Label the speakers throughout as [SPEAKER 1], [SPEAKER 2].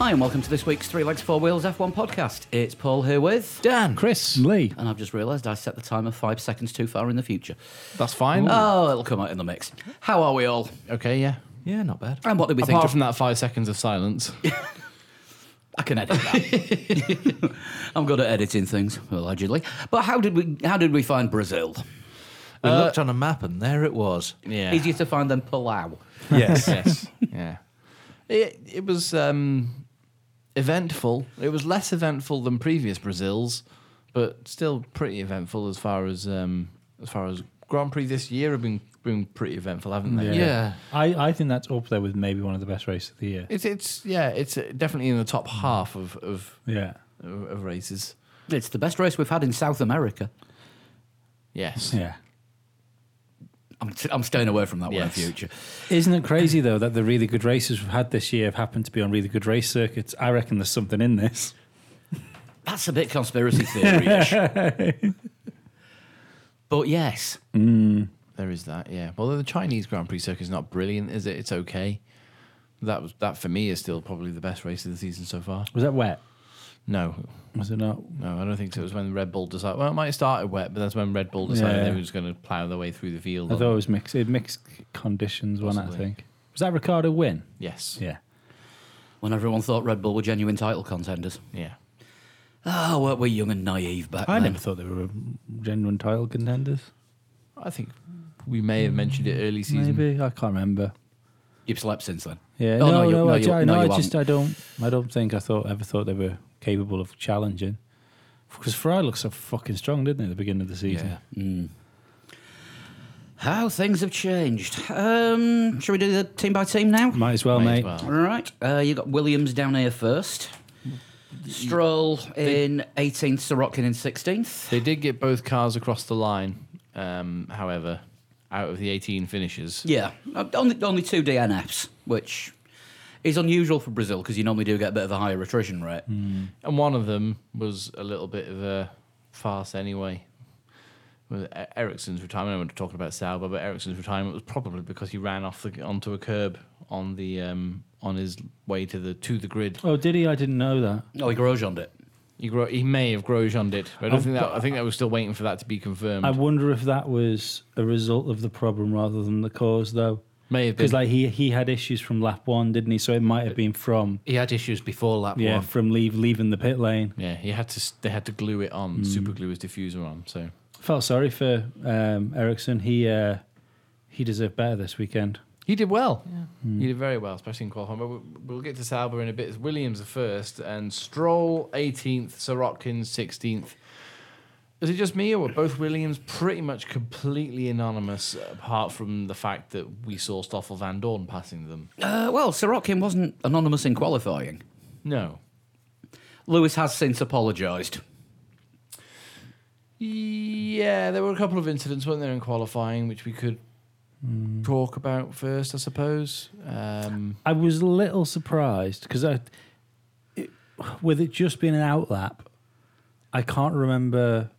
[SPEAKER 1] and welcome to this week's Three Legs, Four Wheels F1 podcast. It's Paul here with.
[SPEAKER 2] Dan,
[SPEAKER 3] Chris Lee.
[SPEAKER 1] And I've just realised I set the timer five seconds too far in the future.
[SPEAKER 2] that's fine.
[SPEAKER 1] Oh, it'll come out in the mix. How are we all?
[SPEAKER 2] okay, yeah, yeah, not bad.
[SPEAKER 1] And what did we think?
[SPEAKER 2] Apart
[SPEAKER 1] of-
[SPEAKER 2] from that five seconds of silence,
[SPEAKER 1] I can edit that. I'm good at editing things, allegedly. But how did we? How did we find Brazil?
[SPEAKER 4] We looked on a map and there it was.
[SPEAKER 2] Uh, yeah,
[SPEAKER 1] Easier to find than Palau.
[SPEAKER 4] Yes.
[SPEAKER 2] yes, yeah. It it was um, eventful. It was less eventful than previous Brazils, but still pretty eventful as far as um, as far as Grand Prix this year have been been pretty eventful, haven't they?
[SPEAKER 4] Yeah.
[SPEAKER 3] I, I think that's up there with maybe one of the best races of the year.
[SPEAKER 2] It's it's yeah, it's uh, definitely in the top half of of,
[SPEAKER 3] Yeah.
[SPEAKER 2] of, of races.
[SPEAKER 1] It's the best race we've had in South America.
[SPEAKER 2] Yes.
[SPEAKER 3] Yeah.
[SPEAKER 1] I'm, I'm staying away from that one in
[SPEAKER 2] Yes.
[SPEAKER 1] future.
[SPEAKER 3] Isn't it crazy though that the really good races we've had this year have happened to be on really good race circuits? I reckon there's something in this.
[SPEAKER 1] That's a bit conspiracy theory-ish. but yes,
[SPEAKER 2] There is that, yeah. Although the Chinese Grand Prix circuit is not brilliant, is it? It's okay. That was that for me is still probably the best race of the season so far.
[SPEAKER 3] Was that wet?
[SPEAKER 2] No,
[SPEAKER 3] Was it not?
[SPEAKER 2] no, I don't think so. It was when Red Bull decided. Well, it might have started wet, but that's when Red Bull decided
[SPEAKER 3] Yeah.
[SPEAKER 2] they were just going to plough their way through the field.
[SPEAKER 3] I
[SPEAKER 2] on-
[SPEAKER 3] thought it was mixed. It mixed conditions. One, I
[SPEAKER 2] Possibly.
[SPEAKER 3] think. Was that Ricardo win?
[SPEAKER 2] yes, yeah.
[SPEAKER 3] Yeah.
[SPEAKER 1] when everyone thought Red Bull were genuine title contenders. Oh, weren't we young and naive back
[SPEAKER 3] I
[SPEAKER 1] then?
[SPEAKER 3] never thought they were genuine title contenders.
[SPEAKER 2] I think we may have mentioned it early season.
[SPEAKER 3] Maybe I can't remember.
[SPEAKER 1] You've slept since then.
[SPEAKER 3] Yeah.
[SPEAKER 1] Oh, no,
[SPEAKER 3] no,
[SPEAKER 1] you-
[SPEAKER 3] no,
[SPEAKER 1] no,
[SPEAKER 3] I,
[SPEAKER 1] you-
[SPEAKER 3] I,
[SPEAKER 1] no,
[SPEAKER 3] no,
[SPEAKER 1] you
[SPEAKER 3] I just uh, I don't I don't think I thought ever thought they were capable of challenging because Ferrari looked so fucking strong, didn't they, at the beginning of the season?
[SPEAKER 2] Yeah.
[SPEAKER 1] How things have changed. Um, shall we do the team by team now?
[SPEAKER 3] Might as well,
[SPEAKER 2] Might as
[SPEAKER 3] mate.
[SPEAKER 2] well.
[SPEAKER 1] All right. Uh, you got Williams down here first. Stroll in 18th, Sorokin in 16th.
[SPEAKER 2] They did get both cars across the line. Um, however, out of the 18 finishes,
[SPEAKER 1] Yeah, uh, only only two DNFs, which is unusual for Brazil because you normally do get a bit of a higher attrition rate.
[SPEAKER 3] Hmm.
[SPEAKER 2] And one of them was a little bit of a farce anyway. With E- Ericsson's retirement, I want to talk about Sauber, but Ericsson's retirement was probably because he ran off the onto a curb on the um, on his way to the to the grid.
[SPEAKER 3] Oh, did he? I didn't know that.
[SPEAKER 1] Oh, he Grosjeaned it.
[SPEAKER 2] He, gro- he may have Grosjeaned it, but I don't
[SPEAKER 3] I've
[SPEAKER 2] think that.
[SPEAKER 3] got-
[SPEAKER 2] I think that was still waiting for that to be confirmed.
[SPEAKER 3] I wonder if that was a result of the problem rather than the cause, though.
[SPEAKER 2] may have been.
[SPEAKER 3] Because like he he had issues from lap one, didn't he? So it might have been from
[SPEAKER 4] He had issues before lap
[SPEAKER 3] yeah
[SPEAKER 4] one.
[SPEAKER 3] from leave leaving the pit lane.
[SPEAKER 2] yeah, he had to. s- They had to glue it on,
[SPEAKER 3] Mm.
[SPEAKER 2] super glue his diffuser on. So
[SPEAKER 3] Felt sorry for um, Ericsson. He uh, he deserved better this weekend.
[SPEAKER 2] He did well. He did very well, especially in qualifying. But we'll, we'll get to Sauber in a bit. Williams are first, and Stroll 18th, Sorokin 16th. Is it just me, or were both Williams pretty much completely anonymous, apart from the fact that we saw Stoffel Van Dorn passing them?
[SPEAKER 1] Uh, well, Sorokin wasn't anonymous in qualifying.
[SPEAKER 2] No.
[SPEAKER 1] Lewis has since apologised.
[SPEAKER 2] Yeah, there were a couple of incidents, weren't there, in qualifying, which we could talk about first, I suppose. Um,
[SPEAKER 3] I was a little surprised because I, it, with it just being an outlap, I can't remember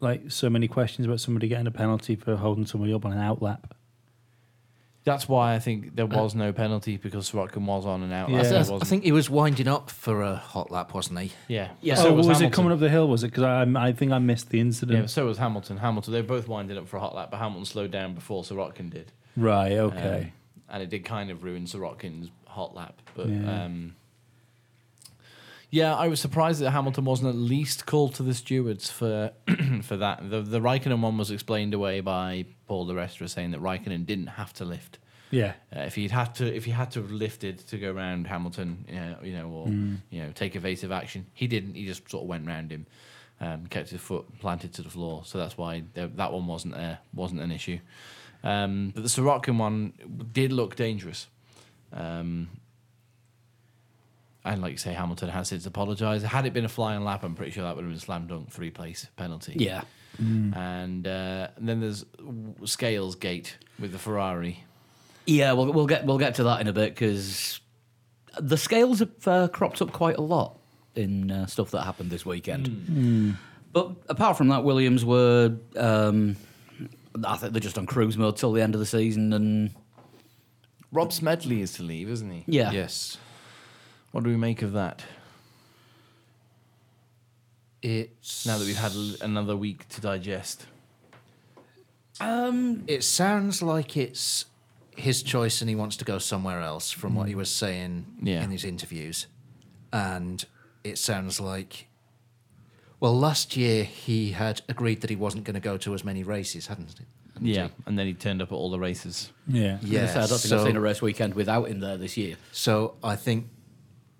[SPEAKER 3] like so many questions about somebody getting a penalty for holding somebody up on an outlap.
[SPEAKER 2] that's why I think there was no penalty because Sorokin was on and out. I
[SPEAKER 3] Yeah.
[SPEAKER 4] I,
[SPEAKER 2] think it
[SPEAKER 4] th- I
[SPEAKER 2] wasn't-
[SPEAKER 4] think he was winding up for a hot lap, wasn't he?
[SPEAKER 2] yeah.
[SPEAKER 1] Yeah.
[SPEAKER 3] oh,
[SPEAKER 2] So
[SPEAKER 3] was,
[SPEAKER 2] Hamilton.
[SPEAKER 3] it coming up the hill? Was it? Because I, I think I missed the
[SPEAKER 2] Yeah,
[SPEAKER 3] incident.
[SPEAKER 2] so was Hamilton. Hamilton, they both winded up for a hot lap, but Hamilton slowed down before Sorotkin did.
[SPEAKER 3] Right.
[SPEAKER 2] Um,
[SPEAKER 3] Okay.
[SPEAKER 2] and it did kind of ruin Sorotkin's hot lap. But
[SPEAKER 3] Yeah.
[SPEAKER 2] yeah. Um, yeah, I was surprised that Hamilton wasn't at least called to the stewards for for that. The, the Raikkonen one was explained away by Paul de Restra saying that Raikkonen didn't have to lift.
[SPEAKER 3] yeah.
[SPEAKER 2] Uh, if he'd had to, if he had to have lifted to go round Hamilton, uh, you know, or you know, take evasive action, he didn't. He just sort of went round him, um, kept his foot planted to the floor. So that's why th- that one wasn't there, wasn't an issue. Um, but the Sorokin one did look dangerous. Um, and like you say, Hamilton has since apologised. Had it been a flying lap, I'm pretty sure that would have been a slam dunk three place penalty.
[SPEAKER 1] Yeah.
[SPEAKER 2] And, uh, and then there's w- Scales Gate with the Ferrari.
[SPEAKER 1] Yeah, we'll, we'll get we'll get to that in a bit because the scales have uh, cropped up quite a lot in uh, stuff that happened this weekend. But apart from that, Williams were um, I think they're just on cruise mode till the end of the season, and
[SPEAKER 2] Rob Smedley is to leave, isn't he?
[SPEAKER 1] Yeah.
[SPEAKER 4] Yes.
[SPEAKER 2] What do we make of that?
[SPEAKER 4] It's
[SPEAKER 2] Now that we've had l- another week to digest.
[SPEAKER 4] It sounds like it's his choice and he wants to go somewhere else from what he
[SPEAKER 1] Mm.
[SPEAKER 4] was saying
[SPEAKER 2] Yeah.
[SPEAKER 4] in his interviews. And it sounds like well, last year he had agreed that he wasn't going to go to as many races, hadn't he?
[SPEAKER 2] Yeah, and then he turned up at all the races.
[SPEAKER 3] Yeah.
[SPEAKER 1] Yeah, I don't think I've seen a
[SPEAKER 4] so-
[SPEAKER 1] race weekend without him there this year.
[SPEAKER 4] So I think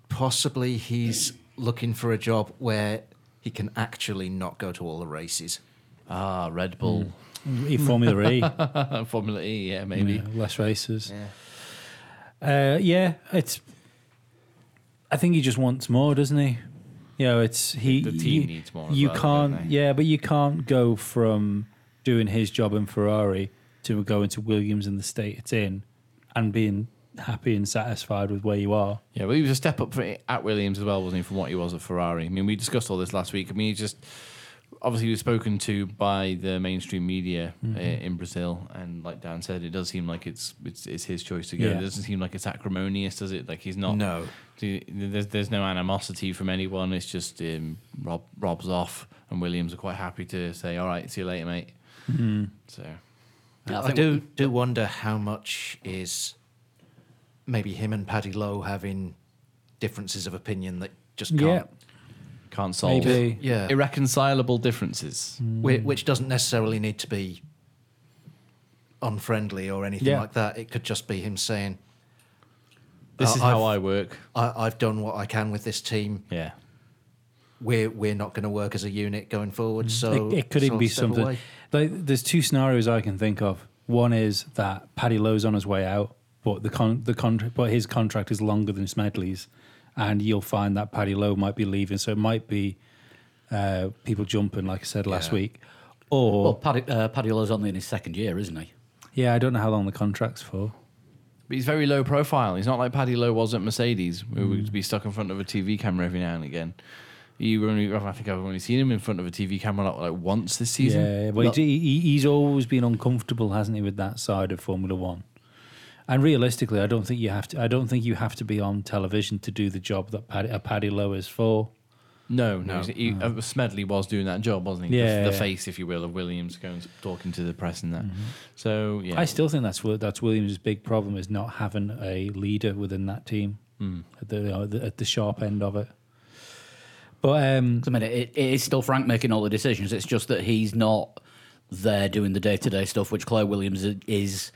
[SPEAKER 4] possibly he's looking for a job where he can actually not go to all the races.
[SPEAKER 2] Ah, Red Bull,
[SPEAKER 1] Hmm.
[SPEAKER 3] E Formula E.
[SPEAKER 2] Formula E. Yeah, maybe.
[SPEAKER 3] Yeah, less races. Yeah. Uh, yeah, it's. I think he just wants more, doesn't he? You know, it's he.
[SPEAKER 2] The team
[SPEAKER 3] you,
[SPEAKER 2] needs more as
[SPEAKER 3] You
[SPEAKER 2] well, don't
[SPEAKER 3] can't.
[SPEAKER 2] they?
[SPEAKER 3] Yeah, but you can't go from doing his job in Ferrari to going to Williams in the state it's in, and being happy and satisfied with where you are.
[SPEAKER 2] Yeah, well, he was a step up for, at Williams as well, wasn't he, from what he was at Ferrari? I mean, we discussed all this last week. I mean, he just obviously he was spoken to by the mainstream media uh, in Brazil, and like Dan said, it does seem like it's it's, it's his choice to go.
[SPEAKER 3] Yeah.
[SPEAKER 2] It doesn't seem like it's acrimonious, does it? Like he's not.
[SPEAKER 4] No.
[SPEAKER 2] Do- There's there's no animosity from anyone. It's just um, Rob Rob's off, and Williams are quite happy to say, "All right, see you later, mate."
[SPEAKER 3] Mm-hmm.
[SPEAKER 2] So
[SPEAKER 1] I
[SPEAKER 4] I,
[SPEAKER 1] think
[SPEAKER 4] do do wonder how much is maybe him and Paddy Lowe having differences of opinion that just
[SPEAKER 3] Yeah.
[SPEAKER 4] can't,
[SPEAKER 2] can't solve
[SPEAKER 3] Maybe. Mm.
[SPEAKER 4] Yeah.
[SPEAKER 2] irreconcilable differences.
[SPEAKER 4] whi- which doesn't necessarily need to be unfriendly or anything
[SPEAKER 3] Yeah.
[SPEAKER 4] like that. It could just be him saying,
[SPEAKER 2] This
[SPEAKER 4] Uh,
[SPEAKER 2] is how I work.
[SPEAKER 4] I, "I've done what I can with this team.
[SPEAKER 2] Yeah.
[SPEAKER 4] We're we're not going to work as a unit going forward." So
[SPEAKER 3] Mm. It, it could
[SPEAKER 4] so
[SPEAKER 3] even be
[SPEAKER 4] step
[SPEAKER 3] something.
[SPEAKER 4] away.
[SPEAKER 3] Like, there's two scenarios I can think of. One is that Paddy Lowe's on his way out, but the con- the contract, but his contract is longer than Smedley's, and you'll find that Paddy Lowe might be leaving. So it might be uh, people jumping, like I said last
[SPEAKER 4] Yeah.
[SPEAKER 3] week, or
[SPEAKER 1] Well, Paddy, uh, Paddy Lowe's only in his second year, isn't he?
[SPEAKER 3] yeah, I don't know how long the contract's for.
[SPEAKER 2] But he's very low profile. He's not like Paddy Lowe was at Mercedes, where
[SPEAKER 3] Mm.
[SPEAKER 2] we'd be stuck in front of a TV camera every now and again. You only, I think I've only seen him in front of a TV camera like, like once this season.
[SPEAKER 3] Yeah, well, he, he, he's always been uncomfortable, hasn't he, with that side of Formula One? And realistically, I don't think you have to. I don't think you have to be on television to do the job that Paddy, uh, Paddy Lowe is for.
[SPEAKER 2] No, no. He, uh, Smedley was doing that job, wasn't he?
[SPEAKER 3] Yeah,
[SPEAKER 2] the, the
[SPEAKER 3] yeah. Mm-hmm.
[SPEAKER 2] face, if you will, of Williams going talking to the press and that. So yeah,
[SPEAKER 3] I still think that's Wil- that's Williams' big problem is not having a leader within that team at, the, you know, the- at the sharp end of it. But um,
[SPEAKER 1] 'Cause, I mean, it, it is still Frank making all the decisions. It's just that he's not there doing the day to day stuff, which Claire Williams i- is.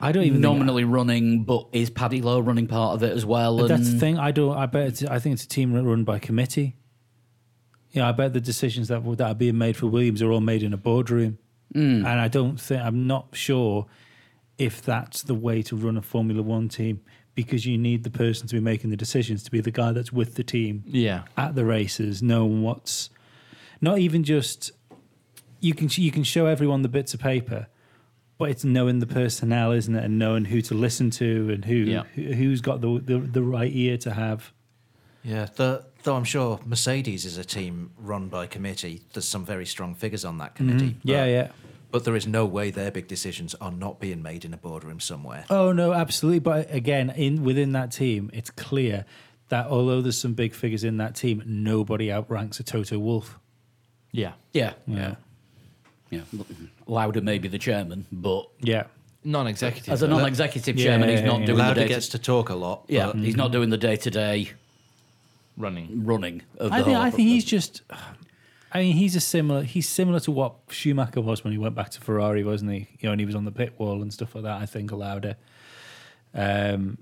[SPEAKER 3] I don't even think-
[SPEAKER 1] nominally running, but is Paddy Lowe running part of it as well?
[SPEAKER 3] but
[SPEAKER 1] And
[SPEAKER 3] that's the thing. I don't. I bet. It's, I think it's a team run by committee. Yeah, I bet the decisions that were- that are being made for Williams are all made in a boardroom, and I don't think I'm not sure if that's the way to run a Formula One team because you need the person to be making the decisions to be the guy that's with the team
[SPEAKER 2] yeah,
[SPEAKER 3] at the races, knowing what's not even just you can you can show everyone the bits of paper, but it's knowing the personnel, isn't it, and knowing who to listen to and who
[SPEAKER 2] Yeah.
[SPEAKER 3] who- who's got the, the the right ear to have.
[SPEAKER 4] Yeah, though, though I'm sure Mercedes is a team run by committee. There's some very strong figures on that committee. but-
[SPEAKER 3] Mm-hmm. Yeah, yeah.
[SPEAKER 4] But there is no way their big decisions are not being made in a boardroom somewhere.
[SPEAKER 3] Oh no, absolutely. But again, in within that team, it's clear that although there's some big figures in that team, nobody outranks a Toto Wolf.
[SPEAKER 2] yeah.
[SPEAKER 1] yeah,
[SPEAKER 3] Yeah.
[SPEAKER 1] yeah. Louder, maybe the chairman, but
[SPEAKER 3] Yeah.
[SPEAKER 2] Non-executive.
[SPEAKER 1] as a
[SPEAKER 2] though.
[SPEAKER 1] non-executive
[SPEAKER 3] Yeah,
[SPEAKER 1] chairman, he's
[SPEAKER 3] yeah,
[SPEAKER 1] not
[SPEAKER 3] yeah.
[SPEAKER 1] doing the
[SPEAKER 4] Lauda
[SPEAKER 1] day.
[SPEAKER 4] gets to talk a lot.
[SPEAKER 1] yeah,
[SPEAKER 4] but
[SPEAKER 1] he's not doing the day to day
[SPEAKER 2] running.
[SPEAKER 1] running of
[SPEAKER 3] I
[SPEAKER 1] the
[SPEAKER 3] think
[SPEAKER 1] whole-
[SPEAKER 3] I think he's just. I mean, he's a similar. He's similar to what Schumacher was when he went back to Ferrari, wasn't he? You know, and he was on the pit wall and stuff like that. I think Lauda. Um,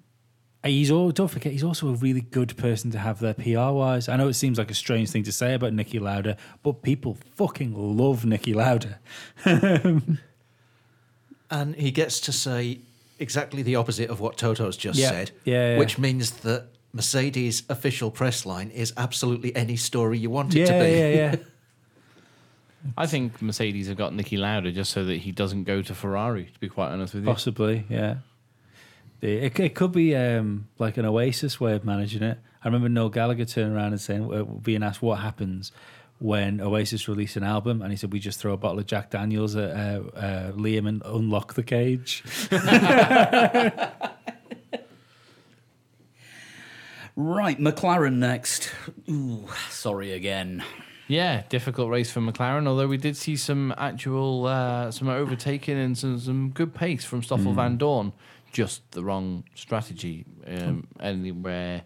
[SPEAKER 3] and he's all. Don't forget, he's also a really good person to have there PR wise. I know it seems like a strange thing to say about Nicky Lauda, but people fucking love Nicky Lauda.
[SPEAKER 4] And he gets to say exactly the opposite of what Toto's just
[SPEAKER 3] Yeah,
[SPEAKER 4] said.
[SPEAKER 3] yeah, yeah.
[SPEAKER 4] Which means that Mercedes' official press line is absolutely any story you want it
[SPEAKER 3] Yeah,
[SPEAKER 4] to be.
[SPEAKER 3] yeah, yeah.
[SPEAKER 2] I think Mercedes have got Nicky Lauda just so that he doesn't go to Ferrari. To be quite honest with you,
[SPEAKER 3] Possibly, yeah. The, it, it could be um, like an oasis way of managing it. I remember Noel Gallagher turning around and saying, uh, being asked what happens when Oasis release an album, and he said, "We just throw a bottle of Jack Daniels at uh, uh, Liam and unlock the cage."
[SPEAKER 1] Right, McLaren next. Ooh, sorry again.
[SPEAKER 2] Yeah, difficult race for McLaren. Although we did see some actual uh, some overtaking and some some good pace from Stoffel
[SPEAKER 3] Mm.
[SPEAKER 2] Van Dorn. Just the wrong strategy,
[SPEAKER 3] Mm.
[SPEAKER 2] um, and where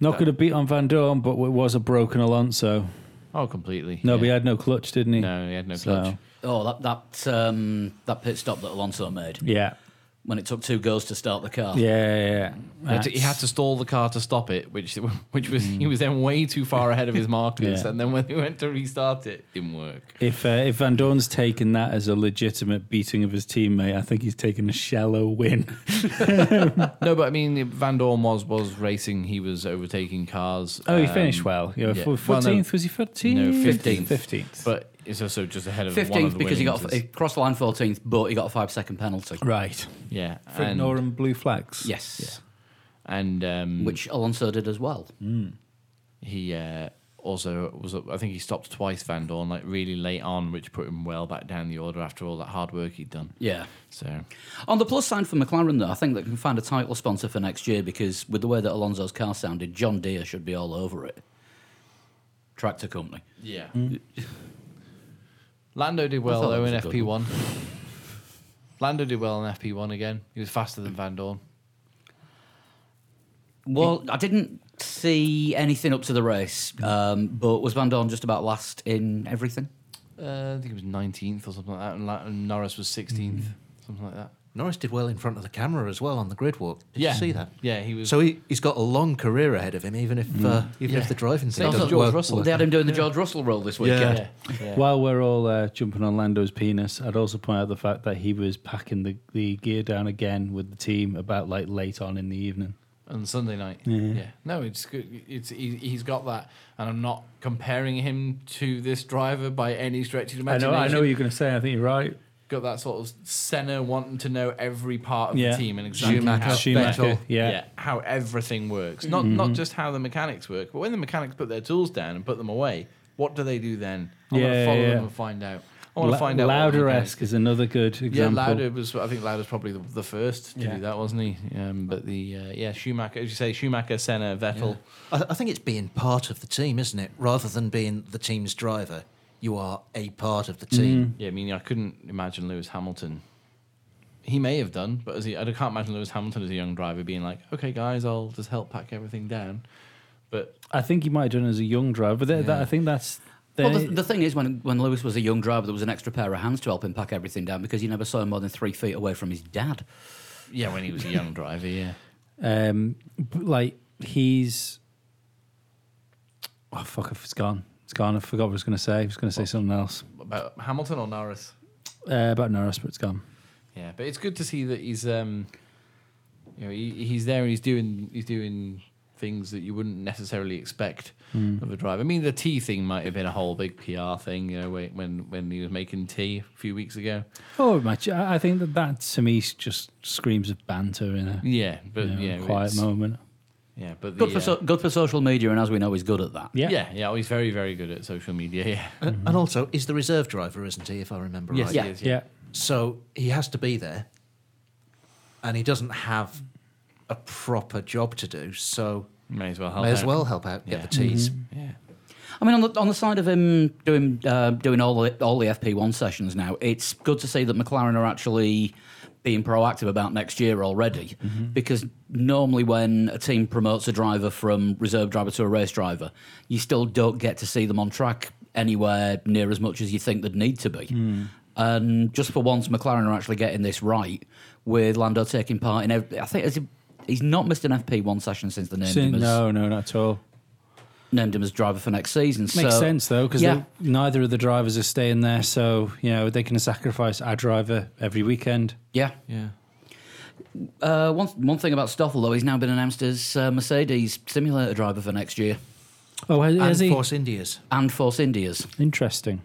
[SPEAKER 3] Not going to beat on Van Dorn, but it was a broken Alonso.
[SPEAKER 2] oh, completely.
[SPEAKER 3] No,
[SPEAKER 2] yeah.
[SPEAKER 3] but he had no clutch, didn't he?
[SPEAKER 2] no, he had no
[SPEAKER 3] So-
[SPEAKER 2] clutch.
[SPEAKER 1] Oh, that that um, that pit stop that Alonso made
[SPEAKER 3] Yeah.
[SPEAKER 1] when it took two girls to start the car.
[SPEAKER 3] Yeah, yeah, yeah.
[SPEAKER 2] He had, to, he had
[SPEAKER 3] That's-
[SPEAKER 2] to stall the car to stop it, which which was he was then way too far ahead of his markers,
[SPEAKER 3] Yeah.
[SPEAKER 2] and then when he went to restart it, didn't work.
[SPEAKER 3] If uh, if Van Dorn's taken that as a legitimate beating of his teammate, I think he's taken a shallow win.
[SPEAKER 2] No, but I mean, Van Dorn was was racing. He was overtaking cars.
[SPEAKER 3] Oh, he
[SPEAKER 2] um,
[SPEAKER 3] finished well. Yeah,
[SPEAKER 2] yeah.
[SPEAKER 3] fourteenth
[SPEAKER 2] Well, no.
[SPEAKER 3] was he fourteenth?
[SPEAKER 2] No, 15th.
[SPEAKER 3] Fifteenth.
[SPEAKER 2] But it's also just ahead of one of
[SPEAKER 1] Fifteenth
[SPEAKER 2] the
[SPEAKER 1] because he got
[SPEAKER 2] Williamses.
[SPEAKER 1] he crossed the line fourteenth, but he got a five second penalty.
[SPEAKER 3] Right.
[SPEAKER 2] yeah,
[SPEAKER 3] For ignoring blue flags.
[SPEAKER 1] Yes,
[SPEAKER 2] and um,
[SPEAKER 1] which Alonso did as well.
[SPEAKER 2] he uh, also was. I think he stopped twice, Van Dorn, like really late on, which put him well back down the order after all that hard work he'd done.
[SPEAKER 1] Yeah.
[SPEAKER 2] So
[SPEAKER 1] On the plus side for McLaren, though, I think they can find a title sponsor for next year because with the way that Alonso's car sounded, John Deere should be all over it. Tractor company.
[SPEAKER 2] yeah, Lando did well
[SPEAKER 1] thought that
[SPEAKER 2] though
[SPEAKER 1] was
[SPEAKER 2] in
[SPEAKER 1] a good
[SPEAKER 2] FP one. Lando did well in FP one again. He was faster than Van Dorn.
[SPEAKER 1] Well, I didn't see anything up to the race, um, but was Van Dorn just about last in everything?
[SPEAKER 2] Uh, I think it was nineteenth or something like that, and, La- and Norris was sixteenth, something like that.
[SPEAKER 4] Norris did well in front of the camera as well on the grid walk. Did
[SPEAKER 2] yeah,
[SPEAKER 4] you see that?
[SPEAKER 2] Yeah, he was.
[SPEAKER 4] So he, he's got a long career ahead of him, even if uh,
[SPEAKER 3] Mm.
[SPEAKER 4] even
[SPEAKER 2] Yeah.
[SPEAKER 4] if the driving
[SPEAKER 2] Same as
[SPEAKER 4] thing doesn't
[SPEAKER 2] George
[SPEAKER 4] work.
[SPEAKER 2] Russell.
[SPEAKER 1] They had him doing the George Russell role this
[SPEAKER 4] Yeah.
[SPEAKER 1] weekend.
[SPEAKER 2] yeah, yeah.
[SPEAKER 3] While we're all uh, jumping on Lando's penis, I'd also point out the fact that he was packing the, the gear down again with the team about like late on in the evening.
[SPEAKER 2] on Sunday night.
[SPEAKER 3] Yeah.
[SPEAKER 2] no, it's good. It's he, he's got that, and I'm not comparing him to this driver by any stretch of the
[SPEAKER 3] I know,
[SPEAKER 2] imagination.
[SPEAKER 3] I know what you're going to say. I think you're right.
[SPEAKER 2] got that sort of Senna wanting to know every part of
[SPEAKER 3] Yeah.
[SPEAKER 2] the team and exactly
[SPEAKER 4] Schumacher.
[SPEAKER 2] how
[SPEAKER 3] Schumacher, yeah. Mm-hmm.
[SPEAKER 2] how everything works. Not not just how the mechanics work, but when the mechanics put their tools down and put them away, what do they do then? I want
[SPEAKER 3] Yeah,
[SPEAKER 2] to follow
[SPEAKER 3] yeah.
[SPEAKER 2] them and find out. I want to
[SPEAKER 3] La-
[SPEAKER 2] find out. what the
[SPEAKER 3] Louder
[SPEAKER 2] mechanics-
[SPEAKER 3] esque is another good
[SPEAKER 2] yeah,
[SPEAKER 3] example.
[SPEAKER 2] Lauda was. I think Lauda's probably the, the first to
[SPEAKER 3] Yeah.
[SPEAKER 2] do that, wasn't he? Um, but the uh, yeah Schumacher, as you say, Schumacher, Senna, Vettel.
[SPEAKER 4] I, I think it's being part of the team, isn't it? Rather than being the team's driver, you are a part of the team.
[SPEAKER 2] Yeah, I mean, I couldn't imagine Lewis Hamilton. He may have done, but as he, I can't imagine Lewis Hamilton as a young driver being like, "Okay, guys, I'll just help pack everything down." But
[SPEAKER 3] I think he might have done it as a young driver, but that, that, I think that's.
[SPEAKER 1] Well, the, the thing is, when when Lewis was a young driver, there was an extra pair of hands to help him pack everything down because you never saw him more than three feet away from his dad.
[SPEAKER 2] yeah, when he was a young driver, yeah,
[SPEAKER 3] Um, but, like he's. Oh fuck! It's gone. It's gone. I forgot what I was going to say. I was going to say something else
[SPEAKER 2] about Hamilton or Norris.
[SPEAKER 3] uh, about Norris, but it's gone.
[SPEAKER 2] Yeah, but it's good to see that he's, um, you know, he, he's there and he's doing he's doing things that you wouldn't necessarily expect of a driver. I mean, the tea thing might have been a whole big PR thing, you know, when when- when he was making tea a few weeks ago.
[SPEAKER 3] Oh, much. I I think that that to me s- just screams of banter in a
[SPEAKER 2] Yeah, but
[SPEAKER 3] you know,
[SPEAKER 2] yeah,
[SPEAKER 3] quiet
[SPEAKER 2] it's-
[SPEAKER 3] moment.
[SPEAKER 2] Yeah, but the,
[SPEAKER 1] Good for so,
[SPEAKER 2] uh,
[SPEAKER 1] good for social media, and as we know, he's good at that.
[SPEAKER 3] Yeah.
[SPEAKER 2] Yeah. yeah, oh, he's very, very good at social media. Yeah,
[SPEAKER 4] A- And also, he's the reserve driver, isn't he? If I remember
[SPEAKER 2] Mm-hmm. Yes,
[SPEAKER 4] right.
[SPEAKER 2] he
[SPEAKER 1] Yeah.
[SPEAKER 2] is,
[SPEAKER 3] yeah.
[SPEAKER 4] So he has to be there, and he doesn't have a proper job to do. So
[SPEAKER 2] May as well help.
[SPEAKER 4] may as
[SPEAKER 2] out.
[SPEAKER 4] well help out, get
[SPEAKER 2] Yeah. Mm-hmm.
[SPEAKER 4] the teas.
[SPEAKER 2] Yeah,
[SPEAKER 1] I mean, on the on the side of him doing uh, doing all the all the FP one sessions now, it's good to see that McLaren are actually being proactive about next year already.
[SPEAKER 3] Mm-hmm.
[SPEAKER 1] Because normally, when a team promotes a driver from reserve driver to a race driver, you still don't get to see them on track anywhere near as much as you think they'd need to be.
[SPEAKER 3] Hmm.
[SPEAKER 1] And just for once, McLaren are actually getting this right with Lando taking part in. Every, I think it's, he's not missed an FP one session since the named
[SPEAKER 3] So-
[SPEAKER 1] him as
[SPEAKER 3] no, no, not at all.
[SPEAKER 1] named him as driver for next season.
[SPEAKER 3] Makes
[SPEAKER 1] so,
[SPEAKER 3] sense though, because
[SPEAKER 1] yeah.
[SPEAKER 3] neither of the drivers are staying there, so you know they can sacrifice our driver every weekend.
[SPEAKER 1] Yeah.
[SPEAKER 2] yeah.
[SPEAKER 1] Uh, one, one thing about Stoffel, though, he's now been announced as uh, Mercedes simulator driver for next year
[SPEAKER 3] Oh, has,
[SPEAKER 4] And
[SPEAKER 3] has he?
[SPEAKER 4] Force India's.
[SPEAKER 1] and Force India's
[SPEAKER 3] Interesting.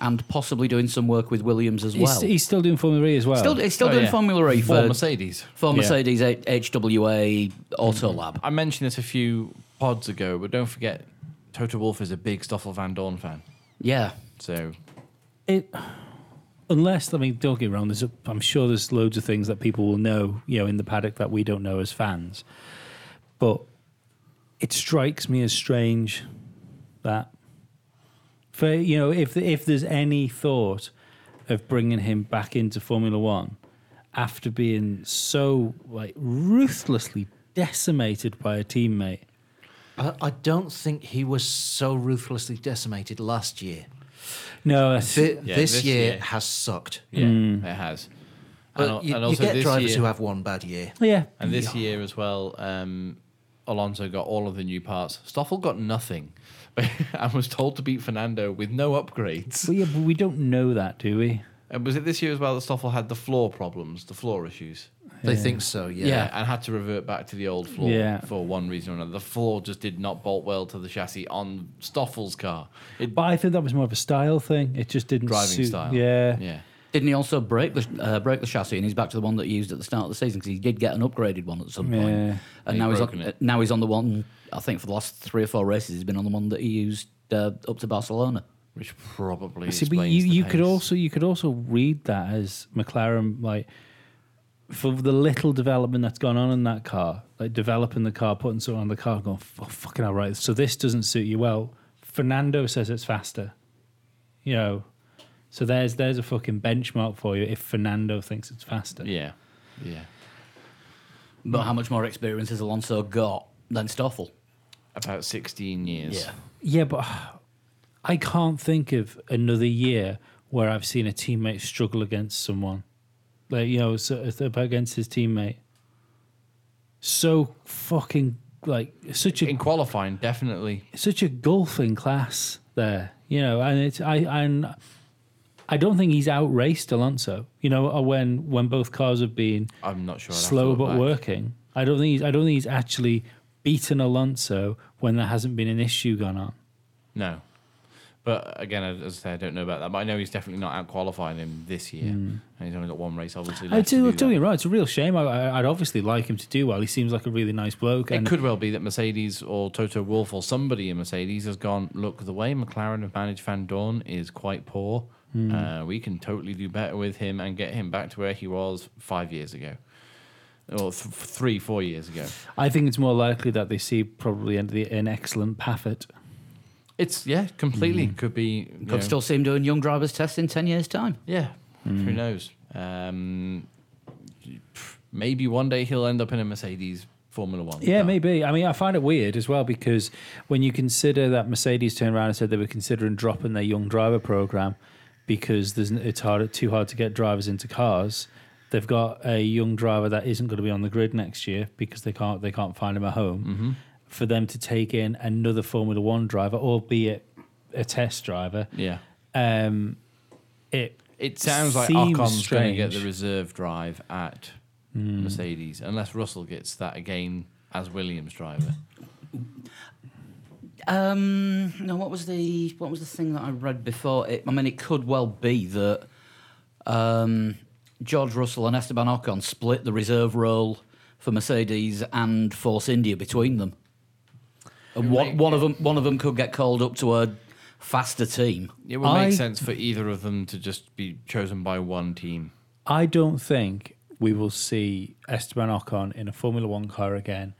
[SPEAKER 1] and possibly doing some work with Williams as well.
[SPEAKER 3] He's, he's still doing Formula E as well.
[SPEAKER 1] still, he's still
[SPEAKER 2] Oh,
[SPEAKER 1] doing
[SPEAKER 2] yeah.
[SPEAKER 1] Formula E
[SPEAKER 2] for
[SPEAKER 1] for,
[SPEAKER 2] Mercedes.
[SPEAKER 1] for
[SPEAKER 3] Yeah.
[SPEAKER 1] Mercedes H- HWA Auto Lab.
[SPEAKER 2] I mentioned this a few pods ago, but don't forget, Toto Wolf is a big Stoffel Van Dorn fan.
[SPEAKER 1] Yeah.
[SPEAKER 2] So
[SPEAKER 3] It, unless I mean, don't get me wrong. There's, a, I'm sure there's loads of things that people will know, you know, in the paddock that we don't know as fans. But it strikes me as strange that for you know if if there's any thought of bringing him back into Formula One after being so like ruthlessly decimated by a teammate.
[SPEAKER 4] I, I don't think he was so ruthlessly decimated last year.
[SPEAKER 3] No, that's,
[SPEAKER 4] Thi-
[SPEAKER 2] Yeah,
[SPEAKER 4] this,
[SPEAKER 2] this
[SPEAKER 4] year,
[SPEAKER 2] year.
[SPEAKER 4] has sucked.
[SPEAKER 2] Yeah, it has.
[SPEAKER 4] But
[SPEAKER 2] al-
[SPEAKER 4] you, you get
[SPEAKER 2] this
[SPEAKER 4] drivers
[SPEAKER 2] year-
[SPEAKER 4] who have one bad year.
[SPEAKER 3] yeah.
[SPEAKER 2] And this year as well, um, Alonso got all of the new parts. Stoffel got nothing and was told to beat Fernando with no upgrades.
[SPEAKER 3] Well, yeah, but we don't know that, do we?
[SPEAKER 2] And was it this year as well that Stoffel had the floor problems, the floor issues?
[SPEAKER 4] They think so, yeah.
[SPEAKER 2] And had to revert back to the old floor
[SPEAKER 3] Yeah.
[SPEAKER 2] for one reason or another. The floor just did not bolt well to the chassis on Stoffel's car. It,
[SPEAKER 3] But I think that was more of a style thing. It just didn't
[SPEAKER 2] driving
[SPEAKER 3] suit-
[SPEAKER 2] style.
[SPEAKER 3] Yeah.
[SPEAKER 2] Yeah.
[SPEAKER 1] Didn't he also break the uh, break the chassis and he's back to the one that he used at the start of the season because he did get an upgraded one at some point.
[SPEAKER 3] Yeah.
[SPEAKER 1] And
[SPEAKER 2] He's
[SPEAKER 1] now he's
[SPEAKER 2] broken
[SPEAKER 1] on,
[SPEAKER 2] it.
[SPEAKER 1] now he's on the one. I think for the last three or four races, he's been on the one that he used uh, up to Barcelona.
[SPEAKER 2] Which probably
[SPEAKER 3] See, but you,
[SPEAKER 2] explains the
[SPEAKER 3] you could
[SPEAKER 2] pace.
[SPEAKER 3] also you could also read that as McLaren like for the little development that's gone on in that car, like developing the car, putting something on the car, going oh, fucking all right. So this doesn't suit you well. Fernando says it's faster, you know. So there's there's a fucking benchmark for you if Fernando thinks it's faster.
[SPEAKER 2] Yeah. Yeah.
[SPEAKER 1] But how much more experience has Alonso got than Stoffel?
[SPEAKER 2] About 16 years.
[SPEAKER 3] Yeah, but I can't think of another year where I've seen a teammate struggle against someone, like you know, so, against his teammate. So fucking like such a
[SPEAKER 2] In qualifying, definitely.
[SPEAKER 3] such a gulf in class there, you know, and it's I and I don't think he's outraced Alonso, you know, or when when both cars have been
[SPEAKER 2] I'm not sure. I'd have to
[SPEAKER 3] slow
[SPEAKER 2] look
[SPEAKER 3] but
[SPEAKER 2] back.
[SPEAKER 3] working. I don't think he's, I don't think he's actually beaten Alonso when there hasn't been an issue gone on.
[SPEAKER 2] No. But again, as I say, I don't know about that. But I know he's definitely not out qualifying him this year. And he's only got one race, obviously.
[SPEAKER 3] Hmm. I
[SPEAKER 2] Left to
[SPEAKER 3] do,
[SPEAKER 2] do
[SPEAKER 3] do
[SPEAKER 2] that.
[SPEAKER 3] me right. Oh, It's a real shame. I- I, I'd obviously like him to do well. He seems like a really nice bloke.
[SPEAKER 2] It
[SPEAKER 3] And
[SPEAKER 2] could well be that Mercedes or Toto Wolff or somebody in Mercedes has gone, look, the way McLaren have managed Van Dorn is quite poor. Uh, we can totally do better with him and get him back to where he was five years ago. Or th- three, four years ago.
[SPEAKER 3] I think it's more likely that they see probably an, the, an excellent Paffett.
[SPEAKER 2] It's, yeah, completely could be. you
[SPEAKER 1] Could
[SPEAKER 2] know,
[SPEAKER 1] still see him doing young drivers test in ten years' time.
[SPEAKER 2] Yeah, who knows? Um, pff, maybe one day he'll end up in a Mercedes Formula One.
[SPEAKER 3] Yeah,
[SPEAKER 2] car.
[SPEAKER 3] maybe. I mean, I find it weird as well because when you consider that Mercedes turned around and said they were considering dropping their young driver program because there's, n- it's hard, too hard to get drivers into cars. They've got a young driver that isn't going to be on the grid next year because they can't they can't find him a home. For them to take in another Formula One driver, albeit a test driver,
[SPEAKER 2] Yeah.
[SPEAKER 3] um, it
[SPEAKER 2] It sounds like
[SPEAKER 3] Seems
[SPEAKER 2] Ocon's going to get the
[SPEAKER 3] strange. Hmm.
[SPEAKER 2] reserve drive at Mercedes, unless Russell gets that again as Williams driver.
[SPEAKER 1] Um, no, what was the what was the thing that I read before? It, I mean, it could well be that um, George Russell and Esteban Ocon split the reserve role for Mercedes and Force India between them, and one, one of them one of them could get called up to a faster team.
[SPEAKER 2] It would
[SPEAKER 3] I-
[SPEAKER 2] make sense for either of them to just be chosen by one team.
[SPEAKER 3] I don't think we will see Esteban Ocon in a Formula One car again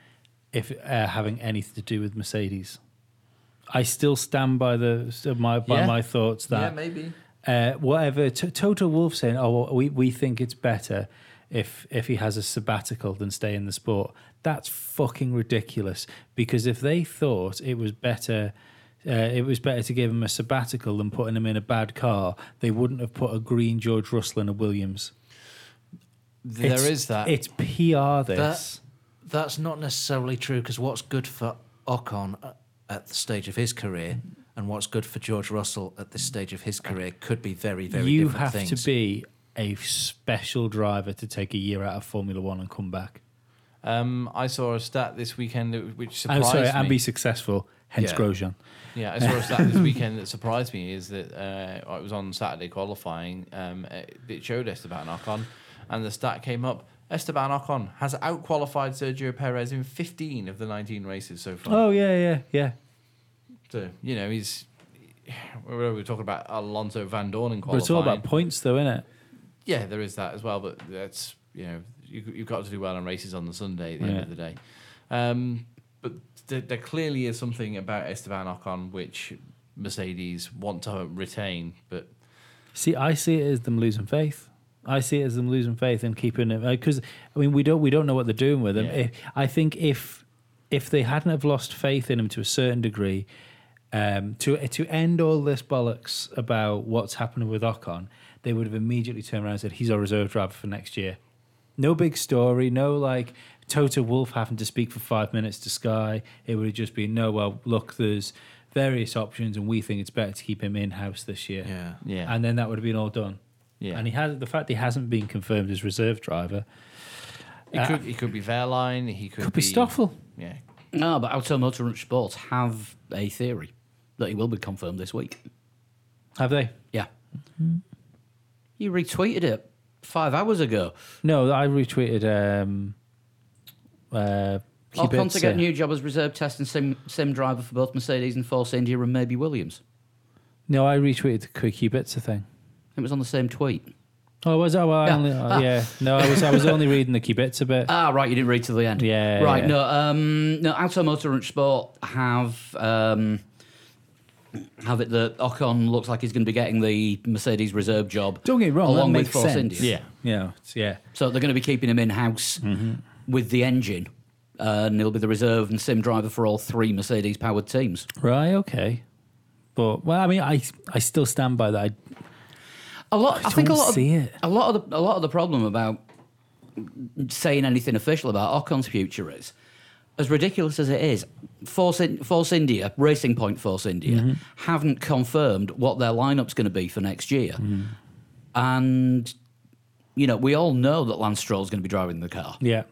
[SPEAKER 3] if uh, having anything to do with Mercedes. I still stand by the so my by
[SPEAKER 2] Yeah.
[SPEAKER 3] my thoughts that
[SPEAKER 2] maybe.
[SPEAKER 3] uh, whatever T- Toto Wolf saying, oh, well, we we think it's better if if he has a sabbatical than stay in the sport. That's fucking ridiculous. Because if they thought it was better. Uh, it was better to give him a sabbatical than putting him in a bad car. They wouldn't have put a green George Russell in a Williams.
[SPEAKER 2] There is
[SPEAKER 3] It's-
[SPEAKER 2] that.
[SPEAKER 3] It's PR. This.
[SPEAKER 4] That's not necessarily true because what's good for Ocon uh, at the stage of his career and what's good for George Russell at this stage of his career could be very, very
[SPEAKER 3] you
[SPEAKER 4] different
[SPEAKER 3] have
[SPEAKER 4] things.
[SPEAKER 3] to be a special driver to take a year out of Formula One and come back.
[SPEAKER 2] Um, I saw a stat this weekend which
[SPEAKER 3] I'm
[SPEAKER 2] surprised
[SPEAKER 3] Oh, sorry,
[SPEAKER 2] me.
[SPEAKER 3] and be successful. Hence
[SPEAKER 4] Yeah.
[SPEAKER 3] Grosjean.
[SPEAKER 2] Yeah, I saw a stat this weekend that surprised me is that uh, it was on Saturday qualifying. Um, it it showed Esteban Ocon, and the stat came up. Esteban Ocon has out qualified Sergio Perez in 15 of the 19 races so far.
[SPEAKER 3] Oh yeah, yeah, yeah.
[SPEAKER 2] So, you know, he's. We were talking about Alonso Van Dorn in
[SPEAKER 3] But
[SPEAKER 2] qualifying.
[SPEAKER 3] it's all about points, though, isn't it?
[SPEAKER 2] Yeah, there is that as well, but that's you know you, you've got to do well on races on the Sunday at the end
[SPEAKER 3] Yeah.
[SPEAKER 2] of the day. Um, but there, there clearly is something about Esteban Ocon which Mercedes want to retain, but
[SPEAKER 3] See, I see it as them losing faith. I see it as them losing faith and keeping it because I mean we don't we don't know what they're doing with him.
[SPEAKER 2] Yeah.
[SPEAKER 3] If, I think if if they hadn't have lost faith in him to a certain degree, um, to to end all this bollocks about what's happening with Ocon, they would have immediately turned around and said he's our reserve driver for next year. No big story, no like Toto Wolf having to speak for five minutes to Sky. It would have just been no. Well, look, there's various options, and we think it's better to keep him in house this year
[SPEAKER 4] Yeah.
[SPEAKER 2] yeah,
[SPEAKER 3] and then that would have been all done.
[SPEAKER 2] yeah.
[SPEAKER 3] And he has the fact he hasn't been confirmed as reserve driver
[SPEAKER 2] it could it could be Verline, he could,
[SPEAKER 3] uh, could be Stoffel.
[SPEAKER 2] Yeah,
[SPEAKER 1] No, but Automotor and Sports have a theory that he will be confirmed this week.
[SPEAKER 3] Have they?
[SPEAKER 1] Yeah. You retweeted it five hours ago.
[SPEAKER 3] No, I retweeted. Um, uh,
[SPEAKER 1] Ocon to
[SPEAKER 3] Kubica.
[SPEAKER 1] get new job as reserve test and sim, sim driver for both Mercedes and Force India and maybe Williams.
[SPEAKER 3] No, I retweeted the Quickie Bitzer thing.
[SPEAKER 1] It was on the same tweet.
[SPEAKER 3] Oh, was I? Well, I
[SPEAKER 1] Yeah.
[SPEAKER 3] only- oh, yeah. Uh, No, I was. I was only reading the Kibitzer bit.
[SPEAKER 1] Ah, right, you didn't read to the end.
[SPEAKER 3] Yeah,
[SPEAKER 1] Right,
[SPEAKER 3] yeah.
[SPEAKER 1] no, um, no, Automotor and Sport have um, have it that Ocon looks like he's going to be getting the Mercedes reserve job.
[SPEAKER 3] Don't get me wrong.
[SPEAKER 1] along
[SPEAKER 3] that
[SPEAKER 1] with
[SPEAKER 3] makes
[SPEAKER 1] Force
[SPEAKER 3] sense.
[SPEAKER 1] India.
[SPEAKER 3] Yeah. Mm-hmm. Yeah. it's- Yeah.
[SPEAKER 1] So they're going to be keeping him in house with the engine, uh, and he'll be the reserve and sim driver for all three Mercedes powered teams.
[SPEAKER 3] Right. Okay. But well, I mean, I I still stand by that. I,
[SPEAKER 1] A lot, I, think a
[SPEAKER 3] don't
[SPEAKER 1] lot, of,
[SPEAKER 3] see it.
[SPEAKER 1] a lot of the, a lot of the problem about saying anything official about Ocon's future is, as ridiculous as it is, Force, In- Force India, Racing Point Force India,
[SPEAKER 3] Mm-hmm.
[SPEAKER 1] haven't confirmed what their lineup's going to be for next year,
[SPEAKER 3] Mm-hmm.
[SPEAKER 1] and you know we all know that Lance Stroll's going to be driving the car.
[SPEAKER 3] yeah.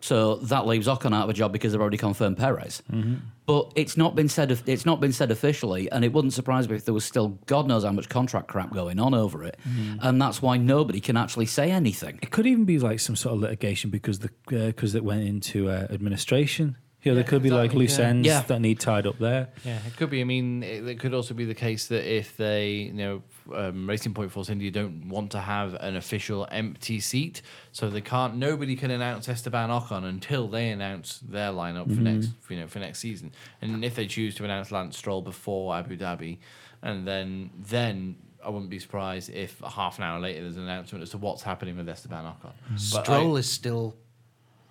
[SPEAKER 1] So that leaves Ocon out of a job because they've already confirmed Perez.
[SPEAKER 3] Mm-hmm.
[SPEAKER 1] But it's not been said. of- It's not been said officially, and it wouldn't surprise me if there was still God knows how much contract crap going on over it,
[SPEAKER 3] Mm-hmm.
[SPEAKER 1] and that's why nobody can actually say anything.
[SPEAKER 3] It could even be like some sort of litigation because the because it went into uh, administration. You know, there could be like
[SPEAKER 2] exactly,
[SPEAKER 3] loose
[SPEAKER 2] yeah.
[SPEAKER 3] ends
[SPEAKER 1] Yeah.
[SPEAKER 3] that need tied up there.
[SPEAKER 2] yeah. It could be. I mean, it, it could also be the case that if they, you know, um, Racing Point Force India don't want to have an official empty seat, so they can't. Nobody can announce Esteban Ocon until they announce their lineup for next, you know, for next season. And if they choose to announce Lance Stroll before Abu Dhabi, and then then. I wouldn't be surprised if half an hour later there's an announcement as to what's happening with Esteban Ocon. But I-
[SPEAKER 4] Stroll is still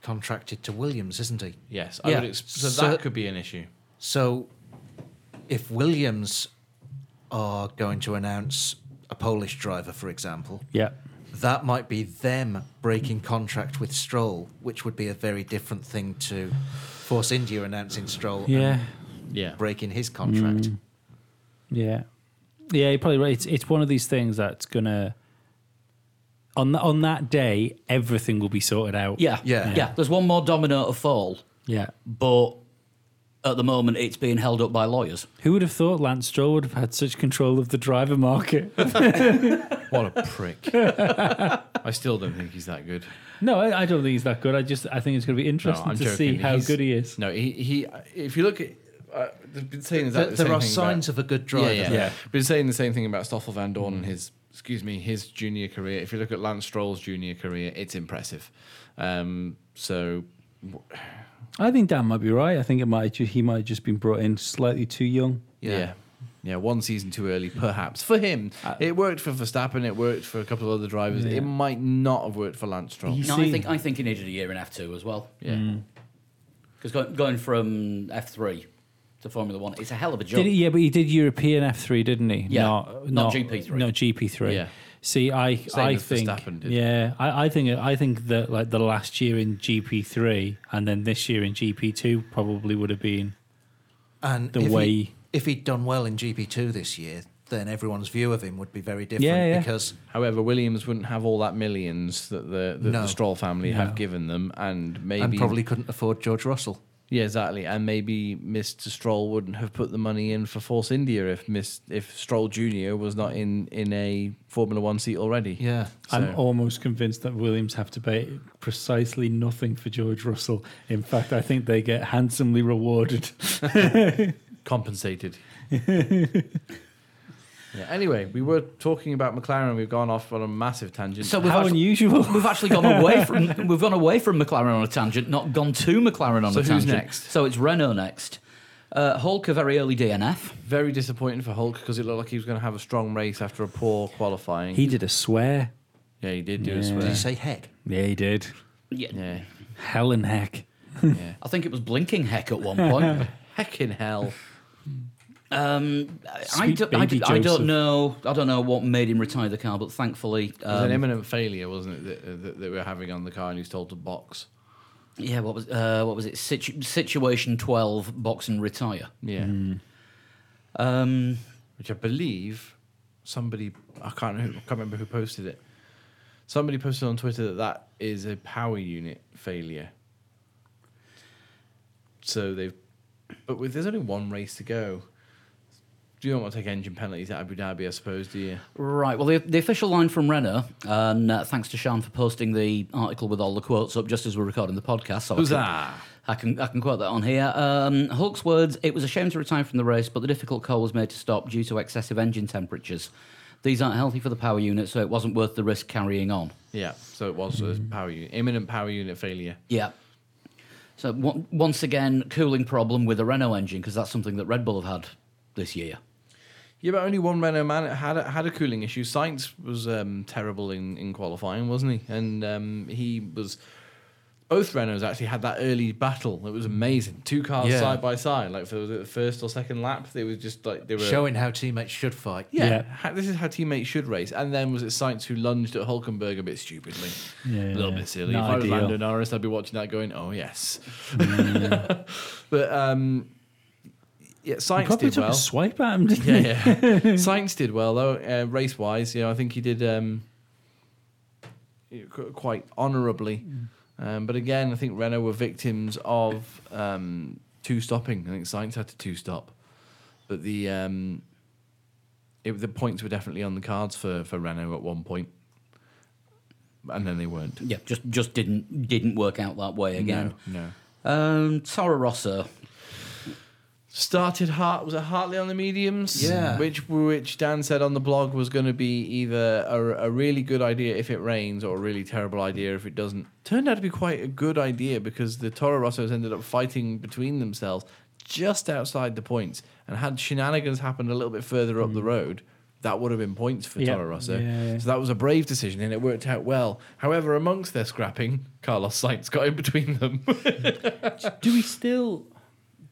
[SPEAKER 4] contracted to Williams, isn't he?
[SPEAKER 2] yes, I
[SPEAKER 1] Yeah.
[SPEAKER 2] would ex- so,
[SPEAKER 4] So-
[SPEAKER 2] that could be an issue.
[SPEAKER 4] So, if Williams are going to announce a Polish driver, for example,
[SPEAKER 3] Yeah.
[SPEAKER 4] that might be them breaking contract with Stroll, which would be a very different thing to Force India announcing Stroll
[SPEAKER 3] Yeah.
[SPEAKER 2] Yeah,
[SPEAKER 4] and breaking his contract.
[SPEAKER 3] Mm. Yeah. Yeah, you're probably right. It's, it's one of these things that's gonna on th- on that day everything will be sorted out.
[SPEAKER 1] Yeah,
[SPEAKER 4] Yeah.
[SPEAKER 1] yeah. There's one more domino to fall,
[SPEAKER 3] Yeah.
[SPEAKER 1] but at the moment it's being held up by lawyers.
[SPEAKER 3] Who would have thought Lance Stroll would have had such control of the driver market?
[SPEAKER 2] What a prick. I still don't think he's that good.
[SPEAKER 3] no, I, I don't think he's that good. I just I think it's going to be
[SPEAKER 2] No,
[SPEAKER 3] interesting
[SPEAKER 2] I'm
[SPEAKER 3] to
[SPEAKER 2] joking.
[SPEAKER 3] see how
[SPEAKER 2] He's-
[SPEAKER 3] good he is.
[SPEAKER 2] No, he, he if you look at uh, they've been saying
[SPEAKER 4] There,
[SPEAKER 2] exactly the
[SPEAKER 4] there
[SPEAKER 2] same
[SPEAKER 4] are
[SPEAKER 2] thing
[SPEAKER 4] signs
[SPEAKER 2] about,
[SPEAKER 4] of a good driver.
[SPEAKER 2] Yeah, yeah.
[SPEAKER 3] Yeah.
[SPEAKER 2] Been saying the same thing about Stoffel van Dorn
[SPEAKER 4] Mm.
[SPEAKER 2] and his excuse me, his junior career. If you look at Lance Stroll's junior career, it's impressive. Um, so
[SPEAKER 3] I think Dan might be right. I think it might ju- he might have just been brought in slightly too young.
[SPEAKER 2] Yeah.
[SPEAKER 4] Yeah.
[SPEAKER 2] yeah. one season too early, perhaps. For him,
[SPEAKER 3] Uh,
[SPEAKER 2] it worked for Verstappen, it worked for a couple of other drivers. It might not have worked for Lance Stroll.
[SPEAKER 3] He's-
[SPEAKER 1] No,
[SPEAKER 3] You see-
[SPEAKER 1] I think I think he needed a year in F2 as well
[SPEAKER 2] yeah.
[SPEAKER 1] because going, going from F3 to Formula One, it's a hell of a job.
[SPEAKER 3] Did he, yeah, but he did European F three, didn't he?
[SPEAKER 1] Yeah,
[SPEAKER 3] not,
[SPEAKER 1] not GP3.
[SPEAKER 3] Not GP three.
[SPEAKER 2] Yeah.
[SPEAKER 3] See, I I
[SPEAKER 2] as
[SPEAKER 3] think
[SPEAKER 2] Verstappen did.
[SPEAKER 3] yeah, I, I think I think that like the last year in GP three and then this year in GP two probably would have been
[SPEAKER 4] And
[SPEAKER 3] The
[SPEAKER 4] if
[SPEAKER 3] way-
[SPEAKER 4] he, if he'd done well in GP2 this year, then everyone's view of him would be very different
[SPEAKER 3] Yeah, yeah.
[SPEAKER 4] because
[SPEAKER 2] However, Williams wouldn't have all that millions that the, that
[SPEAKER 4] No.
[SPEAKER 2] the Stroll family
[SPEAKER 3] No.
[SPEAKER 2] have given them, and maybe
[SPEAKER 4] and probably couldn't afford George Russell.
[SPEAKER 2] Yeah, exactly. And maybe Mr. Stroll wouldn't have put the money in for Force India if Miss if Stroll Junior was not in in a Formula One seat already.
[SPEAKER 4] Yeah.
[SPEAKER 3] I'm
[SPEAKER 2] So-
[SPEAKER 3] almost convinced that Williams have to pay precisely nothing for George Russell. In fact, I think they get handsomely rewarded.
[SPEAKER 2] compensated. yeah, Anyway, we were talking about McLaren. We've gone off on a massive tangent.
[SPEAKER 1] So we've
[SPEAKER 3] How
[SPEAKER 1] actually,
[SPEAKER 3] unusual.
[SPEAKER 1] we've actually gone away from we've gone away from McLaren on a tangent, not gone to McLaren on
[SPEAKER 2] So
[SPEAKER 1] a
[SPEAKER 2] who's
[SPEAKER 1] tangent.
[SPEAKER 2] next?
[SPEAKER 1] So it's Renault next. Uh, Hulk a very early DNF.
[SPEAKER 2] Very disappointing for Hulk because it looked like he was going to have a strong race after a poor qualifying.
[SPEAKER 3] He did a swear.
[SPEAKER 2] yeah, he did do a
[SPEAKER 3] Yeah.
[SPEAKER 2] swear.
[SPEAKER 4] Did you say heck?
[SPEAKER 3] Yeah, he did.
[SPEAKER 1] Yeah,
[SPEAKER 2] Yeah,
[SPEAKER 3] Hell and heck.
[SPEAKER 2] yeah.
[SPEAKER 1] I think it was blinking heck at one point.
[SPEAKER 2] Heckin' hell.
[SPEAKER 1] Um, I- I,
[SPEAKER 3] Sweet
[SPEAKER 1] don't, I,
[SPEAKER 3] baby
[SPEAKER 1] don't- I
[SPEAKER 3] Joseph.
[SPEAKER 1] don't know. I don't know what made him retire the car, but thankfully,
[SPEAKER 2] It was an
[SPEAKER 1] um,
[SPEAKER 2] imminent failure, wasn't it, that, uh, that, that we were having on the car and he was told to box.
[SPEAKER 1] yeah. What was uh, what was it? Situ- situation twelve, box and retire.
[SPEAKER 2] Yeah.
[SPEAKER 1] Um,
[SPEAKER 2] Which I believe somebody, I can't, who- I can't remember who posted it. Somebody posted on Twitter that that is a power unit failure. So they've, but with, there's only one race to go. Do you not want to take engine penalties at Abu Dhabi, I suppose, do you?
[SPEAKER 1] Right. Well, the, the official line from Renault, and uh, thanks to Sean for posting the article with all the quotes up just as we're recording the podcast. So I can-
[SPEAKER 2] Huzzah!
[SPEAKER 1] I can I can quote that on here. Um, Hulk's words: "It was a shame to retire from the race, but the difficult call was made to stop due to excessive engine temperatures. These aren't healthy for the power unit, so it wasn't worth the risk carrying on."
[SPEAKER 2] Yeah, so it was a power unit, imminent power unit failure.
[SPEAKER 1] Yeah. So on- once again, cooling problem with the Renault engine because that's something that Red Bull have had this year.
[SPEAKER 2] Yeah, but only one Renault man had a, had a cooling issue. Sainz was um, terrible in, in qualifying, wasn't he? And um, he was. Both Renaults actually had that early battle. It was amazing. Two cars
[SPEAKER 4] Yeah.
[SPEAKER 2] side by side. Like for was it the first or second lap, they were just like they were
[SPEAKER 4] Showing how teammates should fight.
[SPEAKER 2] Yeah,
[SPEAKER 3] Yeah.
[SPEAKER 2] ha- this is how teammates should race. And then was it Sainz who lunged at Hulkenberg a bit stupidly,
[SPEAKER 3] Yeah,
[SPEAKER 2] a little bit silly.
[SPEAKER 3] not
[SPEAKER 2] if I was
[SPEAKER 3] ideal.
[SPEAKER 2] Lando Norris, I'd be watching that going, "Oh yes." but um, yeah,
[SPEAKER 3] He
[SPEAKER 2] Sainz
[SPEAKER 3] probably
[SPEAKER 2] did
[SPEAKER 3] took
[SPEAKER 2] well.
[SPEAKER 3] a swipe at him, didn't
[SPEAKER 2] Yeah,
[SPEAKER 3] he?
[SPEAKER 2] yeah. Sainz did well though, uh, race wise. You know, I think he did um, qu- quite honourably. Um, but again, I think Renault were victims of um, two stopping. I think Sainz had to two stop, but the um, it, the points were definitely on the cards for for Renault at one point, and then they weren't.
[SPEAKER 1] Yeah, just just didn't didn't work out that way again.
[SPEAKER 2] No, no.
[SPEAKER 1] Um, Toro Rosso.
[SPEAKER 2] started Hart was it Hartley on the mediums?
[SPEAKER 4] Yeah.
[SPEAKER 2] Which which Dan said on the blog was going to be either a, a really good idea if it rains or a really terrible idea if it doesn't. Turned out to be quite a good idea because the Toro Rossos ended up fighting between themselves just outside the points, and had shenanigans happened a little bit further up the road. That would have been points for
[SPEAKER 3] Yeah.
[SPEAKER 2] Toro Rosso.
[SPEAKER 3] Hmm. Yeah, yeah.
[SPEAKER 2] So that was a brave decision and it worked out well. However, amongst their scrapping, Carlos Sainz got in between them.
[SPEAKER 3] do we still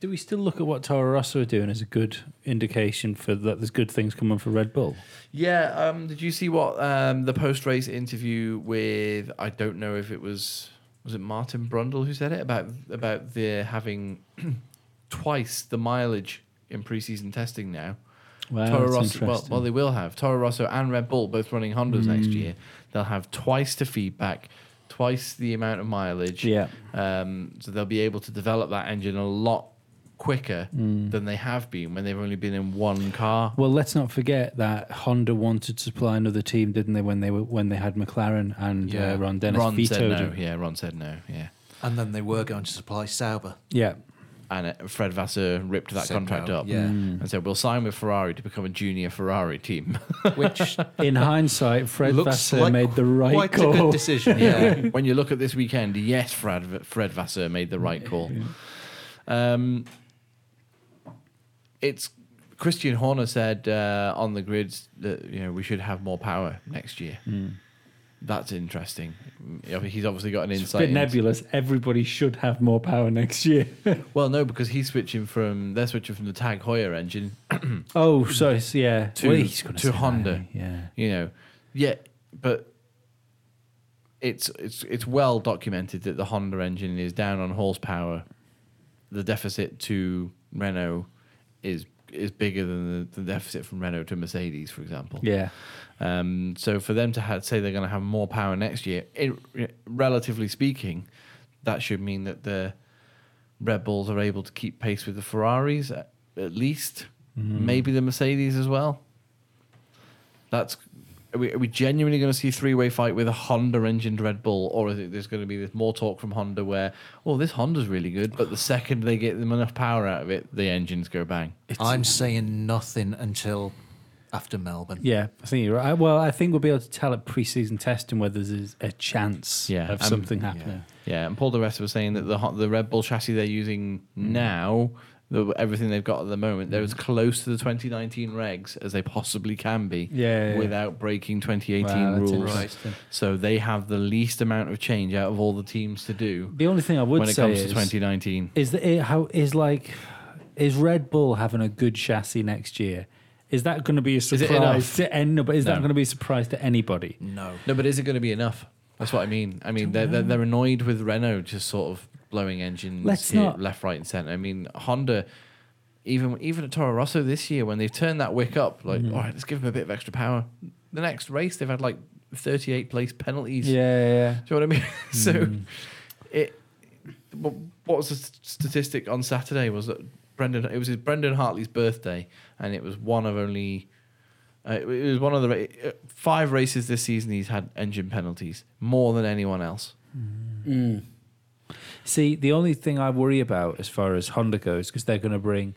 [SPEAKER 3] do we still look at what Toro Rosso are doing as a good indication for that there's good things coming for Red Bull?
[SPEAKER 2] Yeah, um, did you see what um, the post race interview with I don't know if it was was it Martin Brundle who said it about about the having twice the mileage in preseason testing now.
[SPEAKER 3] Wow,
[SPEAKER 2] Toro
[SPEAKER 3] that's
[SPEAKER 2] Rosso, well,
[SPEAKER 3] interesting. Hmm.
[SPEAKER 2] well, they will have Toro Rosso and Red Bull both running Hondas next year. They'll have twice the feedback, twice the amount of mileage.
[SPEAKER 3] Yeah.
[SPEAKER 2] Um, so they'll be able to develop that engine a lot quicker
[SPEAKER 3] Hmm.
[SPEAKER 2] than they have been when they've only been in one car.
[SPEAKER 3] Well, let's not forget that Honda wanted to supply another team, didn't they? When they were when they had McLaren and uh, Ron Dennis
[SPEAKER 2] Ron
[SPEAKER 3] vetoed
[SPEAKER 2] said no.
[SPEAKER 3] it.
[SPEAKER 2] Yeah, Ron said no. Yeah,
[SPEAKER 4] And then they were going to supply Sauber.
[SPEAKER 3] Yeah,
[SPEAKER 2] and uh, Fred Vasseur ripped that
[SPEAKER 4] Said
[SPEAKER 2] contract
[SPEAKER 4] no,
[SPEAKER 2] up.
[SPEAKER 4] yeah.
[SPEAKER 3] Mm.
[SPEAKER 2] and said we'll sign with Ferrari to become a junior Ferrari team.
[SPEAKER 4] Which
[SPEAKER 3] in hindsight, Fred
[SPEAKER 4] Looks
[SPEAKER 3] Vasseur
[SPEAKER 4] like
[SPEAKER 3] made the right
[SPEAKER 4] quite
[SPEAKER 3] call.
[SPEAKER 4] a good decision. Yeah.
[SPEAKER 2] when you look at this weekend, yes, Fred Fred Vasseur made the right call. Um, it's Christian Horner said uh, on the grids that you know we should have more power next year.
[SPEAKER 3] Mm.
[SPEAKER 2] That's interesting. Yeah, He's obviously got an
[SPEAKER 3] It's a
[SPEAKER 2] insight.
[SPEAKER 3] bit
[SPEAKER 2] into-
[SPEAKER 3] nebulous. Everybody should have more power next year.
[SPEAKER 2] Well, no, because he's switching from they're switching from the Tag Heuer engine
[SPEAKER 3] oh, so it's, yeah,
[SPEAKER 2] To-
[SPEAKER 3] Well, he's gonna
[SPEAKER 2] to
[SPEAKER 3] say no,
[SPEAKER 2] Honda.
[SPEAKER 3] Yeah,
[SPEAKER 2] you know yeah but it's it's it's well documented that the honda engine is down on horsepower the deficit to renault is is bigger than the, the deficit from renault to mercedes for example
[SPEAKER 3] yeah.
[SPEAKER 2] um, so for them to ha- say they're going to have more power next year, it, re- relatively speaking, that should mean that the Red Bulls are able to keep pace with the Ferraris at, at least, maybe the Mercedes as well. That's are we, are we genuinely going to see a three-way fight with a Honda-engined Red Bull, or is it there's going to be this more talk from Honda where, oh, this Honda's really good, but the second they get them enough power out of it, the engines go bang.
[SPEAKER 4] I'm saying nothing until after Melbourne.
[SPEAKER 3] Yeah, I think you're right. I- Well, I think we'll be able to tell at preseason testing whether there's a chance
[SPEAKER 2] Yeah,
[SPEAKER 3] of
[SPEAKER 2] um,
[SPEAKER 3] something happening.
[SPEAKER 2] Yeah, and Paul the rest was saying that the hot, the Red Bull chassis they're using
[SPEAKER 3] Hmm.
[SPEAKER 2] now, the, everything they've got at the moment, they're as close to the 2019 regs as they possibly can be,
[SPEAKER 3] Yeah, yeah,
[SPEAKER 2] without breaking 2018
[SPEAKER 3] Wow, that's
[SPEAKER 2] rules.
[SPEAKER 3] interesting.
[SPEAKER 2] So they have the least amount of change out of all the teams to do
[SPEAKER 3] The only thing I would
[SPEAKER 2] when it
[SPEAKER 3] say
[SPEAKER 2] comes to
[SPEAKER 3] is,
[SPEAKER 2] 2019.
[SPEAKER 3] is that it, how is like is Red Bull having a good chassis next year? Is that going to be a
[SPEAKER 2] it
[SPEAKER 3] surprise
[SPEAKER 2] enough?
[SPEAKER 3] to end? No, but is that
[SPEAKER 2] No.
[SPEAKER 3] going to be a surprise to anybody?
[SPEAKER 4] No.
[SPEAKER 2] No, but is it going to be enough? That's what I mean. I mean, they're, they're, they're annoyed with Renault just sort of blowing engines
[SPEAKER 3] Let's
[SPEAKER 2] here,
[SPEAKER 3] not-
[SPEAKER 2] left, right, and centre. I mean, Honda, even even at Toro Rosso this year, when they've turned that wick up, like,
[SPEAKER 3] Mm-hmm.
[SPEAKER 2] all right, let's give them a bit of extra power. The next race, they've had like 38 place penalties.
[SPEAKER 3] Yeah,
[SPEAKER 2] Do you know what I mean? so it. What what was the st- statistic on Saturday? Was that Brendan? It was his Brendan Hartley's birthday, and it was one of only. Uh, it was one of the ra- uh, five races this season he's had engine penalties more than anyone else.
[SPEAKER 1] Hmm.
[SPEAKER 3] See, the only thing I worry about as far as Honda goes, because they're going to bring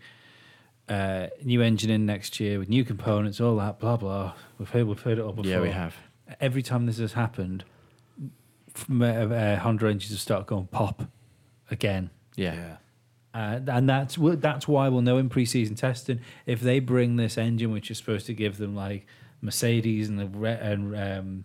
[SPEAKER 3] uh, new engine in next year with new components, all that, blah blah. We've heard, we've heard it all before. Every time this has happened, f- m- uh, uh, Honda engines have started going pop again.
[SPEAKER 2] Yeah,
[SPEAKER 3] Uh, and that's wh- that's why we'll know in preseason testing if they bring this engine, which is supposed to give them like Mercedes and the re- and um,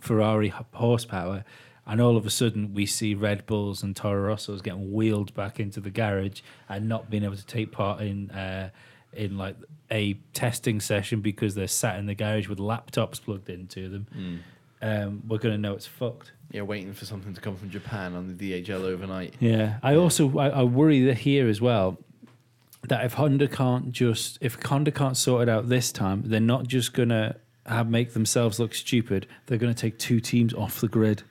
[SPEAKER 3] Ferrari h- horsepower, and all of a sudden we see Red Bulls and Toro Rossos getting wheeled back into the garage and not being able to take part in uh, in like a testing session because they're sat in the garage with laptops plugged into them. Um, we're gonna know it's fucked.
[SPEAKER 2] yeah, waiting for something to come from Japan on the DHL overnight.
[SPEAKER 3] Yeah, I also I, I worry that here as well that if Honda can't just if Honda can't sort it out this time, they're not just gonna have make themselves look stupid. They're gonna take two teams off the grid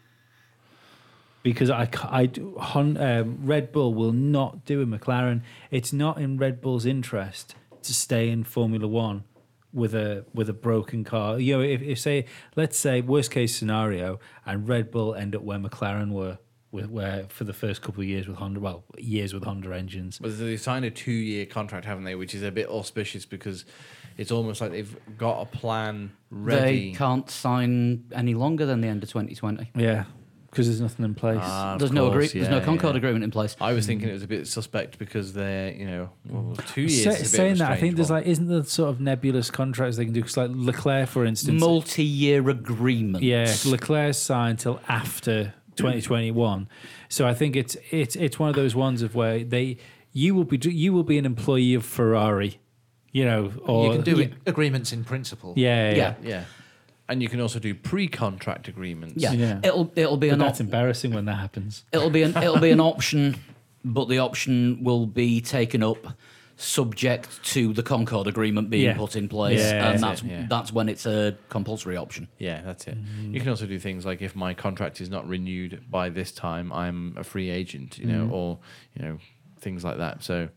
[SPEAKER 3] because I, ca- I do- Hon, um, Red Bull will not do a McLaren. It's not in Red Bull's interest to stay in Formula One with a with a broken car. You know, if, if say let's say worst case scenario, and Red Bull end up where McLaren were. With, where for the first couple of years with Honda, well, years with Honda engines,
[SPEAKER 2] But they've signed a two-year contract, haven't they? Which is a bit auspicious because it's almost like they've got a plan ready.
[SPEAKER 1] They can't sign any longer than the end of 2020.
[SPEAKER 3] yeah, because there's nothing in place.
[SPEAKER 2] Ah, of
[SPEAKER 1] There's no agree-
[SPEAKER 2] course,
[SPEAKER 1] there's no
[SPEAKER 2] yeah,
[SPEAKER 1] Concord
[SPEAKER 2] yeah. Oh,
[SPEAKER 1] agreement in place.
[SPEAKER 2] I was thinking it was a bit suspect because they're, you know, well, two years.
[SPEAKER 3] Hmm. Sa-
[SPEAKER 2] is a bit
[SPEAKER 3] saying
[SPEAKER 2] of a
[SPEAKER 3] that, I think
[SPEAKER 2] strange
[SPEAKER 3] there's
[SPEAKER 2] one.
[SPEAKER 3] like isn't there sort of nebulous contracts they can do? Because like Leclerc, for instance,
[SPEAKER 1] Multi-year agreement.
[SPEAKER 3] Yeah, Leclerc's signed till after 2021. So I think it's it's it's one of those ones of where they you will be you will be an employee of Ferrari, you know, or
[SPEAKER 4] you can do it- agreements in principle.
[SPEAKER 3] Yeah, yeah.
[SPEAKER 1] Yeah.
[SPEAKER 2] yeah, and you can also do pre-contract agreements.
[SPEAKER 1] yeah.
[SPEAKER 3] Yeah.
[SPEAKER 1] It'll it'll be
[SPEAKER 3] But
[SPEAKER 1] an
[SPEAKER 3] that's
[SPEAKER 1] op-
[SPEAKER 3] embarrassing when that happens.
[SPEAKER 1] it'll be an it'll be an option, but the option will be taken up subject to the Concord agreement being
[SPEAKER 3] Yeah.
[SPEAKER 1] put in place,
[SPEAKER 3] Yeah,
[SPEAKER 1] and that's
[SPEAKER 2] that's it, yeah.
[SPEAKER 1] that's when it's a compulsory option.
[SPEAKER 2] yeah, that's it.
[SPEAKER 3] Hmm.
[SPEAKER 2] You can also do things like if my contract is not renewed by this time, I'm a free agent, you
[SPEAKER 3] Hmm.
[SPEAKER 2] know, or you know, things like that. So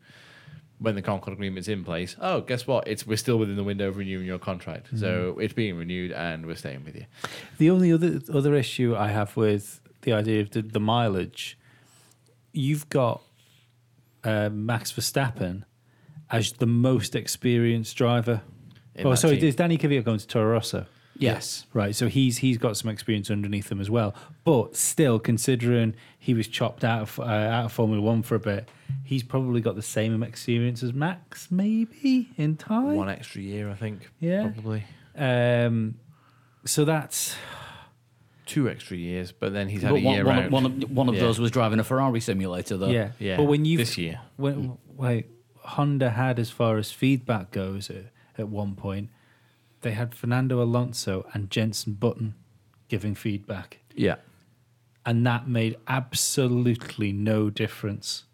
[SPEAKER 2] when the Concord agreement's in place, oh, guess what? It's we're still within the window of renewing your contract, so
[SPEAKER 3] Hmm.
[SPEAKER 2] it's being renewed and we're staying with you.
[SPEAKER 3] The only other other issue I have with the idea of the, the mileage, you've got uh, Max Verstappen as the most experienced driver.
[SPEAKER 2] In
[SPEAKER 3] Oh,
[SPEAKER 2] that
[SPEAKER 3] sorry,
[SPEAKER 2] team.
[SPEAKER 3] is Danny Kvyat going to Toro Rosso?
[SPEAKER 1] Yes.
[SPEAKER 3] Right, so he's he's got some experience underneath him as well, but still, considering he was chopped out of uh, out of Formula One for a bit, he's probably got the same experience as Max, maybe in time.
[SPEAKER 2] One extra year, I think.
[SPEAKER 3] Yeah.
[SPEAKER 2] probably
[SPEAKER 3] Um, so that's
[SPEAKER 2] two extra years, but then he's had
[SPEAKER 1] But
[SPEAKER 2] a
[SPEAKER 1] one,
[SPEAKER 2] year
[SPEAKER 1] one,
[SPEAKER 2] out.
[SPEAKER 1] of- one of, one of
[SPEAKER 2] Yeah.
[SPEAKER 1] those was driving a Ferrari simulator, though.
[SPEAKER 3] yeah.
[SPEAKER 2] Yeah,
[SPEAKER 3] But when you
[SPEAKER 2] this year.
[SPEAKER 3] when like Honda had as far as feedback goes at, at one point, they had Fernando Alonso and Jenson Button giving feedback.
[SPEAKER 2] Yeah.
[SPEAKER 3] and that made absolutely no difference.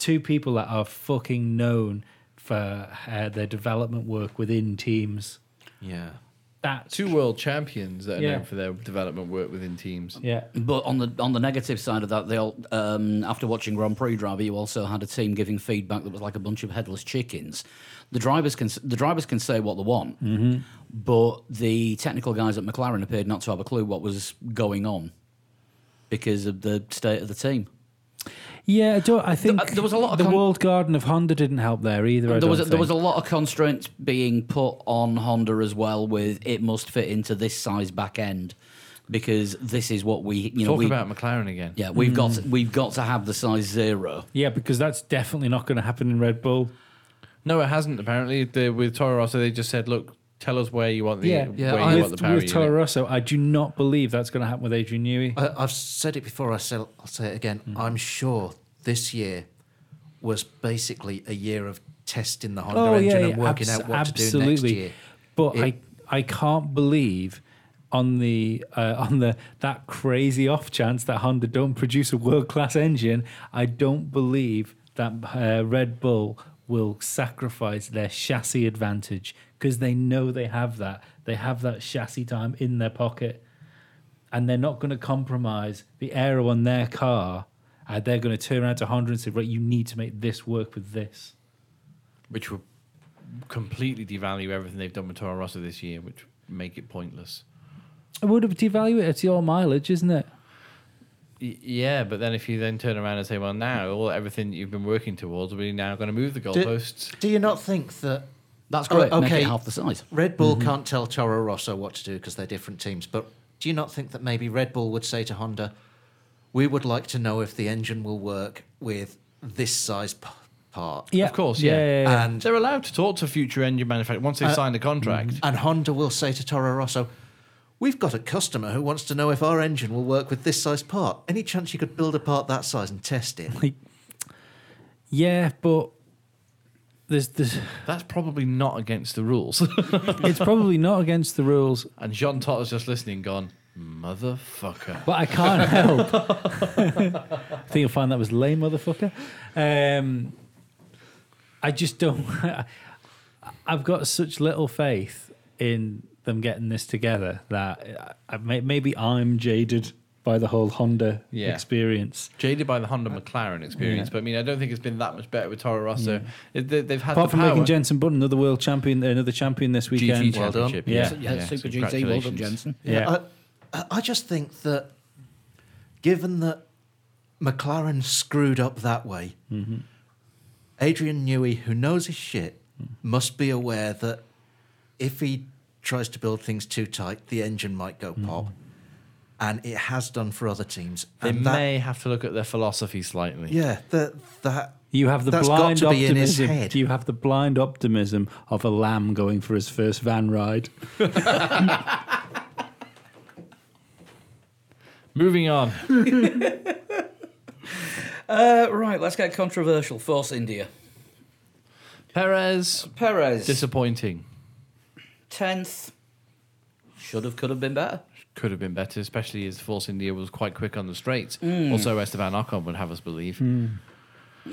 [SPEAKER 3] Two people that are fucking known for uh, their development work within teams.
[SPEAKER 4] Yeah.
[SPEAKER 3] That's
[SPEAKER 2] Two world champions that are
[SPEAKER 3] Yeah.
[SPEAKER 2] known for their development work within teams.
[SPEAKER 3] yeah,
[SPEAKER 1] But on the on the negative side of that, they all um, after watching Grand Prix Driver, you also had a team giving feedback that was like a bunch of headless chickens. The drivers can s- the drivers can say what they want,
[SPEAKER 3] Mm-hmm.
[SPEAKER 1] but the technical guys at McLaren appeared not to have a clue what was going on because of the state of the team.
[SPEAKER 3] Yeah, I, do, I think
[SPEAKER 1] uh, there was a lot of
[SPEAKER 3] the
[SPEAKER 1] con-
[SPEAKER 3] World Garden of Honda didn't help there either. I
[SPEAKER 1] there was a,
[SPEAKER 3] don't
[SPEAKER 1] there was a
[SPEAKER 3] think.
[SPEAKER 1] lot of constraints being put on Honda as well with it must fit into this size back end because this is what we you know
[SPEAKER 2] Talk
[SPEAKER 1] we
[SPEAKER 2] about McLaren again.
[SPEAKER 1] yeah we've
[SPEAKER 3] Mm.
[SPEAKER 1] got we've got to have the size zero.
[SPEAKER 3] yeah, because that's definitely not going to happen in Red Bull.
[SPEAKER 2] No, it hasn't. Apparently, the, with Toro Rosso, they just said, "Look, tell us where you want the
[SPEAKER 1] yeah,
[SPEAKER 2] where
[SPEAKER 1] I-
[SPEAKER 2] you
[SPEAKER 3] with,
[SPEAKER 2] want the power
[SPEAKER 3] with
[SPEAKER 2] unit."
[SPEAKER 3] Toro Rosso, I do not believe that's going to happen with Adrian Newey.
[SPEAKER 4] I, I've said it before. I say, I'll say it again.
[SPEAKER 1] Mm.
[SPEAKER 4] I'm sure this year was basically a year of testing the
[SPEAKER 1] Oh,
[SPEAKER 4] Honda engine and working
[SPEAKER 3] Oh, abs-
[SPEAKER 4] out what
[SPEAKER 3] absolutely.
[SPEAKER 4] to do next year.
[SPEAKER 3] But
[SPEAKER 4] It-
[SPEAKER 3] I I can't believe on the uh, on the that crazy off chance that Honda don't produce a world class engine, I don't believe that uh, Red Bull will sacrifice their chassis advantage because they know they have that. They have that chassis time in their pocket and they're not going to compromise the aero on their car. And they're going to turn around to Honda and say, right, you need to make this work with this.
[SPEAKER 2] which will completely devalue everything they've done with Toro Rosso this year, which make it pointless.
[SPEAKER 3] I would have devalued it. It's your mileage, isn't it?
[SPEAKER 2] Y- Yeah, but then if you then turn around and say, "Well, now all everything you've been working towards, we're now going to move the goalposts."
[SPEAKER 4] Do you not think that
[SPEAKER 1] That's
[SPEAKER 4] Oh,
[SPEAKER 1] great. Make
[SPEAKER 4] okay.
[SPEAKER 1] it half the Mm-hmm. size.
[SPEAKER 4] Red Bull can't tell Toro Rosso what to do because they're different teams. But do you not think that maybe Red Bull would say to Honda, "We would like to know if the engine will work with this size p- part,"
[SPEAKER 3] Yeah,
[SPEAKER 2] Of course, yeah. Uh,
[SPEAKER 4] and
[SPEAKER 2] They're allowed to talk to future engine manufacturers once they've signed a contract.
[SPEAKER 4] and Honda will say to Toro Rosso, "We've got a customer who wants to know if our engine will work with this size part. Any chance you could build a part that size and test it?"
[SPEAKER 3] Like, yeah, but there's, there's
[SPEAKER 2] That's probably not against the rules.
[SPEAKER 3] it's probably not against the rules,
[SPEAKER 2] and Jean Totter's just listening, gone, motherfucker.
[SPEAKER 3] but I can't help. I think you'll find that was lame, motherfucker. Um, I just don't. I've got such little faith in them getting this together that I, I, may- maybe I'm jaded by the whole Honda
[SPEAKER 2] Yeah.
[SPEAKER 3] experience.
[SPEAKER 2] Jaded by the Honda McLaren experience, but I mean, I don't think it's been that much better with Toro Rosso. It- they- They've had
[SPEAKER 3] Apart
[SPEAKER 2] the
[SPEAKER 3] from
[SPEAKER 2] power.
[SPEAKER 3] making Jensen Button another world champion, another champion this weekend.
[SPEAKER 2] GT
[SPEAKER 4] Well done.
[SPEAKER 2] championship.
[SPEAKER 3] Yeah.
[SPEAKER 1] yeah, Super GT. Well done,
[SPEAKER 2] congratulations.
[SPEAKER 1] Jensen.
[SPEAKER 3] Yeah.
[SPEAKER 4] I, I just think that given that McLaren screwed up that way,
[SPEAKER 2] Mm-hmm.
[SPEAKER 4] Adrian Newey, who knows his shit,
[SPEAKER 2] Mm.
[SPEAKER 4] must be aware that if he tries to build things too tight, the engine might
[SPEAKER 2] Mm-hmm.
[SPEAKER 4] go pop. And it has done for other teams.
[SPEAKER 2] They
[SPEAKER 4] and that-
[SPEAKER 2] may have to look at their philosophy slightly.
[SPEAKER 4] Yeah, that, that
[SPEAKER 3] You have the
[SPEAKER 4] That's got
[SPEAKER 3] blind
[SPEAKER 4] to be in his
[SPEAKER 3] optimism.
[SPEAKER 4] head.
[SPEAKER 3] You have the blind optimism of a lamb going for his first van ride.
[SPEAKER 2] Moving on.
[SPEAKER 1] Uh, right, let's get controversial. Force India.
[SPEAKER 2] Perez,
[SPEAKER 1] Perez
[SPEAKER 2] disappointing.
[SPEAKER 1] tenth. Should have, could have been better.
[SPEAKER 2] Could have been better, especially as Force India was quite quick on the straights.
[SPEAKER 4] Mm.
[SPEAKER 2] Also, Esteban Ocon would have us believe.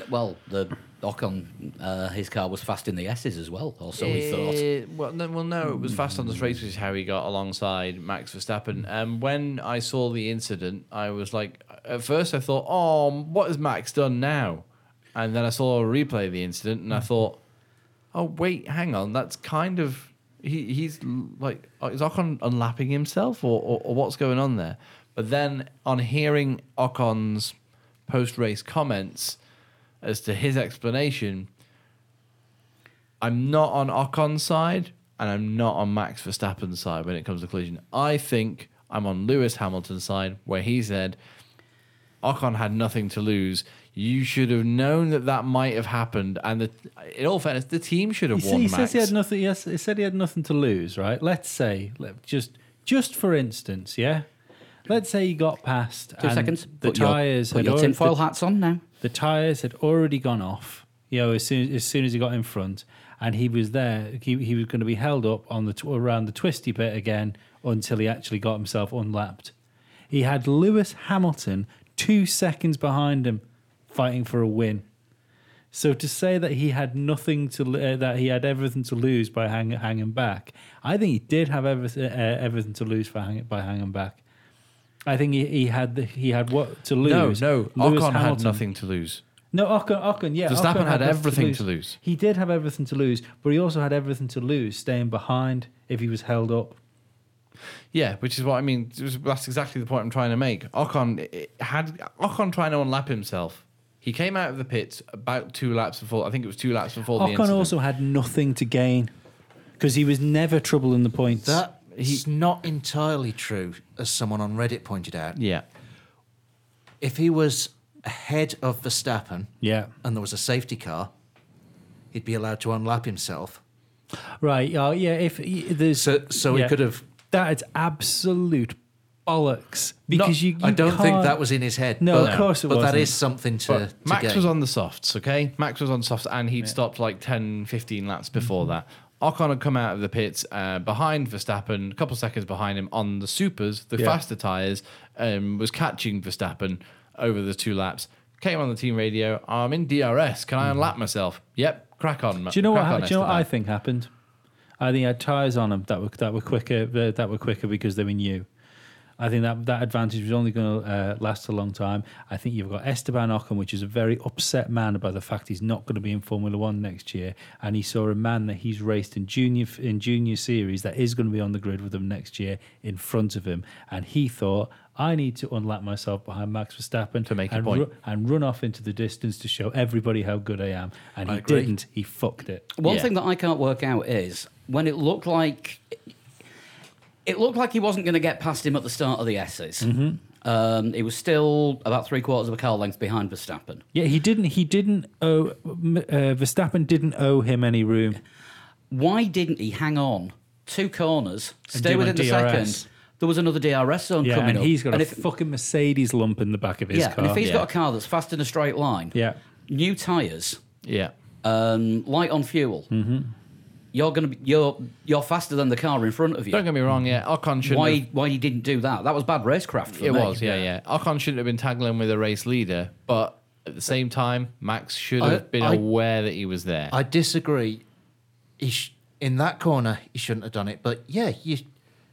[SPEAKER 1] Well, the Ocon, uh, his car was fast in the S's as well, or so he thought.
[SPEAKER 2] Eh, Well, no, well, no, it was fast on the straights, which is how he got alongside Max Verstappen. Um, when I saw the incident, I was like, at first I thought, oh, what has Max done now? And then I saw a replay of the incident, and I thought, oh wait, hang on, that's kind of he, he's l- like uh, is Ocon unlapping himself, or, or, or what's going on there? But then on hearing Ocon's post race comments as to his explanation, I'm not on Ocon's side and I'm not on Max Verstappen's side when it comes to collision. I think I'm on Lewis Hamilton's side where he said Ocon had nothing to lose. You should have known that that might have happened, and the, in all fairness, the team should have
[SPEAKER 3] He,
[SPEAKER 2] warned
[SPEAKER 3] he
[SPEAKER 2] Max.
[SPEAKER 3] says he had nothing. Yes, he said he had nothing to lose. Right? Let's say, let, just just for instance, yeah. Let's say he got past
[SPEAKER 1] Two
[SPEAKER 3] and
[SPEAKER 1] seconds.
[SPEAKER 3] The
[SPEAKER 1] put
[SPEAKER 3] tires
[SPEAKER 1] Your, put
[SPEAKER 3] had
[SPEAKER 1] your
[SPEAKER 3] already-
[SPEAKER 1] tinfoil
[SPEAKER 3] the-
[SPEAKER 1] hats on now.
[SPEAKER 3] the tires had already gone off. You know, as soon as soon as he got in front, and he was there, he, he was going to be held up on the tw- around the twisty bit again until he actually got himself unlapped. He had Lewis Hamilton two seconds behind him, fighting for a win. So to say that he had nothing to lo- uh, that he had everything to lose by hang, hanging back, I think he did have everything uh, everything to lose for hang, by hanging back. I think he, he had the, he had what to
[SPEAKER 2] no,
[SPEAKER 3] lose.
[SPEAKER 2] no,
[SPEAKER 3] Lewis
[SPEAKER 2] Ocon had
[SPEAKER 3] Hamilton-
[SPEAKER 2] nothing to lose.
[SPEAKER 3] no, Ocon, Ocon, yeah.
[SPEAKER 2] Verstappen
[SPEAKER 3] Ocon
[SPEAKER 2] had
[SPEAKER 3] nothing
[SPEAKER 2] everything to lose.
[SPEAKER 3] He did have everything to lose, but he also had everything to lose staying behind if he was held up.
[SPEAKER 2] Yeah, which is what I mean. It was- That's exactly the point I'm trying to make. Ocon it- had Ocon trying to unlap himself. He came out of the pits about two laps before. I think it was two laps before the
[SPEAKER 3] Ocon
[SPEAKER 2] incident.
[SPEAKER 3] also had nothing to gain because he was never trouble in the points.
[SPEAKER 4] That's not entirely true, as someone on Reddit pointed out.
[SPEAKER 2] yeah,
[SPEAKER 4] If he was ahead of Verstappen
[SPEAKER 3] yeah.
[SPEAKER 4] and there was a safety car, he'd be allowed to unlap himself.
[SPEAKER 3] Right. Uh, yeah. If y- there's
[SPEAKER 4] So, so
[SPEAKER 3] yeah.
[SPEAKER 4] he could have.
[SPEAKER 3] That is absolute bollocks because you,
[SPEAKER 4] I
[SPEAKER 3] you
[SPEAKER 4] don't think
[SPEAKER 3] can't-
[SPEAKER 4] that was in his head.
[SPEAKER 3] No,
[SPEAKER 4] but,
[SPEAKER 3] of course it
[SPEAKER 4] But that
[SPEAKER 3] wasn't.
[SPEAKER 4] is something to.
[SPEAKER 2] But
[SPEAKER 4] to
[SPEAKER 2] Max
[SPEAKER 4] gain.
[SPEAKER 2] was on the softs, okay? Max was on softs and he'd stopped like 10, 15 laps
[SPEAKER 3] Mm-hmm.
[SPEAKER 2] before that. Ocon had come out of the pits uh, behind Verstappen, a couple seconds behind him on the supers, the
[SPEAKER 3] Yeah.
[SPEAKER 2] faster tyres, um, was catching Verstappen over the two laps. Came on the team radio, I'm in DRS. Can I unlap myself? Yep, crack on.
[SPEAKER 3] Mm-hmm. Do you know what? ha- Do you know what I think happened? I think I had tires on them that were that were quicker uh, that that were quicker because they were new. I think that that advantage was only going to uh, last a long time. I think you've got Esteban Ocon, which is a very upset man about the fact he's not going to be in Formula One next year, and he saw a man that he's raced in junior in junior series that is going to be on the grid with him next year in front of him, and he thought. I need to unlap myself behind Max Verstappen
[SPEAKER 2] To make a
[SPEAKER 3] and
[SPEAKER 2] point.
[SPEAKER 3] ru- and run off into the distance to show everybody how good I am. And he
[SPEAKER 4] agree.
[SPEAKER 3] didn't. He fucked it.
[SPEAKER 1] One
[SPEAKER 2] Yeah.
[SPEAKER 1] thing that I can't work out is when it looked like it looked like he wasn't going to get past him at the start of the S's.
[SPEAKER 3] Mm-hmm.
[SPEAKER 1] Um, he was still about three quarters of a car length behind Verstappen.
[SPEAKER 3] Yeah, he didn't. He didn't owe m- uh, Verstappen. Didn't owe him any room.
[SPEAKER 1] Why didn't he hang on two corners, stay
[SPEAKER 3] do
[SPEAKER 1] within
[SPEAKER 3] a
[SPEAKER 1] the
[SPEAKER 3] DRS?
[SPEAKER 1] second? There was another DRS zone
[SPEAKER 3] Yeah,
[SPEAKER 1] coming
[SPEAKER 3] and
[SPEAKER 1] up.
[SPEAKER 3] he's got
[SPEAKER 1] and
[SPEAKER 3] a
[SPEAKER 1] if,
[SPEAKER 3] fucking Mercedes lump in the back of his
[SPEAKER 1] yeah,
[SPEAKER 3] car.
[SPEAKER 1] and if he's
[SPEAKER 2] Yeah.
[SPEAKER 1] got a car that's fast in a straight line,
[SPEAKER 3] yeah,
[SPEAKER 1] new tires,
[SPEAKER 2] Yeah.
[SPEAKER 1] um, light on fuel,
[SPEAKER 2] Mm-hmm.
[SPEAKER 1] you're going to be you're you're faster than the car in front of you.
[SPEAKER 2] Don't get me wrong, yeah. Ocon shouldn't have-
[SPEAKER 1] why why he didn't do that? That was bad racecraft. For
[SPEAKER 2] It
[SPEAKER 1] me.
[SPEAKER 2] was, yeah, yeah. Ocon shouldn't have been tackling with a race leader, but at the same time, Max should
[SPEAKER 4] I-
[SPEAKER 2] have been
[SPEAKER 4] I-
[SPEAKER 2] aware that he was there.
[SPEAKER 4] I disagree. He sh- in that corner, he shouldn't have done it. But yeah, you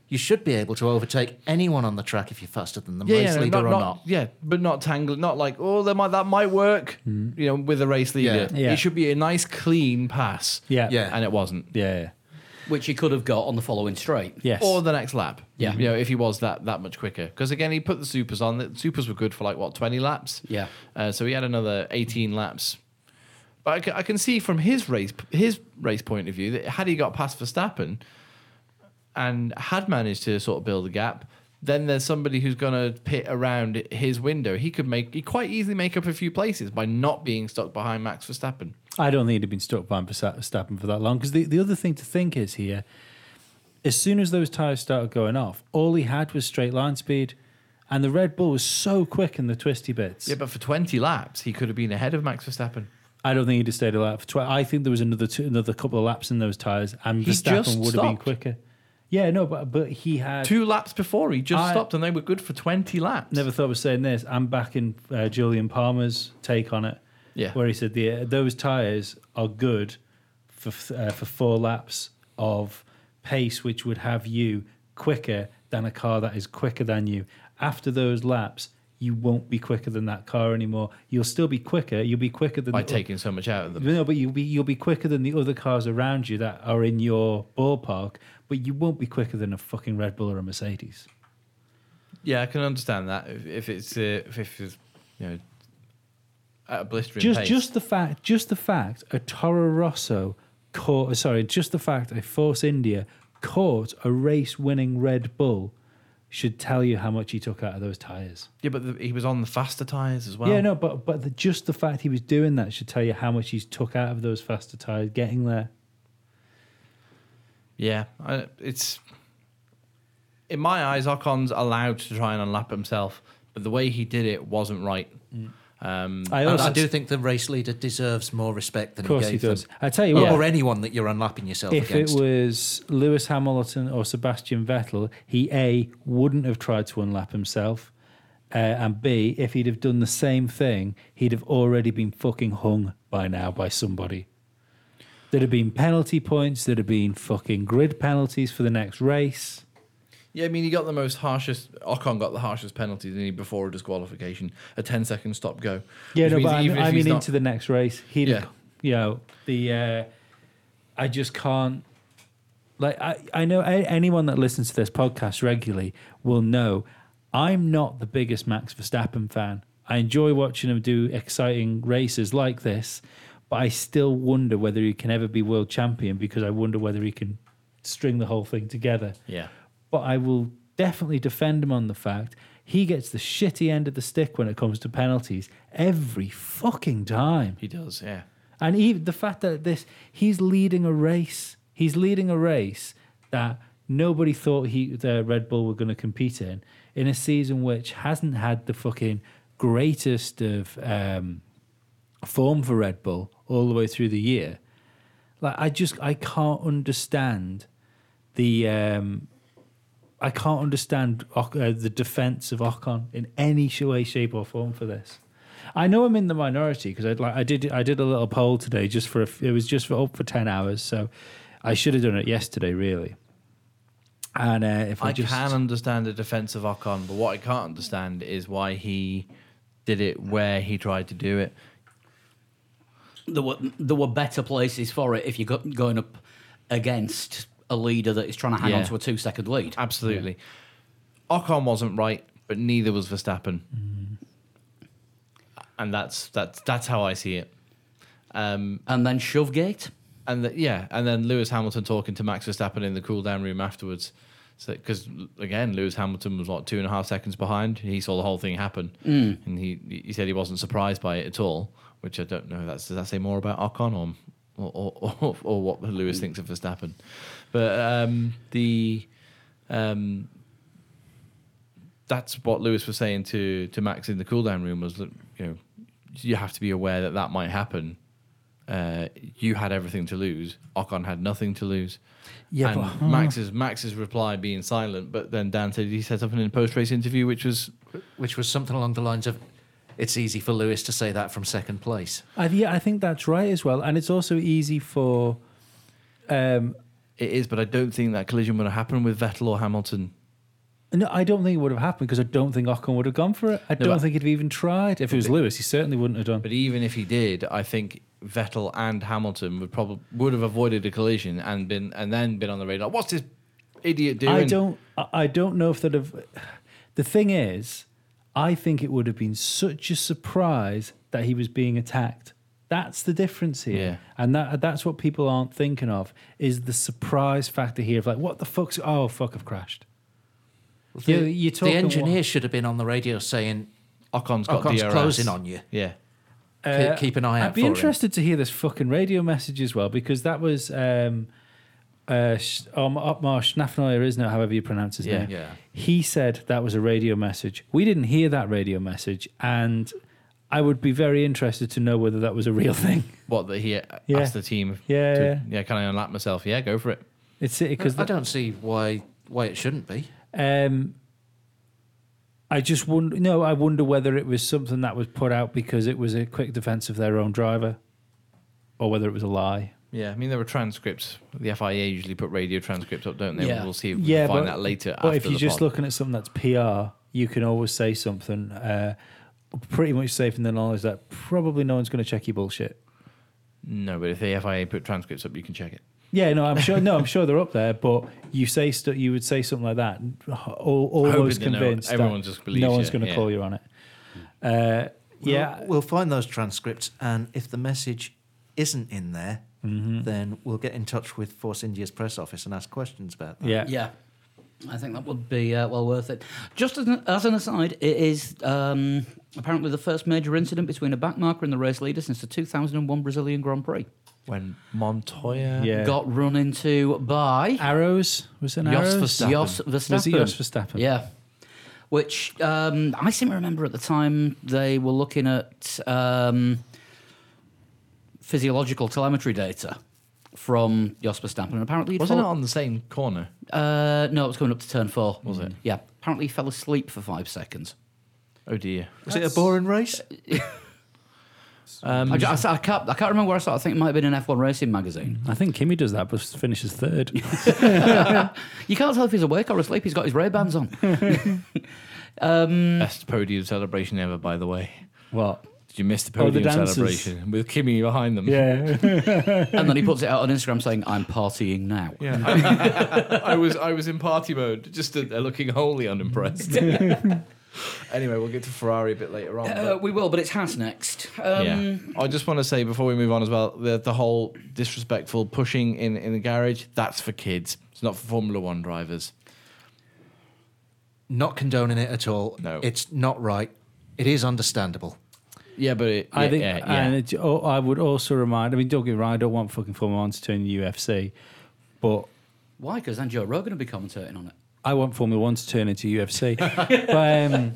[SPEAKER 4] you should be able to overtake anyone on the track if you're faster than them, race leader
[SPEAKER 2] not,
[SPEAKER 4] or
[SPEAKER 2] not-
[SPEAKER 4] not.
[SPEAKER 2] yeah, but not tangling, not like oh, that might that might work, you know, with a race leader.
[SPEAKER 4] Mm. Yeah.
[SPEAKER 3] Yeah.
[SPEAKER 2] It should be a nice clean pass.
[SPEAKER 3] yeah,
[SPEAKER 4] Yeah.
[SPEAKER 2] and it wasn't.
[SPEAKER 3] yeah, yeah.
[SPEAKER 1] which he could have got on the following straight.
[SPEAKER 3] Yes.
[SPEAKER 2] Or the next lap,
[SPEAKER 1] Yeah.
[SPEAKER 2] You know, if he was that that much quicker, because again, he put the supers on. The supers were good for like what twenty laps.
[SPEAKER 1] Yeah.
[SPEAKER 2] Uh, so he had another eighteen laps. But I, ca- I can see from his race his race point of view that had he got past Verstappen, and had managed to sort of build a gap, then there's somebody who's going to pit around his window. He could make he quite easily make up a few places by not being stuck behind Max Verstappen.
[SPEAKER 3] I don't think he'd have been stuck behind Versta- Verstappen for that long. Because the, the other thing to think is here, as soon as those tires started going off, all he had was straight line speed, and the Red Bull was so quick in the twisty bits.
[SPEAKER 2] Yeah, but for 20 laps, he could have been ahead of Max Verstappen.
[SPEAKER 3] I don't think he'd have stayed alive for twelve. I think there was another two, another couple of laps in those tires, and
[SPEAKER 2] He just
[SPEAKER 3] Verstappen would have been
[SPEAKER 2] stopped.
[SPEAKER 3] quicker. Yeah, no, but but he had.
[SPEAKER 2] Two laps before, he just
[SPEAKER 3] I-
[SPEAKER 2] stopped, and they were good for 20 laps.
[SPEAKER 3] Never thought I was saying this. I'm backing uh, Julian Palmer's take on it.
[SPEAKER 2] Yeah.
[SPEAKER 3] Where he said the those tires are good for f- uh, for four laps of pace, which would have you quicker than a car that is quicker than you. After those laps, you won't be quicker than that car anymore. You'll still be quicker. You'll be quicker than
[SPEAKER 2] by
[SPEAKER 3] the-
[SPEAKER 2] taking so much out of them.
[SPEAKER 3] No, but you'll be you'll be quicker than the other cars around you that are in your ballpark, but you won't be quicker than a fucking Red Bull or a Mercedes.
[SPEAKER 2] Yeah, I can understand that if, if it's uh, if, if it's you know at a blistering
[SPEAKER 3] just
[SPEAKER 2] pace.
[SPEAKER 3] just the fact just the fact a Toro Rosso caught sorry just the fact a Force India caught a race winning Red Bull should tell you how much he took out of those tires.
[SPEAKER 2] yeah, but the, he was on the faster tires as well.
[SPEAKER 3] yeah, no, but but the, just the fact he was doing that should tell you how much he's took out of those faster tires getting there.
[SPEAKER 2] Yeah, I, it's in my eyes, Ocon's allowed to try and unlap himself, but the way he did it wasn't right.
[SPEAKER 3] Mm.
[SPEAKER 2] Um,
[SPEAKER 3] I
[SPEAKER 4] And
[SPEAKER 3] also
[SPEAKER 4] I do think the race leader deserves more respect than
[SPEAKER 3] of course
[SPEAKER 4] he
[SPEAKER 3] he
[SPEAKER 4] gave
[SPEAKER 3] does.
[SPEAKER 4] them.
[SPEAKER 3] I tell you
[SPEAKER 4] Or-
[SPEAKER 3] what,
[SPEAKER 4] Or anyone that you're unlapping yourself
[SPEAKER 3] if
[SPEAKER 4] against.
[SPEAKER 3] it was Lewis Hamilton or Sebastian Vettel, he A wouldn't have tried to unlap himself, uh, and B if he'd have done the same thing, he'd have already been fucking hung by now by somebody. There'd have been penalty points. There'd have been fucking grid penalties for the next race.
[SPEAKER 2] yeah, I mean, he got the most harshest. Ocon got the harshest penalty than he before a disqualification, a 10 second stop go.
[SPEAKER 3] Yeah,
[SPEAKER 2] which
[SPEAKER 3] no,
[SPEAKER 2] means
[SPEAKER 3] but I mean,
[SPEAKER 2] even if
[SPEAKER 3] I
[SPEAKER 2] he's
[SPEAKER 3] mean
[SPEAKER 2] not-
[SPEAKER 3] into the next race, he'd,
[SPEAKER 2] Yeah.
[SPEAKER 3] yeah. you know, the, uh, I just can't, like, I, I know a- anyone that listens to this podcast regularly will know I'm not the biggest Max Verstappen fan. I enjoy watching him do exciting races like this, but I still wonder whether he can ever be world champion because I wonder whether he can string the whole thing together.
[SPEAKER 2] Yeah.
[SPEAKER 3] But I will definitely defend him on the fact he gets the shitty end of the stick when it comes to penalties every fucking time.
[SPEAKER 2] He does, yeah.
[SPEAKER 3] And even the fact that this, he's leading a race. He's leading a race that nobody thought he, the Red Bull were going to compete in, in a season which hasn't had the fucking greatest of um, form for Red Bull all the way through the year. Like I just, I can't understand the, um, I can't understand Oc- uh, the defense of Ocon in any sh- way, shape, or form for this. I know I'm in the minority because I like I did I did a little poll today just for a f it was just for up for ten hours, so I should have done it yesterday really. And uh, if I,
[SPEAKER 2] I
[SPEAKER 3] just
[SPEAKER 2] can understand the defense of Ocon, but what I can't understand is why he did it where he tried to do it.
[SPEAKER 1] There were there were better places for it if you're go- going up against a leader that is trying to hang
[SPEAKER 2] Yeah.
[SPEAKER 1] on to a two second lead.
[SPEAKER 2] Absolutely. Ocon wasn't right, but neither was Verstappen. And that's that's that's how I see it. Um,
[SPEAKER 1] And then Shovegate.
[SPEAKER 2] and the, yeah, and then Lewis Hamilton talking to Max Verstappen in the cool down room afterwards. So because again, Lewis Hamilton was like two and a half seconds behind. He saw the whole thing happen, and he he said he wasn't surprised by it at all. Which I don't know. That's does that say more about Ocon or or or, or, or what Lewis thinks of Verstappen? But um, the um, that's what Lewis was saying to to Max in the cool down room was that you know you have to be aware that that might happen. Uh, you had everything to lose. Ocon had nothing to lose.
[SPEAKER 3] Yeah,
[SPEAKER 2] and
[SPEAKER 3] but-
[SPEAKER 2] Max's Max's reply being silent, but then Dan said he said something in a post race interview, which was
[SPEAKER 4] which was something along the lines of, "It's easy for Lewis to say that from second place."
[SPEAKER 3] I, yeah I think that's right as well, and it's also easy for um,
[SPEAKER 2] it is, but I don't think that collision would have happened with Vettel or Hamilton.
[SPEAKER 3] No, I don't think it would have happened because I don't think Ocon would have gone for it. I don't
[SPEAKER 2] but-
[SPEAKER 3] think he'd have even tried. If it was Lewis, he certainly wouldn't have done.
[SPEAKER 2] But even if he did, I think Vettel and Hamilton would probably would have avoided a collision and been and then been on the radar. What's this idiot doing?
[SPEAKER 3] I don't. I I don't know if that have. The thing is, I think it would have been such a surprise that he was being attacked. That's the difference here,
[SPEAKER 2] Yeah.
[SPEAKER 3] and that that's what people aren't thinking of is the surprise factor here of like, what the fuck's? Oh fuck, I've crashed.
[SPEAKER 4] The,
[SPEAKER 3] You- you're talking
[SPEAKER 4] the
[SPEAKER 3] what-
[SPEAKER 4] engineer should have been on the radio saying,
[SPEAKER 2] Ocon's got
[SPEAKER 4] "Ocon's
[SPEAKER 2] DRS.
[SPEAKER 4] closing on you.
[SPEAKER 2] Yeah.
[SPEAKER 4] Keep- keep an eye
[SPEAKER 3] Uh, I'd
[SPEAKER 4] out
[SPEAKER 3] be
[SPEAKER 4] for him.
[SPEAKER 3] interested to hear this fucking radio message as well because that was um, uh, Sh- um, Otmar Schnafnoyer, isn't it? However you pronounce his
[SPEAKER 2] Yeah,
[SPEAKER 3] name.
[SPEAKER 2] yeah.
[SPEAKER 3] He said that was a radio message. We didn't hear that radio message, and I would be very interested to know whether that was a real thing.
[SPEAKER 2] What that he asked
[SPEAKER 3] Yeah.
[SPEAKER 2] the team.
[SPEAKER 3] Yeah,
[SPEAKER 2] to-
[SPEAKER 3] yeah.
[SPEAKER 2] Can I unlap myself? Yeah, go for it.
[SPEAKER 3] It's because
[SPEAKER 4] I don't see why why it shouldn't be.
[SPEAKER 3] Um, I just wonder. No, I wonder whether it was something that was put out because it was a quick defense of their own driver, or whether it was a lie.
[SPEAKER 2] Yeah, I mean there were transcripts. The FIA usually put radio transcripts up, don't they?
[SPEAKER 1] Yeah.
[SPEAKER 2] We'll see if we can find that later.
[SPEAKER 3] But
[SPEAKER 2] after
[SPEAKER 3] if you're
[SPEAKER 2] the
[SPEAKER 3] just
[SPEAKER 2] pod.
[SPEAKER 3] looking at something that's PR, you can always say something uh, pretty much safe in the knowledge that probably no one's going to check your bullshit.
[SPEAKER 2] no, but if the FIA put transcripts up, you can check it.
[SPEAKER 3] Yeah, no, I'm sure. No, I'm sure they're up there. But you say stu you would say something like that, all, almost
[SPEAKER 2] Hoping that no-
[SPEAKER 3] convinced
[SPEAKER 2] everyone
[SPEAKER 3] that
[SPEAKER 2] just believes
[SPEAKER 3] no one's
[SPEAKER 2] you,
[SPEAKER 3] going to
[SPEAKER 2] yeah.
[SPEAKER 3] call you on it. Uh, yeah,
[SPEAKER 4] we'll, we'll find those transcripts, and if the message isn't in there,
[SPEAKER 3] Mm-hmm.
[SPEAKER 4] then we'll get in touch with Force India's press office and ask questions about that.
[SPEAKER 3] yeah,
[SPEAKER 1] Yeah, I think that would be uh, well worth it. Just as an, as an aside, it is um, apparently the first major incident between a backmarker and the race leader since the 2001 Brazilian Grand Prix.
[SPEAKER 2] When Montoya
[SPEAKER 3] Yeah.
[SPEAKER 1] Got run into by
[SPEAKER 3] Arrows was it? an
[SPEAKER 2] Jos
[SPEAKER 3] arrows?
[SPEAKER 2] Verstappen.
[SPEAKER 1] Jos Verstappen.
[SPEAKER 3] Was it Jos Verstappen?
[SPEAKER 1] Yeah. Which um, I seem to remember at the time they were looking at um, physiological telemetry data from Jos Verstappen, and apparently he'd
[SPEAKER 2] wasn't it
[SPEAKER 1] fall-
[SPEAKER 2] on the same corner?
[SPEAKER 1] Uh, no, it was going up to turn four.
[SPEAKER 2] Was it?
[SPEAKER 1] Yeah. Apparently, he fell asleep for five seconds.
[SPEAKER 2] Oh dear.
[SPEAKER 4] Was it a boring race?
[SPEAKER 2] Um,
[SPEAKER 1] I, ju- I s- I can't, I can't remember where I saw it. I think it might have been an F1 racing magazine.
[SPEAKER 3] I think Kimmy does that, but finishes third.
[SPEAKER 1] You can't tell if he's awake or asleep. He's got his Ray-Bans on.
[SPEAKER 2] Mm. Best podium celebration ever, by the way.
[SPEAKER 3] what?
[SPEAKER 2] Did you miss the
[SPEAKER 3] Oh, the
[SPEAKER 2] podium
[SPEAKER 3] dancers.
[SPEAKER 2] celebration with Kimmy behind them?
[SPEAKER 3] Yeah.
[SPEAKER 1] and then he puts it out on Instagram saying, I'm partying now.
[SPEAKER 2] Yeah, I, I was I was in party mode, just stood there looking wholly uh, unimpressed. Anyway, we'll get to Ferrari a bit later on.
[SPEAKER 1] Uh,
[SPEAKER 2] but-
[SPEAKER 1] we will, but it's Haas next. Um,
[SPEAKER 2] yeah. I just want to say before we move on as well, the, the whole disrespectful pushing in, in the garage, that's for kids. It's not for Formula One drivers.
[SPEAKER 4] Not condoning it at all.
[SPEAKER 2] No.
[SPEAKER 4] It's not right. It is understandable.
[SPEAKER 2] Yeah, but it,
[SPEAKER 3] I
[SPEAKER 2] yeah,
[SPEAKER 3] think,
[SPEAKER 2] yeah,
[SPEAKER 3] and
[SPEAKER 2] yeah.
[SPEAKER 3] it, oh, I would also remind. I mean, don't get me wrong. I don't want fucking Formula One to turn the UFC, but
[SPEAKER 1] Why? Because then Joe Rogan will be commentating on it.
[SPEAKER 3] I want Formula One to turn into UFC. but um,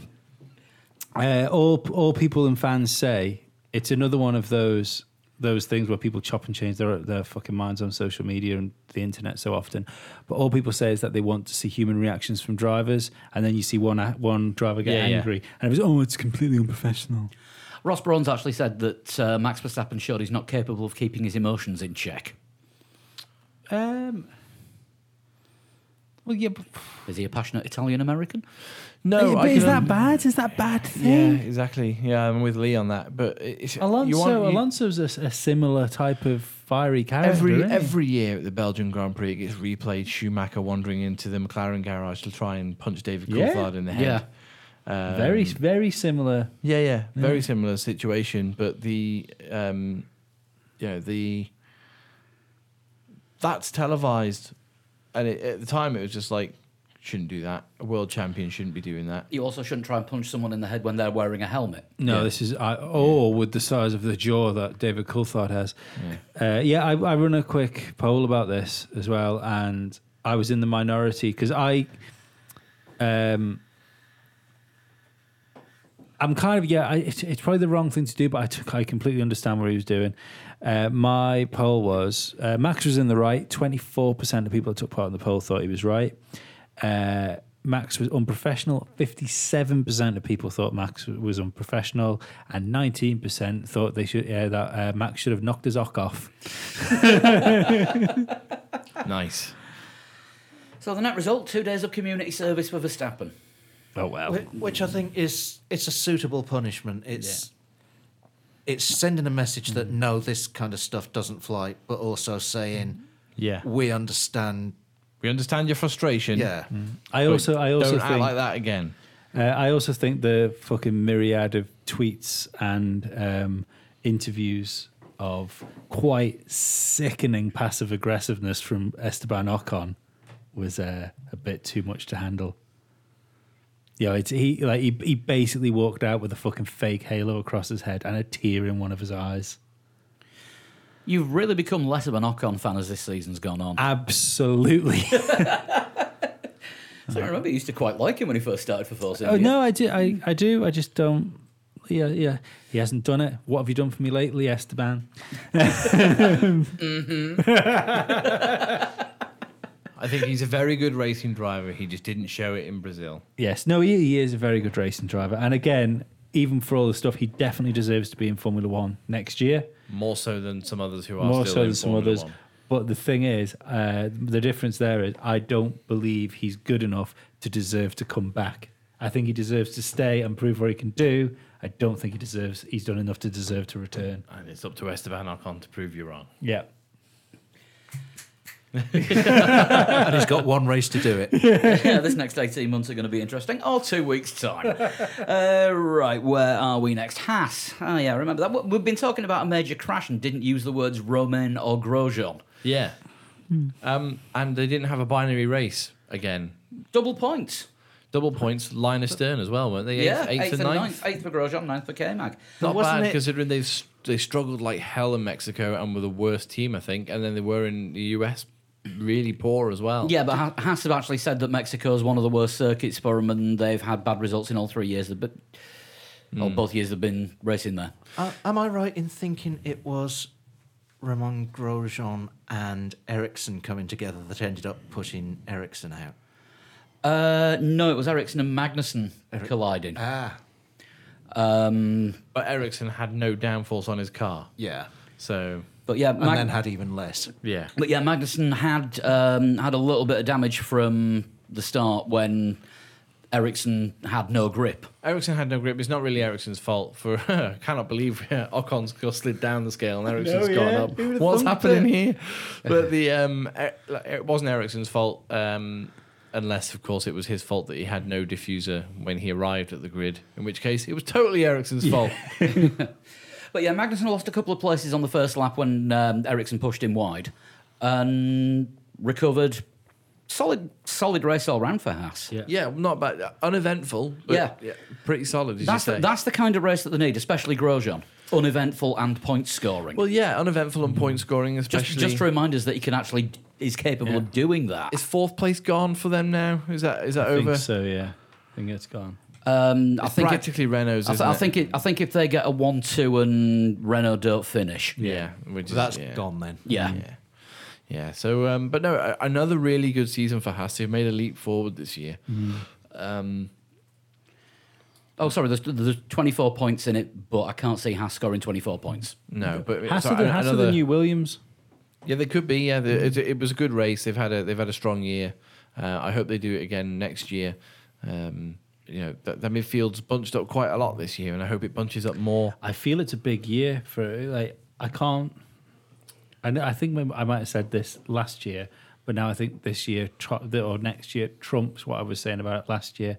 [SPEAKER 3] uh, all all people and fans say it's another one of those those things where people chop and change their their fucking minds on social media and the internet so often. But all people say is that they want to see human reactions from drivers, and then you see one a- one driver get
[SPEAKER 2] Yeah, yeah.
[SPEAKER 3] angry, and it was oh, it's completely unprofessional.
[SPEAKER 1] Ross Braun's actually said that uh, Max Verstappen showed he's not capable of keeping his emotions in check.
[SPEAKER 3] Um, well, yeah, but,
[SPEAKER 1] Is he a passionate Italian American?
[SPEAKER 2] no,
[SPEAKER 3] but
[SPEAKER 2] I
[SPEAKER 3] is
[SPEAKER 2] can-
[SPEAKER 3] that bad? Is that bad
[SPEAKER 2] Yeah,
[SPEAKER 3] thing?
[SPEAKER 2] exactly. Yeah, I'm with Lee on that. But it's, you
[SPEAKER 3] Alonso,
[SPEAKER 2] want- you-
[SPEAKER 3] Alonso's a, a similar type of fiery character.
[SPEAKER 2] Every
[SPEAKER 3] isn't he?
[SPEAKER 2] every year at the Belgian Grand Prix, it gets replayed. Schumacher wandering into the McLaren garage to try and punch David
[SPEAKER 3] Yeah.
[SPEAKER 2] Coulthard in the head. Um, Yeah,
[SPEAKER 3] very very similar.
[SPEAKER 2] Yeah, yeah, very similar situation, but the um, you know the that's televised, and it, at the time it was just like shouldn't do that. A world champion shouldn't be doing that.
[SPEAKER 1] You also shouldn't try and punch someone in the head when they're wearing a helmet.
[SPEAKER 3] No,
[SPEAKER 2] Yeah.
[SPEAKER 3] this is I, or with the size of the jaw that David Coulthard has. Yeah, uh, yeah I, I run a quick poll about this as well, and I was in the minority because I, um, I'm kind of yeah. I, it's, it's probably the wrong thing to do, but I took, I completely understand what he was doing. Uh, my poll was uh, Max was in the right. Twenty four percent of people that took part in the poll thought he was right. Uh, Max was unprofessional. Fifty seven percent of people thought Max was unprofessional, and nineteen percent thought they should yeah, that uh, Max should have knocked his ock off.
[SPEAKER 2] nice.
[SPEAKER 1] So the net result: two days of community service for Verstappen.
[SPEAKER 3] Oh well.
[SPEAKER 4] Whi- Which I think is it's a suitable punishment. It's it's sending a message that no, this kind of stuff doesn't fly, but also saying
[SPEAKER 3] Yeah.
[SPEAKER 4] we understand.
[SPEAKER 2] We understand your frustration.
[SPEAKER 4] Yeah,
[SPEAKER 3] I
[SPEAKER 2] but
[SPEAKER 3] also I also
[SPEAKER 2] don't
[SPEAKER 3] think
[SPEAKER 2] act like that again.
[SPEAKER 3] Uh, I also think the fucking myriad of tweets and um, interviews of quite sickening passive aggressiveness from Esteban Ocon was uh, a bit too much to handle. Yeah, it's he like he, he basically walked out with a fucking fake halo across his head and a tear in one of his eyes.
[SPEAKER 1] You've really become less of an Ocon fan as this season's gone on.
[SPEAKER 3] Absolutely.
[SPEAKER 1] So I remember you used to quite like him when he first started for Force
[SPEAKER 3] oh
[SPEAKER 1] India.
[SPEAKER 3] no, I do. I, I do. I just don't. Yeah, yeah. He hasn't done it. What have you done for me lately, Esteban?
[SPEAKER 2] I think he's a very good racing driver. He just didn't show it in Brazil.
[SPEAKER 3] Yes, no, he, he is a very good racing driver. And again, even for all the stuff, he definitely deserves to be in Formula One next year,
[SPEAKER 2] More so than some others who are
[SPEAKER 3] more
[SPEAKER 2] still
[SPEAKER 3] so
[SPEAKER 2] in
[SPEAKER 3] than some
[SPEAKER 2] Formula
[SPEAKER 3] others.
[SPEAKER 2] One.
[SPEAKER 3] But the thing is, uh, the difference there is, I don't believe he's good enough to deserve to come back. I think he deserves to stay and prove what he can do. I don't think he deserves. He's done enough to deserve to return.
[SPEAKER 2] And it's up to Esteban Ocon to prove you wrong.
[SPEAKER 3] Yeah.
[SPEAKER 4] and he's got one race to do it.
[SPEAKER 1] yeah, this next 18 months are going to be interesting, or two weeks' time. uh, right, where are we next? Haas. Oh, yeah, remember that. We've been talking about a major crash and didn't use the words Romain or Grosjean.
[SPEAKER 2] Yeah.
[SPEAKER 3] Hmm.
[SPEAKER 2] Um, and they didn't have a binary race again.
[SPEAKER 1] Double points.
[SPEAKER 2] Double points, Linus Stern as well, weren't they? Eighth,
[SPEAKER 1] yeah,
[SPEAKER 2] eighth, and ninth.
[SPEAKER 1] Eighth for Grosjean, ninth for K-Mag.
[SPEAKER 2] Not
[SPEAKER 4] Wasn't
[SPEAKER 2] bad
[SPEAKER 4] it-
[SPEAKER 2] considering they s- they struggled like hell in Mexico and were the worst team, I think. And then they were in the US really poor as well.
[SPEAKER 1] Yeah, but Ha- Haas have actually said that Mexico is one of the worst circuits for them, and they've had bad results in all three years. But
[SPEAKER 2] Hmm.
[SPEAKER 1] or both years they've been racing there.
[SPEAKER 4] Uh, am I right in thinking it was Ramon Grosjean and Ericsson coming together that ended up pushing Ericsson out?
[SPEAKER 1] Uh, no, it was Ericsson and Magnussen colliding.
[SPEAKER 4] Ah,
[SPEAKER 1] Um,
[SPEAKER 2] But Ericsson had no downforce on his car.
[SPEAKER 4] yeah,
[SPEAKER 2] So,
[SPEAKER 1] but yeah,
[SPEAKER 4] and
[SPEAKER 1] Mag-
[SPEAKER 4] then had even less.
[SPEAKER 2] yeah.
[SPEAKER 1] But yeah, Magnussen had um, had a little bit of damage from the start when Ericsson had no grip.
[SPEAKER 2] Ericsson had no grip. It's not really Ericsson's fault for. I cannot believe Ocon's got slid down the scale and Ericsson's
[SPEAKER 3] know,
[SPEAKER 2] gone
[SPEAKER 3] yeah. Who
[SPEAKER 2] up.
[SPEAKER 3] would've
[SPEAKER 2] What's
[SPEAKER 3] thunk
[SPEAKER 2] E, happening here? But the um, Er- like, it wasn't Ericsson's fault. Um, unless, of course, it was his fault that he had no diffuser when he arrived at the grid, in which case it was totally Ericsson's fault.
[SPEAKER 1] But yeah, Magnussen lost a couple of places on the first lap when um, Ericsson pushed him wide and recovered. Solid, solid race all round for Haas.
[SPEAKER 3] Yeah.
[SPEAKER 2] Yeah, not bad. Uneventful. But
[SPEAKER 1] Yeah.
[SPEAKER 2] pretty solid. As
[SPEAKER 1] That's
[SPEAKER 2] you
[SPEAKER 1] the,
[SPEAKER 2] say.
[SPEAKER 1] that's the kind of race that they need, especially Grosjean. Uneventful and point scoring.
[SPEAKER 2] well, yeah, uneventful and point scoring, especially.
[SPEAKER 1] just, just to remind us that he can actually is capable of doing that.
[SPEAKER 2] is fourth place gone for them now? Is that is that
[SPEAKER 3] I think
[SPEAKER 2] over?
[SPEAKER 3] so, yeah. I think it's gone.
[SPEAKER 1] Um, I
[SPEAKER 2] It's
[SPEAKER 1] think it,
[SPEAKER 2] practically Renault's.
[SPEAKER 1] I, th-
[SPEAKER 2] isn't
[SPEAKER 1] I
[SPEAKER 2] it?
[SPEAKER 1] think it, I think if they get a one-two and Renault don't finish,
[SPEAKER 2] Yeah, which is,
[SPEAKER 4] That's
[SPEAKER 2] yeah.
[SPEAKER 4] gone then.
[SPEAKER 1] yeah,
[SPEAKER 2] Yeah. Yeah. So, um, but no, a- another really good season for Haas. They've made a leap forward this year.
[SPEAKER 3] Mm-hmm.
[SPEAKER 2] Um,
[SPEAKER 1] Oh, sorry, there's, there's 24 points in it, but I can't see Haas scoring 24 points.
[SPEAKER 2] no, but
[SPEAKER 3] Has
[SPEAKER 2] so
[SPEAKER 3] to the,
[SPEAKER 2] an-
[SPEAKER 3] has to the
[SPEAKER 2] another-
[SPEAKER 3] new Mm-hmm. Williams.
[SPEAKER 2] Yeah, they could be. Yeah, they, it, it was a good race. They've had a they've had a strong year. Uh, I hope they do it again next year. Um, you know, th- their midfield's bunched up quite a lot this year, and I hope it bunches up more.
[SPEAKER 3] I feel it's a big year for like I can't. I know, I think we- I might have said this last year, but now I think this year tru- or next year trumps what I was saying about it last year.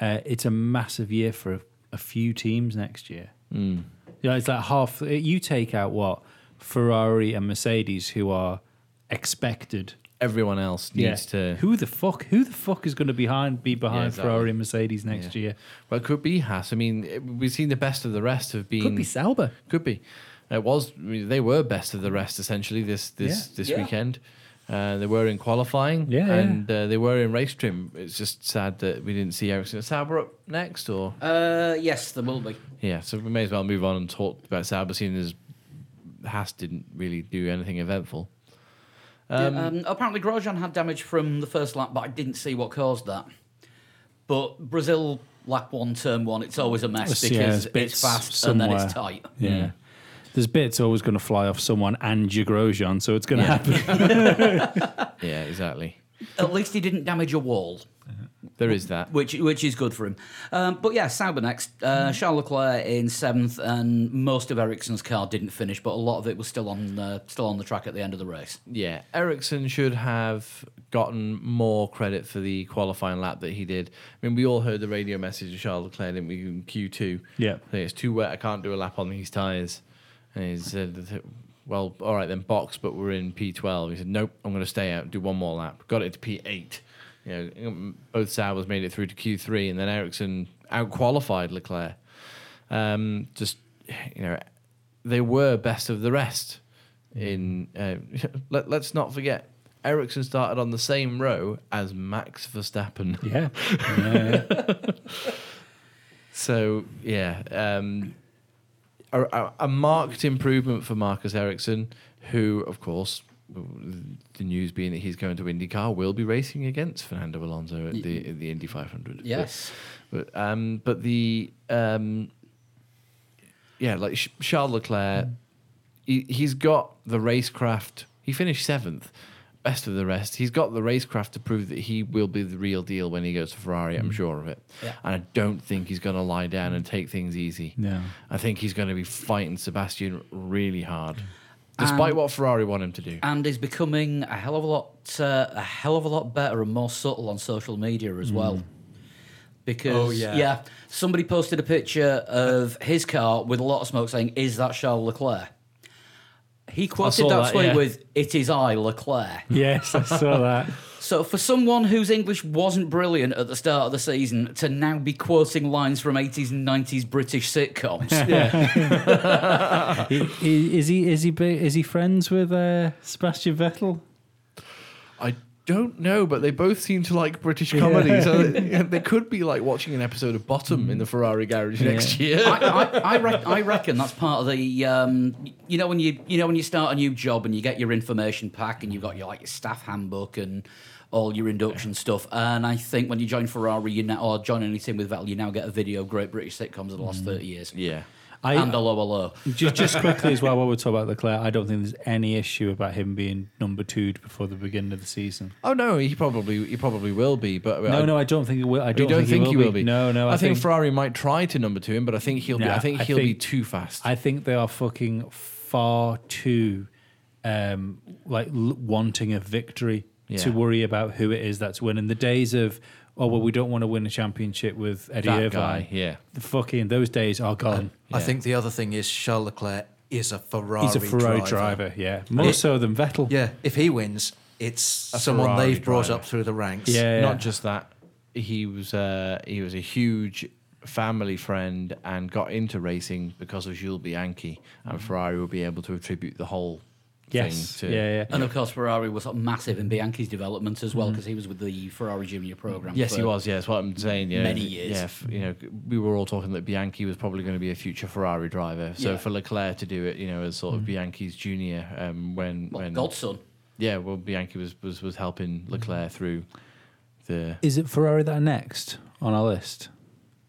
[SPEAKER 3] Uh, it's a massive year for a, a few teams next year. Mm. You know, it's like half. You take out what Ferrari and Mercedes, who are expected.
[SPEAKER 2] Everyone else needs to.
[SPEAKER 3] Who the fuck? Who the fuck is going to behind be behind
[SPEAKER 2] exactly.
[SPEAKER 3] Ferrari and Mercedes next
[SPEAKER 2] Yeah.
[SPEAKER 3] year?
[SPEAKER 2] Well, it could be Haas. I mean, it- we've seen the best of the rest of being.
[SPEAKER 3] Could be Sauber.
[SPEAKER 2] Could be. It was. I mean, they were best of the rest essentially this this
[SPEAKER 3] Yeah.
[SPEAKER 2] this
[SPEAKER 1] Yeah.
[SPEAKER 2] weekend. Uh, they were in qualifying,
[SPEAKER 3] Yeah, yeah.
[SPEAKER 2] and Uh, they were in race trim. It's just sad that we didn't see Ericsson Sauber up next, or
[SPEAKER 1] Uh, yes, there will be.
[SPEAKER 2] yeah. So we may as well move on and talk about Sauber, seeing as Haas didn't really do anything eventful.
[SPEAKER 1] Um, apparently, Grosjean had damage from the first lap, but I didn't see what caused that. But Brazil lap one, turn one, it's always a mess
[SPEAKER 3] Yeah,
[SPEAKER 1] because
[SPEAKER 3] there's bits
[SPEAKER 1] it's fast and then it's
[SPEAKER 3] somewhere.
[SPEAKER 1] tight.
[SPEAKER 3] Yeah. There's bits always going to fly off someone and your Grosjean, so it's going to happen.
[SPEAKER 2] Yeah, exactly.
[SPEAKER 1] At least he didn't damage a wall,
[SPEAKER 2] There is that.
[SPEAKER 1] which which is good for him. Um, but yeah, Sauber next. Uh, Charles Leclerc in seventh, and most of Ericsson's car didn't finish, but a lot of it was still on uh, still on the track at the end of the race.
[SPEAKER 2] Yeah, Ericsson should have gotten more credit for the qualifying lap that he did. I mean, we all heard the radio message of Charles Leclerc, didn't we, in Q2? I
[SPEAKER 3] Yeah.
[SPEAKER 2] think it's too wet, I can't do a lap on these tyres. And he said, well, all right, then box, but we're in P12. He said, nope, I'm going to stay out, do one more lap. Got it to P8. You know, mm, both Sauber's made it through to Q3, and then Ericsson out-qualified Leclerc. Um, just, you know, they were best of the rest. In uh, let, let's not forget, Ericsson started on the same row as Max Verstappen.
[SPEAKER 3] yeah. yeah.
[SPEAKER 2] So yeah, um, a, a, a marked improvement for Marcus Ericsson, who of course. The news being that he's going to IndyCar will be racing against Fernando Alonso at the at the Indy 500.
[SPEAKER 1] Yes.
[SPEAKER 2] but um, but the um, yeah, like Sh- Charles Leclerc, he, he's got the racecraft. He finished seventh, best of the rest. He's got the racecraft to prove that he will be the real deal when he goes to Ferrari. I'm sure of it.
[SPEAKER 1] Yeah.
[SPEAKER 2] And I don't think he's going to lie down and take things easy.
[SPEAKER 3] No.
[SPEAKER 2] I think he's going to be fighting Sebastian really hard, despite what Ferrari want him to do.
[SPEAKER 1] and is becoming a hell of a lot uh, a hell of a lot better and more subtle on social media as well. Because
[SPEAKER 4] Oh, yeah.
[SPEAKER 1] somebody posted a picture of his car with a lot of smoke saying, "Is that Charles Leclerc?" He quoted
[SPEAKER 2] saw
[SPEAKER 1] that,
[SPEAKER 2] that,
[SPEAKER 1] tweet
[SPEAKER 2] yeah.
[SPEAKER 1] with, "It is I, Leclerc."
[SPEAKER 3] Yes, I saw that.
[SPEAKER 1] So for someone whose English wasn't brilliant at the start of the season to now be quoting lines from 80s and 90s British sitcoms,
[SPEAKER 3] I- i- is he is he big, is he friends with uh, Sebastian Vettel?
[SPEAKER 2] I don't know, but they both seem to like British comedy, so they, they could be like watching an episode of Bottom
[SPEAKER 3] Mm.
[SPEAKER 2] in the Ferrari garage next year.
[SPEAKER 1] I, I, I, rec- I reckon that's part of the um, you know when you you know when you start a new job and you get your information pack and you've got your like your staff handbook and all your induction stuff and I think when you join Ferrari you now or join any team with Vettel you now get a video of great British sitcoms of the last thirty years
[SPEAKER 2] Mm-hmm. Yeah.
[SPEAKER 3] I-
[SPEAKER 1] and a low a low
[SPEAKER 3] Just, just quickly as well, while we're talking about Leclerc, I don't think there's any issue about him being number two before the beginning of the season.
[SPEAKER 2] Oh no, he probably he probably will be, but
[SPEAKER 3] No,
[SPEAKER 2] I,
[SPEAKER 3] no, I don't think he will. I
[SPEAKER 2] you
[SPEAKER 3] don't,
[SPEAKER 2] don't think, he will be.
[SPEAKER 3] No, no, I,
[SPEAKER 2] think, Ferrari might try to number two him, but I think he'll be.
[SPEAKER 3] Nah,
[SPEAKER 2] I think
[SPEAKER 3] I
[SPEAKER 2] he'll be
[SPEAKER 3] think-
[SPEAKER 2] too fast.
[SPEAKER 3] I think they are fucking far too um, like l- wanting a victory
[SPEAKER 2] Yeah.
[SPEAKER 3] to worry about who it is that's winning. The days of oh well, we don't want to win a championship with Eddie
[SPEAKER 2] that
[SPEAKER 3] Irvine.
[SPEAKER 2] guy, yeah.
[SPEAKER 3] The fucking those days are gone.
[SPEAKER 4] I
[SPEAKER 2] Yeah.
[SPEAKER 4] think the other thing is Charles Leclerc is a Ferrari.
[SPEAKER 3] He's a Ferrari driver, yeah, more
[SPEAKER 4] Yeah.
[SPEAKER 3] so than Vettel.
[SPEAKER 4] Yeah, if he wins, it's someone
[SPEAKER 2] Ferrari
[SPEAKER 4] they've brought
[SPEAKER 2] driver.
[SPEAKER 4] up through the ranks.
[SPEAKER 3] Yeah.
[SPEAKER 2] Not just that, he was uh, he was a huge family friend and got into racing because of Jules Bianchi, and Ferrari will be able to attribute the whole
[SPEAKER 3] Mm. Yes,
[SPEAKER 2] thing to
[SPEAKER 3] yeah, yeah.
[SPEAKER 1] And of course, Ferrari was sort of massive in Bianchi's development as well because he was with the Ferrari Junior program.
[SPEAKER 2] Mm-hmm. Yes,
[SPEAKER 1] for-
[SPEAKER 2] he was. Yeah, that's what I'm saying. Yeah,
[SPEAKER 1] Many years.
[SPEAKER 2] Yeah, f- you know, we were all talking that Bianchi was probably going to be a future Ferrari driver. So
[SPEAKER 1] Yeah.
[SPEAKER 2] for Leclerc to do it, you know, as sort of
[SPEAKER 3] Mm.
[SPEAKER 2] Bianchi's junior, um, when
[SPEAKER 1] Well,
[SPEAKER 2] when
[SPEAKER 1] Godson.
[SPEAKER 2] yeah, well, Bianchi was was, was helping Leclerc through the
[SPEAKER 3] Mm. Is it Ferrari that are next on our list?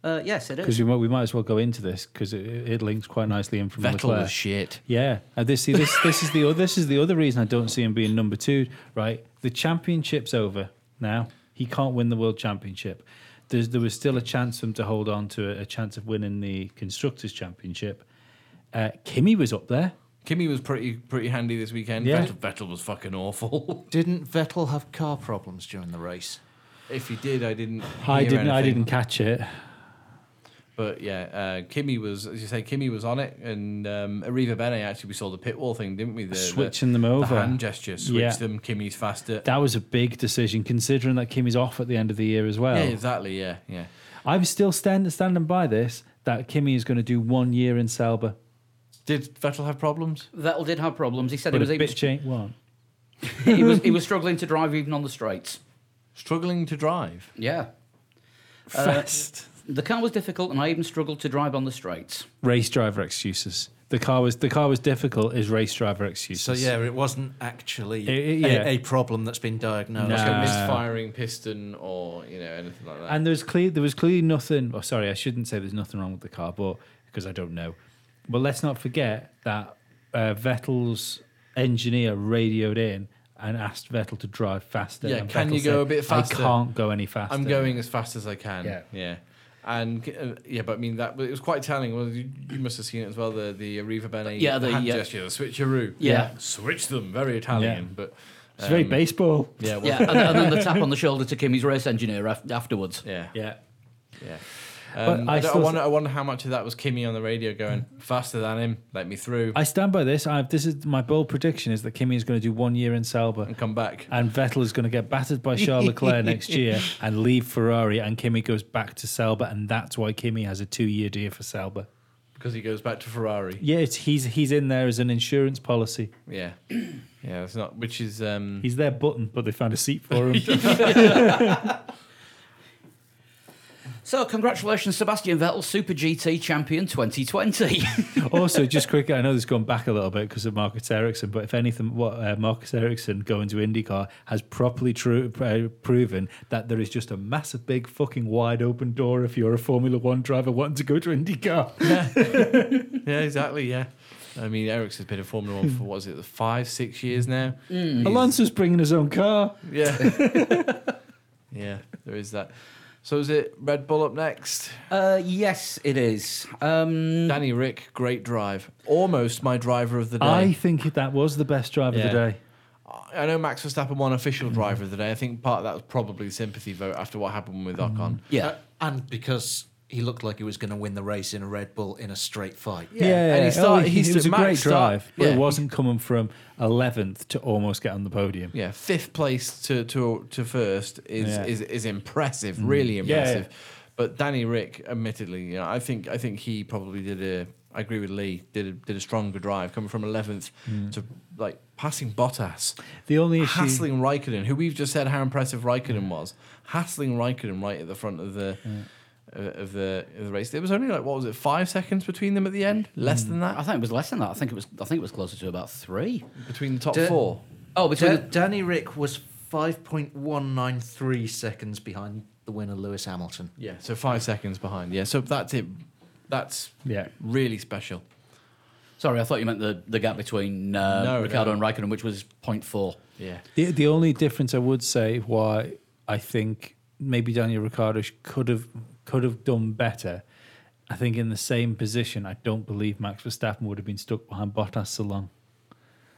[SPEAKER 1] Uh, yes, it
[SPEAKER 3] Because
[SPEAKER 1] is.
[SPEAKER 3] we might, we might as well go into this because it, it links quite nicely in from
[SPEAKER 2] Vettel
[SPEAKER 3] Leclerc.
[SPEAKER 2] was shit.
[SPEAKER 3] Yeah, and this see this this is the o- this is the other reason I don't see him being number two. Right, the championship's over now. He can't win the world championship. There's, there was still a chance for him to hold on to a, a chance of winning the constructors' championship. Uh, Kimi was up there.
[SPEAKER 2] Kimi was pretty pretty handy this weekend.
[SPEAKER 3] Yeah.
[SPEAKER 2] Vettel, Vettel was fucking awful.
[SPEAKER 4] Didn't Vettel have car problems during the race?
[SPEAKER 2] if he did, I didn't.
[SPEAKER 3] I
[SPEAKER 2] hear
[SPEAKER 3] didn't I
[SPEAKER 2] anything.
[SPEAKER 3] didn't catch it.
[SPEAKER 2] But yeah, uh, Kimi was, as you say, Kimi was on it, and um, Arriva Bene actually we saw the pit wall thing, didn't we? The, the-
[SPEAKER 3] Switching them
[SPEAKER 2] the
[SPEAKER 3] over.
[SPEAKER 2] hand gesture, switch
[SPEAKER 3] Yeah.
[SPEAKER 2] them. Kimi's faster.
[SPEAKER 3] That was a big decision considering that Kimi's off at the end of the year as well.
[SPEAKER 2] yeah, exactly. Yeah, yeah.
[SPEAKER 3] I'm still stand, standing by this that Kimi is going to do one year in Selber,
[SPEAKER 2] Did Vettel have problems?
[SPEAKER 1] Vettel did have problems. He said
[SPEAKER 3] but
[SPEAKER 1] he was,
[SPEAKER 3] a
[SPEAKER 1] he, was,
[SPEAKER 3] bitch ain't one.
[SPEAKER 1] he, was, he was struggling to drive even on the straights.
[SPEAKER 2] Struggling to drive.
[SPEAKER 1] Yeah. Uh,
[SPEAKER 3] Fast.
[SPEAKER 1] The car was difficult, and I even struggled to drive on the straights.
[SPEAKER 3] race driver excuses. The car was the car was difficult. Is race driver excuses?
[SPEAKER 4] So yeah, it wasn't actually
[SPEAKER 3] Eh, eh, yeah.
[SPEAKER 4] a, a problem that's been diagnosed.
[SPEAKER 3] No.
[SPEAKER 2] Like
[SPEAKER 3] Uh,
[SPEAKER 2] a misfiring piston, or you know anything like that.
[SPEAKER 3] and there's clear there was clearly nothing. Oh, sorry, I shouldn't say there's nothing wrong with the car, but because I don't know. But let's not forget that uh, Vettel's engineer radioed in and asked Vettel to drive faster.
[SPEAKER 2] Yeah,
[SPEAKER 3] and
[SPEAKER 2] can
[SPEAKER 3] Vettel
[SPEAKER 2] you go
[SPEAKER 3] said,
[SPEAKER 2] a bit faster?
[SPEAKER 3] I can't go any faster.
[SPEAKER 2] I'm going as fast as I can.
[SPEAKER 3] Yeah.
[SPEAKER 2] yeah. And uh, yeah, but I mean that it was quite telling. Well, you, you must have seen it as well. The the Arriva Bene
[SPEAKER 1] Yeah, the-
[SPEAKER 2] hand
[SPEAKER 1] yeah.
[SPEAKER 2] gesture, the switcheroo.
[SPEAKER 1] Yeah.
[SPEAKER 2] switch them. Very Italian,
[SPEAKER 3] Yeah.
[SPEAKER 2] but
[SPEAKER 3] It's very
[SPEAKER 2] um,
[SPEAKER 3] baseball.
[SPEAKER 2] Yeah, well,
[SPEAKER 1] Yeah, and, and then the tap on the shoulder to Kimi's race engineer af- afterwards.
[SPEAKER 2] yeah, yeah.
[SPEAKER 3] Yeah.
[SPEAKER 2] Um,
[SPEAKER 3] But I
[SPEAKER 2] I, don't- I
[SPEAKER 3] still- Mm.
[SPEAKER 2] wonder. I wonder how much of that was Kimmy on the radio going faster than him. Let me through
[SPEAKER 3] I stand by this. I've, this is my bold prediction: is that Kimi is going to do one year in Selber,
[SPEAKER 2] and come back.
[SPEAKER 3] and Vettel is going to get battered by Charles Leclerc next year and leave Ferrari, and Kimi goes back to Selber, and that's why Kimi has a two-year deal for Selber.
[SPEAKER 2] because he goes back to Ferrari.
[SPEAKER 3] Yeah, it's, he's he's in there as an insurance policy.
[SPEAKER 2] Yeah, yeah, that's not which is um,
[SPEAKER 3] He's their button, but they found a seat for him.
[SPEAKER 1] So, congratulations, Sebastian Vettel, Super GT champion 2020.
[SPEAKER 3] also, just quickly, I know this has gone back a little bit because of Marcus Ericsson, but if anything, what uh, Marcus Ericsson going to IndyCar has properly true, uh, proven that there is just a massive, big, fucking wide open door if you're a Formula One driver wanting to go to IndyCar.
[SPEAKER 2] yeah, exactly. Yeah, I mean, Eric's has been in Formula One for what is it, five, six years now.
[SPEAKER 3] Mm. Alonso's bringing his own car.
[SPEAKER 2] Yeah, yeah, there is that. So is it Red Bull up next?
[SPEAKER 1] uh, yes, it is. Um,
[SPEAKER 2] Danny Rick, great drive, almost my driver of the day.
[SPEAKER 3] I think that was the best drive of the
[SPEAKER 2] Yeah.
[SPEAKER 3] day.
[SPEAKER 2] I know Max Verstappen won
[SPEAKER 3] Mm.
[SPEAKER 2] official driver of the day. I think part of that was probably sympathy vote after what happened with
[SPEAKER 3] Mm.
[SPEAKER 2] Ocon.
[SPEAKER 1] yeah.
[SPEAKER 4] Uh, and because he looked like he was going to win the race in a Red Bull in a straight fight.
[SPEAKER 2] Yeah, and he started- he
[SPEAKER 3] it was a
[SPEAKER 2] stood- Max
[SPEAKER 3] great
[SPEAKER 2] start-
[SPEAKER 3] drive, but
[SPEAKER 2] yeah.
[SPEAKER 3] it wasn't coming from 11th to almost get on the podium.
[SPEAKER 2] Yeah, fifth place to to to first is
[SPEAKER 3] Yeah. Mm.
[SPEAKER 2] is, is impressive, really
[SPEAKER 3] Yeah,
[SPEAKER 2] impressive. But Danny Rick, admittedly, you know, I think I think he probably did a. I agree with Lee. Did a, did a stronger drive coming from eleventh to like passing Bottas,
[SPEAKER 3] The Mm. only issue, Mm.
[SPEAKER 2] hassling Raikkonen, who we've just said how impressive Raikkonen was, hassling Raikkonen right at the front of the. uh, Of the, of the race, there was only like what was it, five seconds between them at the end, less
[SPEAKER 3] Mm.
[SPEAKER 2] than
[SPEAKER 1] I
[SPEAKER 2] that
[SPEAKER 1] think it was less than that. I think it was. I think it was closer to about three.
[SPEAKER 2] between the top
[SPEAKER 4] Da-
[SPEAKER 2] four.
[SPEAKER 1] Oh,
[SPEAKER 4] Da-
[SPEAKER 1] between
[SPEAKER 4] Danny Rick was 5.193 seconds behind the winner Lewis Hamilton.
[SPEAKER 2] Yeah, so five seconds behind. Yeah, so that's it. That's
[SPEAKER 3] Yeah.
[SPEAKER 2] really special.
[SPEAKER 1] sorry, I thought you meant the, the gap between uh,
[SPEAKER 2] No,
[SPEAKER 1] Ricardo
[SPEAKER 2] no.
[SPEAKER 1] and Raikkonen, which was 0.4.
[SPEAKER 2] Yeah.
[SPEAKER 3] the, the only difference I would say why I think maybe Daniel Ricciardo sh- could have could have done better. I think in the same position, I don't believe Max Verstappen would have been stuck behind Bottas so long.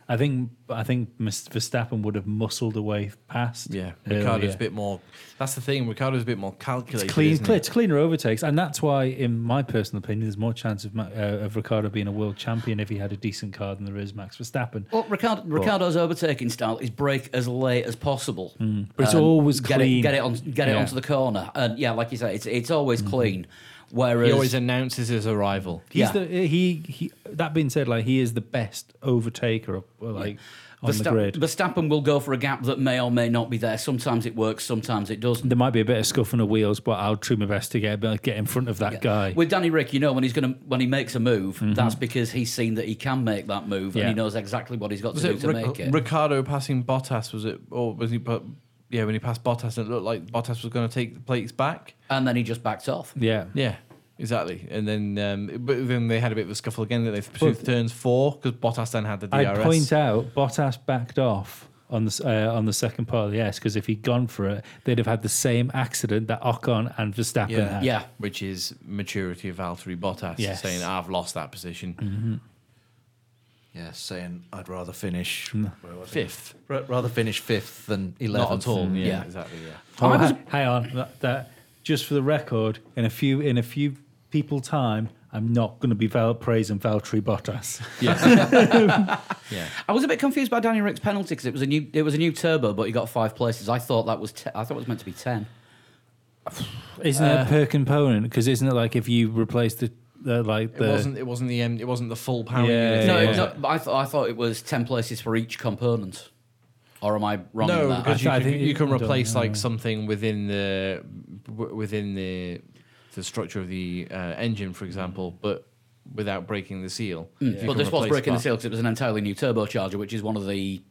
[SPEAKER 3] I think I think Mr. Verstappen would have muscled away past.
[SPEAKER 2] Yeah,
[SPEAKER 3] earlier.
[SPEAKER 2] Ricardo's a bit more. That's the thing. Ricardo's a bit more calculated.
[SPEAKER 3] It's clean,
[SPEAKER 2] isn't
[SPEAKER 3] clear,
[SPEAKER 2] he?
[SPEAKER 3] it's cleaner overtakes, and that's why, in my personal opinion, there's more chance of Ma- uh, of Ricardo being a world champion if he had a decent car than there is Max Verstappen.
[SPEAKER 2] Oh,
[SPEAKER 1] Well, Ricardo, Ricardo's overtaking style is brake as late as possible,
[SPEAKER 3] Hmm. But it's
[SPEAKER 1] Um,
[SPEAKER 3] always
[SPEAKER 1] get
[SPEAKER 3] clean.
[SPEAKER 1] It, get it on, get it
[SPEAKER 3] Yeah. Mm-hmm.
[SPEAKER 1] onto the corner, and yeah, like you say, it's it's always clean. Whereas
[SPEAKER 2] He always announces his arrival.
[SPEAKER 3] He's
[SPEAKER 1] Yeah.
[SPEAKER 3] the uh, he he. That being said, like he is the best overtaker, of, well, like on the
[SPEAKER 1] Versta-
[SPEAKER 3] grid.
[SPEAKER 1] Verstappen will go for a gap that may or may not be there. Sometimes it works, sometimes it doesn't.
[SPEAKER 3] there might be a bit of scuffing of wheels, but I'll try my best to get get in front of that
[SPEAKER 1] Yeah.
[SPEAKER 3] guy. Mm-hmm.
[SPEAKER 1] With Danny Rick, you know when he's gonna when he makes a move, that's because he's seen that he can make that move and
[SPEAKER 3] Yeah.
[SPEAKER 1] he knows exactly what he's got
[SPEAKER 2] Was
[SPEAKER 1] to do
[SPEAKER 2] it,
[SPEAKER 1] to
[SPEAKER 2] Ric-
[SPEAKER 1] make it.
[SPEAKER 2] Ricardo passing Bottas? Was it or was he? But yeah, when he passed Bottas, it looked like Bottas was going to take the plates back.
[SPEAKER 1] and then he just backed off.
[SPEAKER 3] yeah,
[SPEAKER 2] Yeah, exactly. And then, um, but then they had a bit of a scuffle again. That they pursued turns four because Bottas then had the
[SPEAKER 3] I
[SPEAKER 2] DRS.
[SPEAKER 3] would point out Bottas backed off on the s- uh, on the second part of the S because if he'd gone for it, they'd have had the same accident that Ocon and Verstappen
[SPEAKER 2] yeah,
[SPEAKER 3] had.
[SPEAKER 1] Yeah.
[SPEAKER 2] which is maturity of Valtteri Bottas
[SPEAKER 3] Yes. Mm-hmm.
[SPEAKER 2] saying, "I've lost that position,
[SPEAKER 4] Yeah, saying I'd rather finish where was it?
[SPEAKER 2] fifth,
[SPEAKER 4] Ra- rather finish fifth than eleventh.
[SPEAKER 2] Hmm. not at all." Yeah,
[SPEAKER 1] Yeah.
[SPEAKER 2] Mm. exactly. Yeah.
[SPEAKER 3] Oh,
[SPEAKER 1] I was-
[SPEAKER 3] hi- hang on, that, that- just for the record, in a few in a few people time, I'm not going to be val- praising Valtteri Bottas.
[SPEAKER 2] Yeah,
[SPEAKER 1] I was a bit confused by Danny Rick's penalty because it was a new it was a new turbo, but he got five places. I thought that was te- I thought it was meant to be ten.
[SPEAKER 3] Isn't it per component? Because isn't it like if you replace the, the like
[SPEAKER 2] it
[SPEAKER 3] the
[SPEAKER 2] wasn't. It wasn't the. Um, it wasn't the full power.
[SPEAKER 3] Yeah,
[SPEAKER 2] unit,
[SPEAKER 1] No,
[SPEAKER 2] was
[SPEAKER 1] it
[SPEAKER 2] it?
[SPEAKER 1] was not, but I thought I thought it was ten places for each component. Or am I wrong?
[SPEAKER 2] no,
[SPEAKER 1] in that?
[SPEAKER 2] because
[SPEAKER 3] I
[SPEAKER 2] you,
[SPEAKER 3] think
[SPEAKER 2] can,
[SPEAKER 3] it-
[SPEAKER 2] you can
[SPEAKER 3] I don't
[SPEAKER 2] replace
[SPEAKER 3] know.
[SPEAKER 2] like something within the w- within the the structure of the uh, engine, for example, but without breaking the seal. You
[SPEAKER 1] But Mm.
[SPEAKER 2] can
[SPEAKER 1] this was
[SPEAKER 2] replace
[SPEAKER 1] breaking the
[SPEAKER 2] that.
[SPEAKER 1] seal because it was an entirely new turbocharger, which is one of the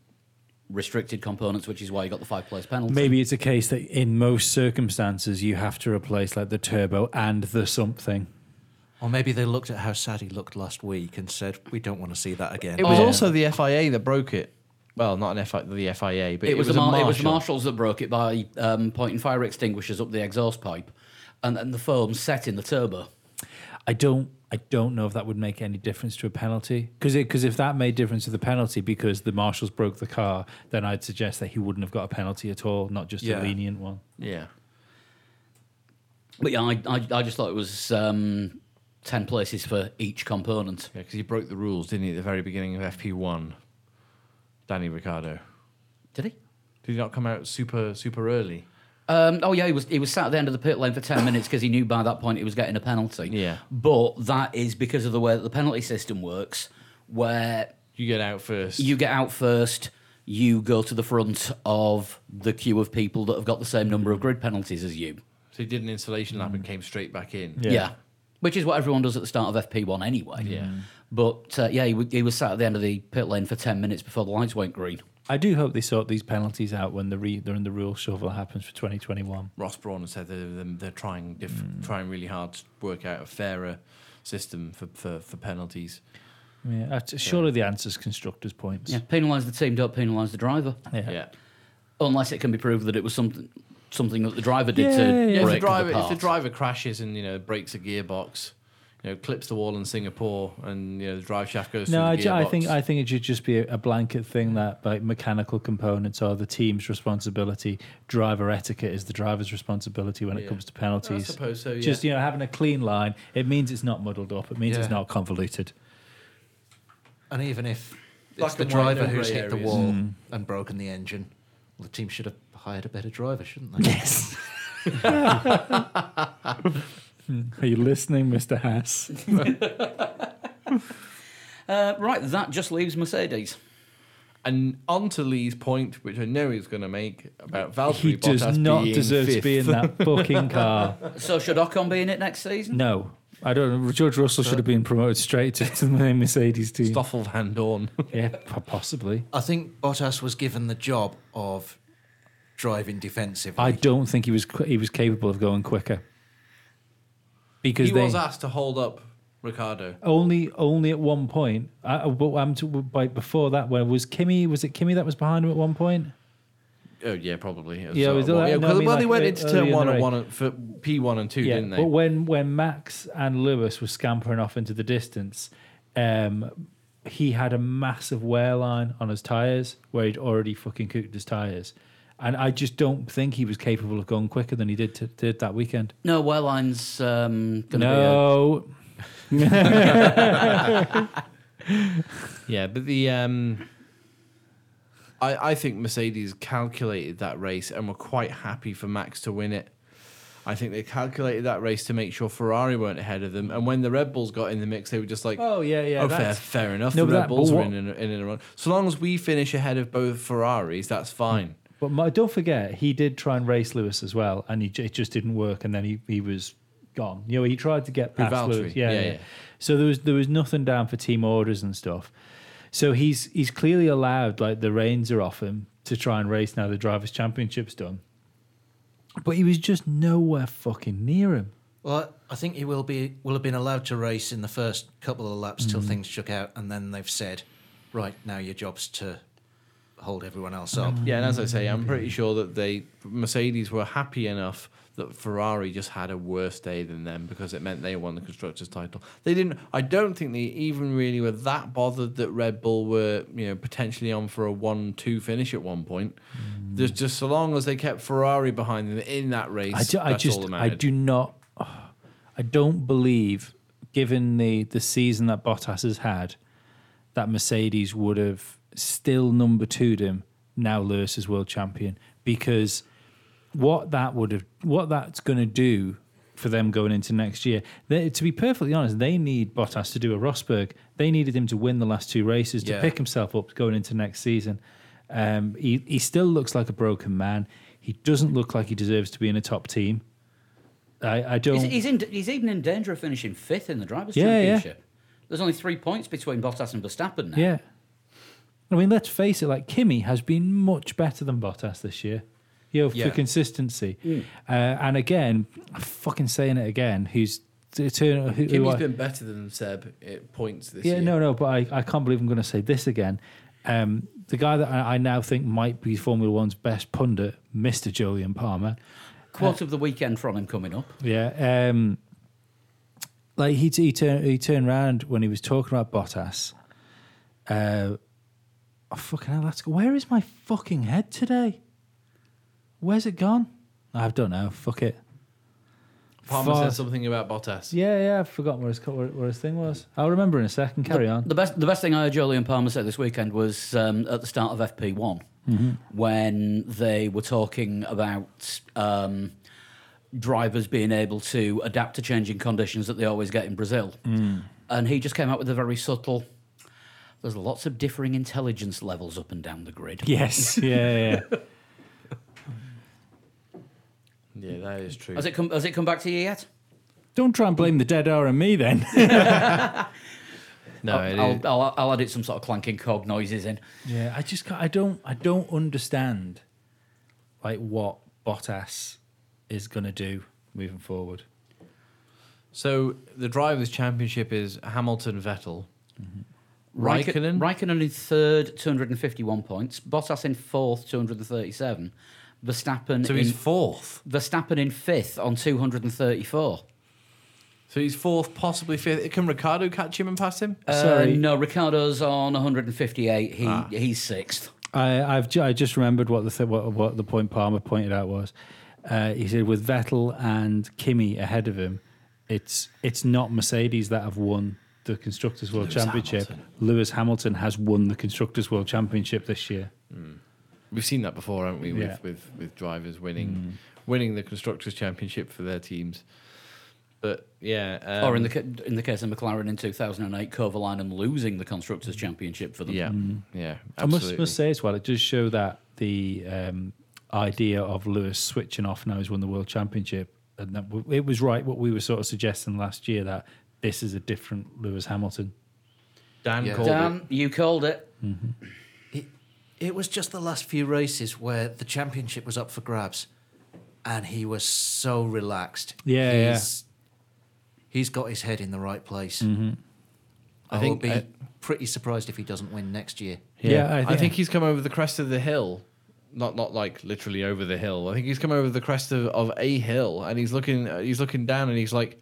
[SPEAKER 1] restricted components, which is why you got the five place penalty.
[SPEAKER 3] Maybe it's a case that in most circumstances you have to replace like the turbo and the something.
[SPEAKER 4] Or maybe they looked at how sad he looked last week and said, "We don't want to see that again."
[SPEAKER 2] It was
[SPEAKER 1] Oh.
[SPEAKER 2] also the FIA that broke it. Well, not an FI, the FIA, but
[SPEAKER 1] it, was, the
[SPEAKER 2] a
[SPEAKER 1] mar-
[SPEAKER 2] marshal.
[SPEAKER 1] it was the marshals that broke it by um, pointing fire extinguishers up the exhaust pipe, and then the foam set in the turbo.
[SPEAKER 3] I don't I don't know if that would make any difference to a penalty because because if that made difference to the penalty because the marshals broke the car, then I'd suggest that he wouldn't have got a penalty at all, not just
[SPEAKER 4] Yeah.
[SPEAKER 3] a lenient one.
[SPEAKER 2] Yeah.
[SPEAKER 1] But yeah, I, I, I just thought it was um, ten places for each component.
[SPEAKER 2] Yeah, because he broke the rules, didn't he, at the very beginning of FP1, Danny Ricardo.
[SPEAKER 1] Did he?
[SPEAKER 2] Did he not come out super, super early?
[SPEAKER 1] Um, oh yeah, he was he was sat at the end of the pit lane for ten minutes because he knew by that point he was getting a penalty.
[SPEAKER 2] Yeah.
[SPEAKER 1] but that is because of the way that the penalty system works, where
[SPEAKER 2] You get out first.
[SPEAKER 1] you get out first. You go to the front of the queue of people that have got the same number of grid penalties as you.
[SPEAKER 2] so he did an installation lap and came straight back in.
[SPEAKER 3] Mm. Yeah.
[SPEAKER 1] Yeah. Which is what everyone does at the start of FP1 anyway.
[SPEAKER 2] Yeah.
[SPEAKER 1] But uh, yeah, he, w- he was sat at the end of the pit lane for 10 minutes before the lights went green.
[SPEAKER 3] I do hope they sort these penalties out when the re- they're in the rule shovel happens for 2021.
[SPEAKER 2] Ross Brawn said they're, they're, they're trying diff-
[SPEAKER 3] Mm.
[SPEAKER 2] trying really hard to work out a fairer system for, for, for penalties.
[SPEAKER 3] Yeah, that's- surely the answer's constructors' points.
[SPEAKER 1] Yeah, penalise the team, don't penalise the driver.
[SPEAKER 3] Yeah.
[SPEAKER 2] yeah.
[SPEAKER 1] Unless it can be proved that it was something something that the driver did to
[SPEAKER 3] Yeah, yeah,
[SPEAKER 1] break
[SPEAKER 2] Yeah, if
[SPEAKER 1] the
[SPEAKER 2] the driver if
[SPEAKER 1] part.
[SPEAKER 2] the driver crashes and you know breaks a gearbox, you know clips the wall in Singapore and you know the drive shaft goes
[SPEAKER 3] No,
[SPEAKER 2] through
[SPEAKER 3] I,
[SPEAKER 2] the
[SPEAKER 3] ju-
[SPEAKER 2] gearbox.
[SPEAKER 3] I think I think it should just be a, a blanket thing that like mechanical components are the team's responsibility. Driver etiquette is the driver's responsibility when it
[SPEAKER 2] Yeah.
[SPEAKER 3] comes to
[SPEAKER 2] I
[SPEAKER 3] penalties.
[SPEAKER 2] suppose so. Yeah.
[SPEAKER 3] Just you know, having a clean line, it means it's not muddled up. It means it's
[SPEAKER 2] Yeah.
[SPEAKER 3] not convoluted.
[SPEAKER 4] and even if
[SPEAKER 2] Black
[SPEAKER 4] it's the
[SPEAKER 2] and white
[SPEAKER 4] driver
[SPEAKER 2] and
[SPEAKER 4] who's
[SPEAKER 2] grey
[SPEAKER 4] hit the
[SPEAKER 2] areas.
[SPEAKER 4] wall and broken the engine, well, the team should have hired a better driver, shouldn't they?
[SPEAKER 3] Yes. Hmm. Are you listening, Mr. Haas?
[SPEAKER 1] Uh, right, that just leaves Mercedes.
[SPEAKER 2] And on to Lee's point, which I know he's going to make about Valtteri
[SPEAKER 3] He
[SPEAKER 2] Bottas
[SPEAKER 3] does not
[SPEAKER 2] being
[SPEAKER 3] deserve to
[SPEAKER 2] fifth.
[SPEAKER 3] be in that fucking car.
[SPEAKER 1] So should Ocon be in it next season?
[SPEAKER 3] No, I don't. know. George Russell should have been promoted straight to, to the main Mercedes team.
[SPEAKER 2] Stoffel Van Dorn.
[SPEAKER 3] Yeah, po- possibly.
[SPEAKER 4] I think Bottas was given the job of driving defensively.
[SPEAKER 3] I don't think he was qu- he was capable of going quicker because
[SPEAKER 2] he
[SPEAKER 3] they
[SPEAKER 2] was asked to hold up Ricardo.
[SPEAKER 3] only only at one point. I, I- but I'm to, by, before that. Where was Kimmy? Was it Kimmy that was behind him at one point?
[SPEAKER 2] Oh yeah, probably. It was
[SPEAKER 3] Yeah,
[SPEAKER 2] sort of
[SPEAKER 3] was it
[SPEAKER 2] one-
[SPEAKER 3] like-
[SPEAKER 2] yeah,
[SPEAKER 3] no, I
[SPEAKER 2] 'cause-
[SPEAKER 3] mean,
[SPEAKER 2] well, they
[SPEAKER 3] like,
[SPEAKER 2] went
[SPEAKER 3] uh,
[SPEAKER 2] into
[SPEAKER 3] early in
[SPEAKER 2] turn
[SPEAKER 3] the
[SPEAKER 2] one and
[SPEAKER 3] race.
[SPEAKER 2] one and- for P one and two,
[SPEAKER 3] yeah,
[SPEAKER 2] didn't they?
[SPEAKER 3] but when when Max and Lewis were scampering off into the distance, um, he had a massive wear line on his tires where he'd already fucking cooked his tires. And I just don't think he was capable of going quicker than he did t- did that weekend.
[SPEAKER 1] No, Wearline's um, going to
[SPEAKER 3] No,
[SPEAKER 2] Yeah, but the um, I I think Mercedes calculated that race and were quite happy for Max to win it. I think they calculated that race to make sure Ferrari weren't ahead of them, and when the Red Bulls got in the mix, they were just like,
[SPEAKER 3] Oh, yeah, yeah,
[SPEAKER 2] oh fair,
[SPEAKER 3] that's-
[SPEAKER 2] fair enough."
[SPEAKER 3] No,
[SPEAKER 2] the
[SPEAKER 3] but
[SPEAKER 2] Red
[SPEAKER 3] that-
[SPEAKER 2] Bulls
[SPEAKER 3] but
[SPEAKER 2] were
[SPEAKER 3] what-
[SPEAKER 2] in and, in and around. So long as we finish ahead of both Ferraris, that's fine.
[SPEAKER 3] but my, don't forget he did try and race Lewis as well, and he, j- it just didn't work. And then he, he was gone. You know, he tried to get past
[SPEAKER 2] Valtteri.
[SPEAKER 3] Lewis. Yeah,
[SPEAKER 2] Yeah,
[SPEAKER 3] yeah,
[SPEAKER 2] yeah.
[SPEAKER 3] So there was there was nothing down for team orders and stuff. So he's he's clearly allowed like the reins are off him to try and race now. The drivers' championship's done, but he was just nowhere fucking near him.
[SPEAKER 4] Well, I think he will be will have been allowed to race in the first couple of laps till things shook out, and then they've said, right now your job's to hold everyone else up.
[SPEAKER 2] Yeah, and as I
[SPEAKER 3] Mm,
[SPEAKER 2] say, I'm pretty sure that they Mercedes were happy enough that Ferrari just had a worse day than them because it meant they won the constructors' title. They didn't. I don't think they even really were that bothered that Red Bull were you know potentially on for a one-two finish at one point.
[SPEAKER 3] Mm.
[SPEAKER 2] There's just so long as they kept Ferrari behind them in that race,
[SPEAKER 3] I, ju- I
[SPEAKER 2] that's all
[SPEAKER 3] just
[SPEAKER 2] that
[SPEAKER 3] I
[SPEAKER 2] mattered.
[SPEAKER 3] do not I don't believe given the the season that Bottas has had that Mercedes would have still number two'd him now Lewis is world champion because what that would have what that's going to do for them going into next year they, to be perfectly honest they need Bottas to do a Rosberg they needed him to win the last two races to
[SPEAKER 2] Yeah.
[SPEAKER 3] pick himself up going into next season um, he, he still looks like a broken man he doesn't look like he deserves to be in a top team I, I don't
[SPEAKER 1] He's, he's, in, he's even in danger of finishing fifth in the drivers'
[SPEAKER 3] Yeah, yeah.
[SPEAKER 1] championship. There's only three points between Bottas and Verstappen now.
[SPEAKER 3] Yeah. I mean, let's face it, like Kimmy has been much better than Bottas this year. You know,
[SPEAKER 2] Yeah. Mm.
[SPEAKER 3] for consistency. Uh, and again, I'm fucking saying it again, who's t- turn who, who
[SPEAKER 2] Kimmy's
[SPEAKER 3] I-
[SPEAKER 2] been better than Seb at points this
[SPEAKER 3] Yeah,
[SPEAKER 2] year.
[SPEAKER 3] no, no, but I, I can't believe I'm going to say this again. Um, the guy that I, I now think might be Formula One's best pundit, Mr. Julian Palmer.
[SPEAKER 1] Quote of the weekend from him coming up.
[SPEAKER 3] Yeah. Um, like he he turned he turned around when he was talking about Bottas. Uh, oh, fucking hell, that's where is my fucking head today? Where's it gone? I don't know. Fuck it.
[SPEAKER 2] Palmer
[SPEAKER 3] Far-
[SPEAKER 2] said something about Bottas.
[SPEAKER 3] Yeah, yeah, I've forgotten where his co- where, where his thing was. I'll remember in a second. Carry on.
[SPEAKER 1] The best, the best thing I heard Jolie and Palmer said this weekend was um, at the start of FP1
[SPEAKER 2] Mm-hmm.
[SPEAKER 1] when they were talking about um, drivers being able to adapt to changing conditions that they always get in Brazil.
[SPEAKER 2] Mm.
[SPEAKER 1] And he just came out with a very subtle. There's lots of differing intelligence levels up and down the grid.
[SPEAKER 3] Yes. yeah, yeah.
[SPEAKER 2] Yeah, that is true.
[SPEAKER 1] Has it come? Has it come back to you yet?
[SPEAKER 3] don't try and blame the dead R and me then.
[SPEAKER 2] no, it is-
[SPEAKER 1] I'll, I'll, I'll, I'll add it some sort of clanking cog noises in.
[SPEAKER 3] Yeah, I just can't, I don't I don't understand like what Bottas is gonna do moving forward.
[SPEAKER 2] So the drivers' championship is Hamilton, Vettel, Mm-hmm. Raikkonen.
[SPEAKER 1] Raikkonen in third, 251 points. Bottas in fourth, 237. Verstappen
[SPEAKER 2] so
[SPEAKER 1] in
[SPEAKER 2] he's fourth.
[SPEAKER 1] Verstappen in fifth on 234.
[SPEAKER 2] So he's fourth, possibly fifth. Can Ricardo catch him and pass him?
[SPEAKER 1] Uh,
[SPEAKER 3] Sorry.
[SPEAKER 1] no, Ricardo's on 158. He
[SPEAKER 2] Ah.
[SPEAKER 1] he's sixth.
[SPEAKER 3] I I've ju- I just remembered what the th- what, what the point Palmer pointed out was. Uh, he said with Vettel and Kimi ahead of him, it's it's not Mercedes that have won the constructors world
[SPEAKER 2] Lewis
[SPEAKER 3] championship.
[SPEAKER 2] Hamilton.
[SPEAKER 3] Lewis Hamilton has won the constructors world championship this year.
[SPEAKER 2] We've seen that before, haven't we? With
[SPEAKER 3] Yeah.
[SPEAKER 2] with, with drivers winning winning the constructors' championship for their teams. But yeah, um,
[SPEAKER 1] or in the ca- in the case of McLaren in 2008, Kovalainen losing the constructors' championship for them.
[SPEAKER 2] yeah, yeah,
[SPEAKER 3] I
[SPEAKER 2] absolutely.
[SPEAKER 3] must, must say as well, it does show that the um, idea of Lewis switching off now he's won the world championship, and that w- it was right what we were sort of suggesting last year that this is a different Lewis Hamilton.
[SPEAKER 2] Dan
[SPEAKER 4] Yeah.
[SPEAKER 2] called it.
[SPEAKER 1] Dan, you called it.
[SPEAKER 4] It, it was just the last few races where the championship was up for grabs, and he was so relaxed.
[SPEAKER 3] Yeah, yeah.
[SPEAKER 4] he's, he's got his head in the right place. I,
[SPEAKER 2] Mm-hmm. I think,
[SPEAKER 4] will be
[SPEAKER 2] uh,
[SPEAKER 4] pretty surprised if he doesn't win next year.
[SPEAKER 3] Yeah, I
[SPEAKER 2] I, think,
[SPEAKER 3] think-
[SPEAKER 2] he's come over the crest of the hill. Not not like literally over the hill. I think he's come over the crest of, of a hill, and he's looking uh, he's looking down, and he's like,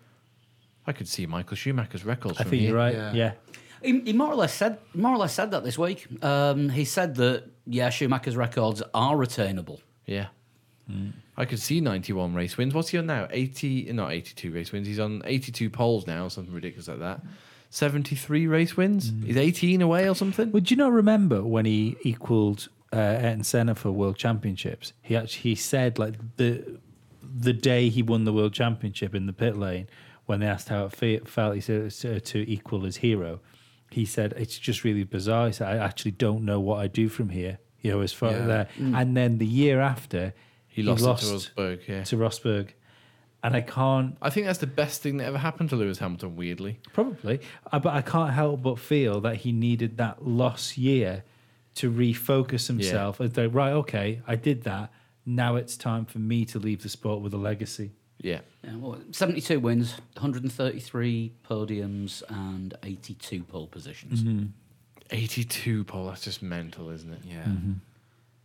[SPEAKER 2] I could see Michael Schumacher's records.
[SPEAKER 3] I
[SPEAKER 2] from
[SPEAKER 3] think
[SPEAKER 2] here.
[SPEAKER 3] you're right.
[SPEAKER 4] Yeah.
[SPEAKER 3] Yeah.
[SPEAKER 1] He, he more or less said more or less said that this week. Um, he said that yeah, Schumacher's records are retainable.
[SPEAKER 2] Yeah.
[SPEAKER 3] Mm.
[SPEAKER 2] I could see 91 race wins. What's he on now? 80, not 82 race wins. He's on 82 poles now, something ridiculous like that. 73 race wins?
[SPEAKER 3] Mm.
[SPEAKER 2] He's 18 away or something?
[SPEAKER 3] Would you not remember when he equaled uh, Ayrton Senna for World Championships? He actually he said like the the day he won the World Championship in the pit lane when they asked how it fe- felt, he said it's, uh, to equal his hero. He said it's just really bizarre. He said I actually don't know what I do from here. You know, as far
[SPEAKER 2] Yeah. Mm.
[SPEAKER 3] as there. And then the year after,
[SPEAKER 2] He lost, it to Rosberg, yeah.
[SPEAKER 3] to Rosberg. And I can't
[SPEAKER 2] I think that's the best thing that ever happened to Lewis Hamilton, weirdly.
[SPEAKER 3] Probably, I, but I can't help but feel that he needed that loss year to refocus himself. And say, right, okay, I did that. Now it's time for me to leave the sport with a legacy.
[SPEAKER 2] Yeah.
[SPEAKER 1] Yeah, well, 72 wins, 133 podiums, and 82 pole positions,
[SPEAKER 2] 82 pole. That's just mental, isn't it?
[SPEAKER 4] Yeah.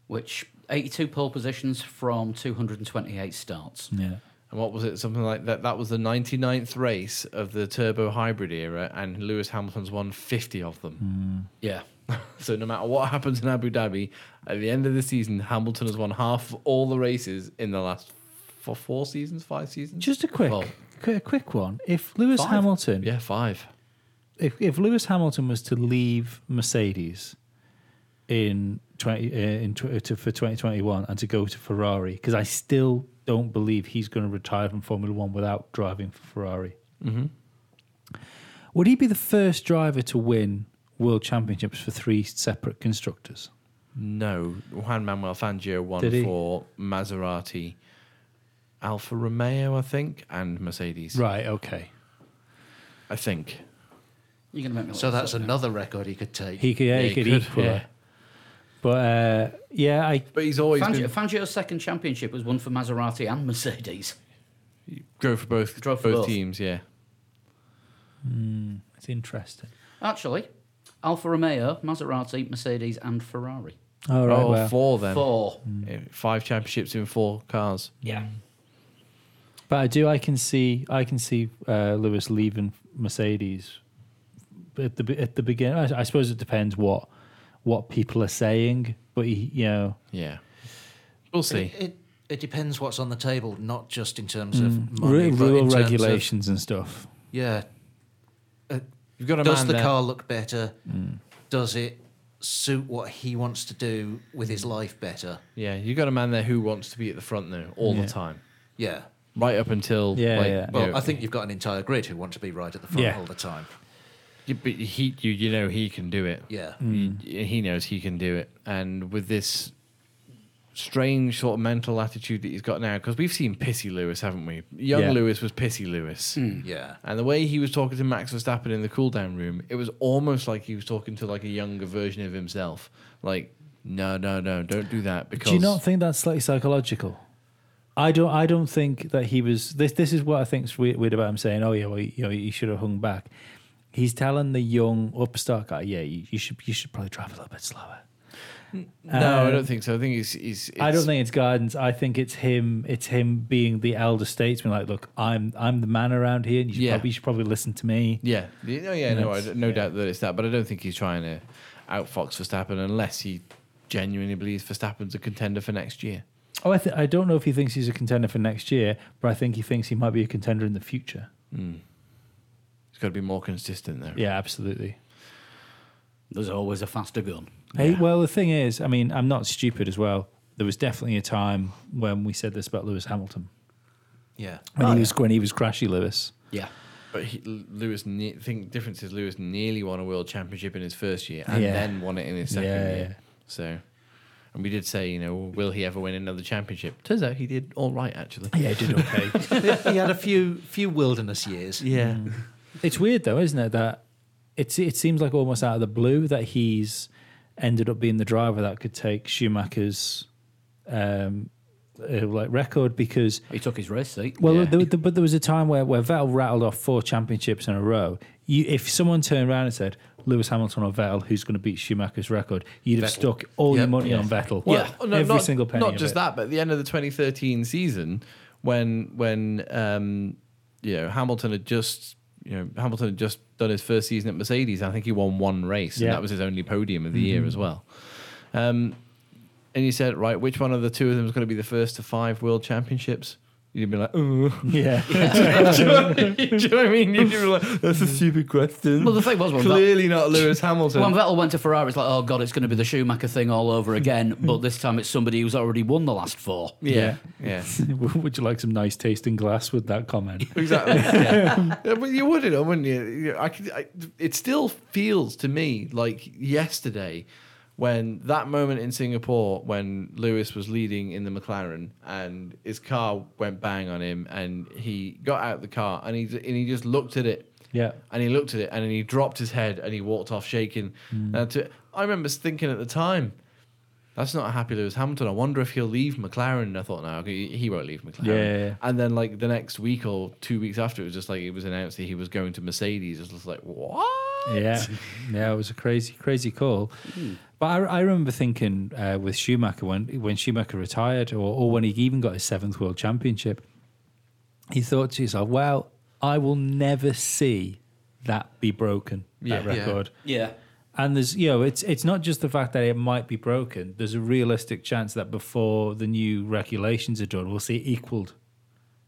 [SPEAKER 1] which 82 pole positions from 228 starts.
[SPEAKER 3] Yeah,
[SPEAKER 2] And what was it? Something like that. That was the 99th race of the turbo hybrid era, and Lewis Hamilton's won 50 of them.
[SPEAKER 3] Hmm.
[SPEAKER 1] Yeah.
[SPEAKER 2] So no matter what happens in Abu Dhabi, at the end of the season, Hamilton has won half of all the races in the last for four seasons, five seasons.
[SPEAKER 3] just a quick,
[SPEAKER 1] Well-
[SPEAKER 3] qu- a quick one. If Lewis
[SPEAKER 1] Five.
[SPEAKER 3] Hamilton,
[SPEAKER 2] yeah, five.
[SPEAKER 3] if, if Lewis Hamilton was to leave Mercedes in twenty uh, in tw- to, for twenty twenty one and to go to Ferrari, because I still don't believe he's going to retire from Formula One without driving for Ferrari.
[SPEAKER 2] Mm-hmm.
[SPEAKER 3] Would he be the first driver to win world championships for three separate constructors?
[SPEAKER 2] No, Juan Manuel Fangio won
[SPEAKER 3] Did he?
[SPEAKER 2] for Maserati, Alfa Romeo, I think, and Mercedes.
[SPEAKER 3] Right. Okay.
[SPEAKER 2] I think.
[SPEAKER 1] You're going to make me look
[SPEAKER 4] So that's
[SPEAKER 1] this up now.
[SPEAKER 4] another record he could take.
[SPEAKER 3] He could. Yeah,
[SPEAKER 2] Yeah,
[SPEAKER 3] he
[SPEAKER 2] he
[SPEAKER 3] could,
[SPEAKER 2] could,
[SPEAKER 3] equal
[SPEAKER 2] yeah.
[SPEAKER 3] it. But uh, yeah, I
[SPEAKER 2] But he's always
[SPEAKER 1] Fangio,
[SPEAKER 2] been,
[SPEAKER 1] Fangio's second championship was won for Maserati and Mercedes.
[SPEAKER 2] drove for both
[SPEAKER 1] Drove for
[SPEAKER 2] both
[SPEAKER 1] both.
[SPEAKER 2] teams. Yeah.
[SPEAKER 3] it's interesting.
[SPEAKER 1] Actually, Alfa Romeo, Maserati, Mercedes, and Ferrari.
[SPEAKER 3] All right.
[SPEAKER 2] oh,
[SPEAKER 3] well.
[SPEAKER 2] four then.
[SPEAKER 1] Four.
[SPEAKER 2] Yeah, Eh, Five championships in four cars.
[SPEAKER 1] Yeah.
[SPEAKER 3] But I do. I can see. I can see uh, Lewis leaving Mercedes at the be- at the beginning. I, I suppose it depends what what people are saying. But he, you know,
[SPEAKER 2] Yeah. We'll see. Mm.
[SPEAKER 4] It, it, it depends what's on the table, not just in terms of
[SPEAKER 3] ru-
[SPEAKER 4] money, but
[SPEAKER 3] rural
[SPEAKER 4] in terms of-
[SPEAKER 3] mm, regulations and stuff.
[SPEAKER 4] yeah. Uh,
[SPEAKER 2] You've got a
[SPEAKER 4] does
[SPEAKER 2] man
[SPEAKER 4] the
[SPEAKER 2] there. Mm.
[SPEAKER 4] car look better? Does it suit what he wants to do with his life better?
[SPEAKER 2] Yeah, you've got a man there who wants to be at the front though all
[SPEAKER 3] Yeah.
[SPEAKER 2] the time,
[SPEAKER 4] Yeah.
[SPEAKER 2] right up until
[SPEAKER 3] Yeah,
[SPEAKER 2] like,
[SPEAKER 3] yeah.
[SPEAKER 2] you
[SPEAKER 4] Well,
[SPEAKER 2] know,
[SPEAKER 4] I think you've got an entire grid who want to be right at the front
[SPEAKER 3] Yeah.
[SPEAKER 4] all the time.
[SPEAKER 2] you- but he you you know he can do it.
[SPEAKER 4] Yeah.
[SPEAKER 3] Mm.
[SPEAKER 2] He, he knows he can do it, and with this strange sort of mental attitude that he's got now, because we've seen pissy Lewis, haven't we? Young
[SPEAKER 3] Yeah.
[SPEAKER 2] Lewis was pissy Lewis.
[SPEAKER 4] Yeah.
[SPEAKER 2] And the way he was talking to Max Verstappen in the cool down room, it was almost like he was talking to like a younger version of himself. Like, no, no, no, don't do that because
[SPEAKER 3] Do you not think that's slightly psychological? I don't. I don't think that he was. This. This is what I think's weird, weird about him saying, "Oh yeah, well, you know, he should have hung back." He's telling the young upstart guy, "Yeah, you, you should. You should probably drive a little bit slower."
[SPEAKER 2] No, I don't think so. I think he's. he's
[SPEAKER 3] Uh, I don't
[SPEAKER 2] it's-
[SPEAKER 3] think it's guidance. I think it's him. It's him being the elder statesman. Like, look, I'm I'm the man around here, and you should,
[SPEAKER 2] Yeah.
[SPEAKER 3] probably, you should probably listen to me.
[SPEAKER 2] Yeah. Yeah, No, yeah, no, I,
[SPEAKER 3] That's-
[SPEAKER 2] don't- no doubt that it's that, but I don't think he's trying to outfox Verstappen unless he genuinely believes Verstappen's a contender for next year.
[SPEAKER 3] Oh, I th- I don't know if he thinks he's a contender for next year, but I think he thinks he might be a contender in the future.
[SPEAKER 2] He's got to be more consistent there.
[SPEAKER 3] Yeah, absolutely.
[SPEAKER 1] There's always a faster gun.
[SPEAKER 3] Hey, well, the thing is, I mean, I'm not stupid as well. There was definitely a time when we said this about Lewis Hamilton
[SPEAKER 4] Yeah.
[SPEAKER 3] when he was when he was crashy Lewis.
[SPEAKER 1] Yeah.
[SPEAKER 2] But he, Lewis, ne- think difference is Lewis nearly won a world championship in his first year and
[SPEAKER 3] Yeah.
[SPEAKER 2] then won it in his second
[SPEAKER 3] Yeah,
[SPEAKER 2] year.
[SPEAKER 3] yeah.
[SPEAKER 2] So, and we did say, you know, will he ever win another championship? Turns out he did all right actually.
[SPEAKER 3] Yeah, he did okay.
[SPEAKER 4] he had a few few wilderness years.
[SPEAKER 2] Yeah.
[SPEAKER 3] it's weird though, isn't it? That it's it seems like almost out of the blue that he's ended up being the driver that could take Schumacher's um, uh, like record because
[SPEAKER 1] He took his race seat.
[SPEAKER 3] well,
[SPEAKER 2] Yeah.
[SPEAKER 3] there, there- but there was a time where, where Vettel rattled off four championships in a row. You, if someone turned around and said Lewis Hamilton or Vettel, who's going to beat Schumacher's record, you'd have stuck all your
[SPEAKER 4] Yep.
[SPEAKER 3] money on Vettel.
[SPEAKER 2] Well, no,
[SPEAKER 3] every
[SPEAKER 2] not,
[SPEAKER 3] single penny.
[SPEAKER 2] Not
[SPEAKER 3] of
[SPEAKER 2] just
[SPEAKER 3] it.
[SPEAKER 2] that, but at the end of the 2013 season, when when um, you know Hamilton had just you know, Hamilton had just done his first season at Mercedes. I think he won one race,
[SPEAKER 3] Yeah. Mm-hmm.
[SPEAKER 2] and that was his only podium of the year as well. Um, and he said, right, which one of the two of them is going to be the first to five world championships? You'd be like, ooh.
[SPEAKER 3] Yeah.
[SPEAKER 2] do you know what I mean? You'd be like, that's a stupid question.
[SPEAKER 1] Well, the thing was, when Vettel,
[SPEAKER 2] Clearly not Lewis Hamilton.
[SPEAKER 1] when Vettel went to Ferrari, it's like, oh god, it's going to be the Schumacher thing all over again. but this time, it's somebody who's already won the last four.
[SPEAKER 2] yeah, yeah,
[SPEAKER 3] Would you like some nice tasting glass with that comment?
[SPEAKER 2] exactly. Yeah. Yeah, but you would, you know, wouldn't you? You know, I could. I, it still feels to me like yesterday, when that moment in Singapore when Lewis was leading in the McLaren and his car went bang on him, and he got out the car and he and he just looked at it
[SPEAKER 3] Yeah.
[SPEAKER 2] and he looked at it and then he dropped his head and he walked off shaking.
[SPEAKER 3] Hmm.
[SPEAKER 2] And to, I remember thinking at the time, that's not a happy Lewis Hamilton. I wonder if he'll leave McLaren. And I thought, no, he he won't leave McLaren.
[SPEAKER 3] Yeah, yeah, yeah.
[SPEAKER 2] And then like the next week or two weeks after, it was just like it was announced that he was going to Mercedes. It was like what?
[SPEAKER 3] Yeah, yeah, it was a crazy, crazy call.
[SPEAKER 2] Hmm.
[SPEAKER 3] But I, I remember thinking uh, with Schumacher when when Schumacher retired, or, or when he even got his seventh world championship, he thought to himself, "Well, I will never see that be broken. That
[SPEAKER 2] Yeah. Yeah.
[SPEAKER 3] record."
[SPEAKER 1] Yeah.
[SPEAKER 3] And there's, you know, it's it's not just the fact that it might be broken. There's a realistic chance that before the new regulations are done, we'll see it equaled.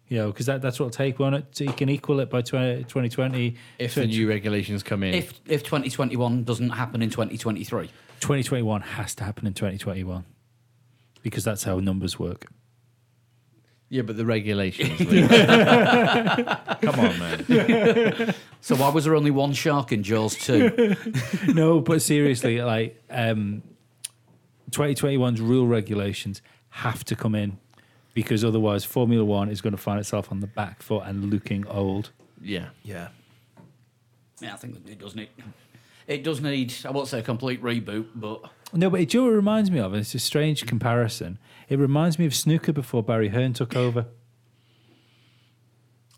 [SPEAKER 3] You know, because that, that's what'll take, won't it? So you can equal it by 20, 2020.
[SPEAKER 2] If the new regulations come in,
[SPEAKER 1] If if 2021 doesn't happen in 2023,
[SPEAKER 3] 2021 has to happen in 2021 because that's how numbers work.
[SPEAKER 2] yeah, but the regulations. Come on, man.
[SPEAKER 1] so why was there only one shark in Jaws 2?
[SPEAKER 3] no, but seriously, like um, 2021's rule regulations have to come in because otherwise Formula One is going to find itself on the back foot and looking old.
[SPEAKER 2] Yeah,
[SPEAKER 4] Yeah.
[SPEAKER 1] yeah, I think it does need. It does need. I won't say a complete reboot, but
[SPEAKER 3] No, but it, you know what it reminds me of, and it's a strange comparison. It reminds me of snooker before Barry Hearn took over.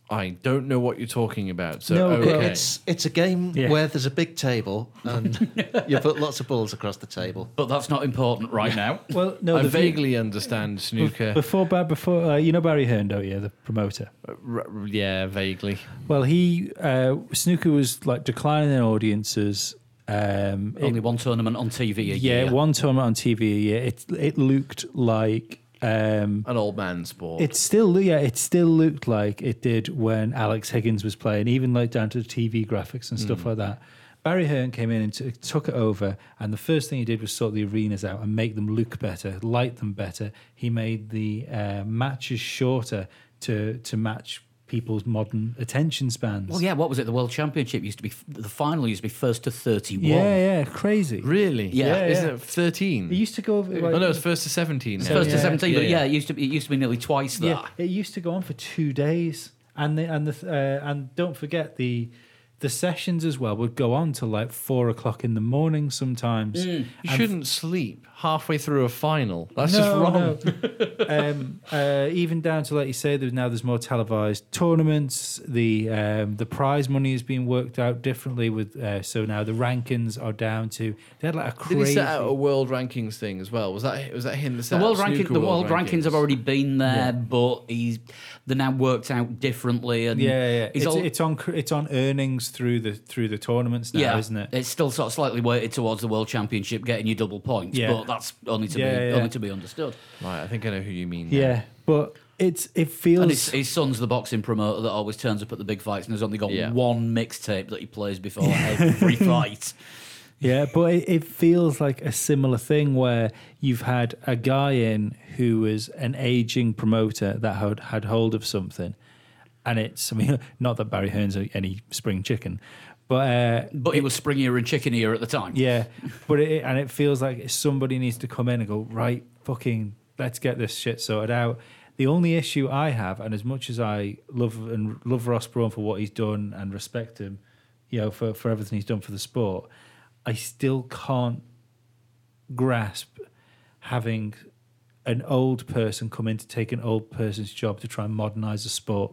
[SPEAKER 2] I don't know what you're talking about. So
[SPEAKER 3] No,
[SPEAKER 2] okay,
[SPEAKER 3] well,
[SPEAKER 4] It's it's a game
[SPEAKER 3] Yeah.
[SPEAKER 4] where there's a big table and you put lots of balls across the table.
[SPEAKER 1] but that's not important right now.
[SPEAKER 3] Well, no,
[SPEAKER 2] I
[SPEAKER 3] the-
[SPEAKER 2] vaguely understand snooker.
[SPEAKER 3] before Bar- before uh, you know Barry Hearn, don't you, the promoter?
[SPEAKER 2] R- yeah, vaguely.
[SPEAKER 3] Well, he uh, snooker was like declining in audiences. Um, it-
[SPEAKER 1] Only one tournament on TV a
[SPEAKER 3] yeah,
[SPEAKER 1] year.
[SPEAKER 3] one tournament on TV a year. It it looked like um,
[SPEAKER 2] an old man sport.
[SPEAKER 3] it still yeah it still looked like it did when Alex Higgins was playing, even like down to the TV graphics and
[SPEAKER 1] Hmm.
[SPEAKER 3] stuff like that. Barry Hearn came in and t- took it over, and the first thing he did was sort the arenas out and make them look better, light them better. He made the uh, matches shorter to to match people's modern attention spans.
[SPEAKER 1] Well, yeah. What was it? The World Championship used to be the final used to be first to 31.
[SPEAKER 3] Yeah, yeah, crazy.
[SPEAKER 2] really?
[SPEAKER 1] Yeah.
[SPEAKER 3] Yeah,
[SPEAKER 2] Isn't
[SPEAKER 3] yeah.
[SPEAKER 2] it thirteen?
[SPEAKER 3] It used to go over. Like,
[SPEAKER 2] oh no, it's first to seventeen. Now.
[SPEAKER 1] First
[SPEAKER 3] Yeah.
[SPEAKER 1] to 17, but
[SPEAKER 2] Yeah.
[SPEAKER 1] yeah, it used to be it used to be nearly twice that.
[SPEAKER 3] yeah, it used to go on for two days, and the and the uh, and don't forget the the sessions as well would go on till like four o'clock in the morning sometimes.
[SPEAKER 2] You shouldn't sleep halfway through a final. That's
[SPEAKER 3] No,
[SPEAKER 2] just wrong.
[SPEAKER 3] no. um, uh, even down to like you say, there's now there's more televised tournaments. The um, the prize money is being worked out differently with. Uh, so now the rankings are down to they had like a
[SPEAKER 2] Did
[SPEAKER 3] crazy.
[SPEAKER 2] he set out a world rankings thing as well? Was that was that him? That set
[SPEAKER 1] The world
[SPEAKER 2] out
[SPEAKER 1] ranking,
[SPEAKER 2] snooker
[SPEAKER 1] the world rankings have already been there,
[SPEAKER 3] Yeah.
[SPEAKER 1] but he's they're now worked out differently, and
[SPEAKER 3] yeah, yeah.
[SPEAKER 1] he's
[SPEAKER 3] It's,
[SPEAKER 1] all-
[SPEAKER 3] it's on cr- it's on earnings through the through the tournaments now,
[SPEAKER 1] yeah,
[SPEAKER 3] isn't it?
[SPEAKER 1] It's still sort of slightly weighted towards the world championship, getting you double points,
[SPEAKER 3] Yeah.
[SPEAKER 1] but that's only to
[SPEAKER 3] Yeah,
[SPEAKER 1] be
[SPEAKER 3] yeah.
[SPEAKER 1] only to be understood.
[SPEAKER 2] Right, I think I know who you mean. now.
[SPEAKER 3] Yeah, but it's it feels
[SPEAKER 1] And his, his son's the boxing promoter that always turns up at the big fights, and there's only got
[SPEAKER 2] Yeah.
[SPEAKER 1] one mixtape that he plays before every fight.
[SPEAKER 3] yeah, but it, it feels like a similar thing where you've had a guy in who was an aging promoter that had had hold of something, and it's I mean not that Barry Hearn's any spring chicken, but uh,
[SPEAKER 1] But he was springier and chickenier at the time.
[SPEAKER 3] yeah, but it and it feels like somebody needs to come in and go right, fucking, let's get this shit sorted out. The only issue I have, and as much as I love and love Ross Brawn for what he's done and respect him, you know, for for everything he's done for the sport, I still can't grasp having an old person come in to take an old person's job to try and modernize the sport.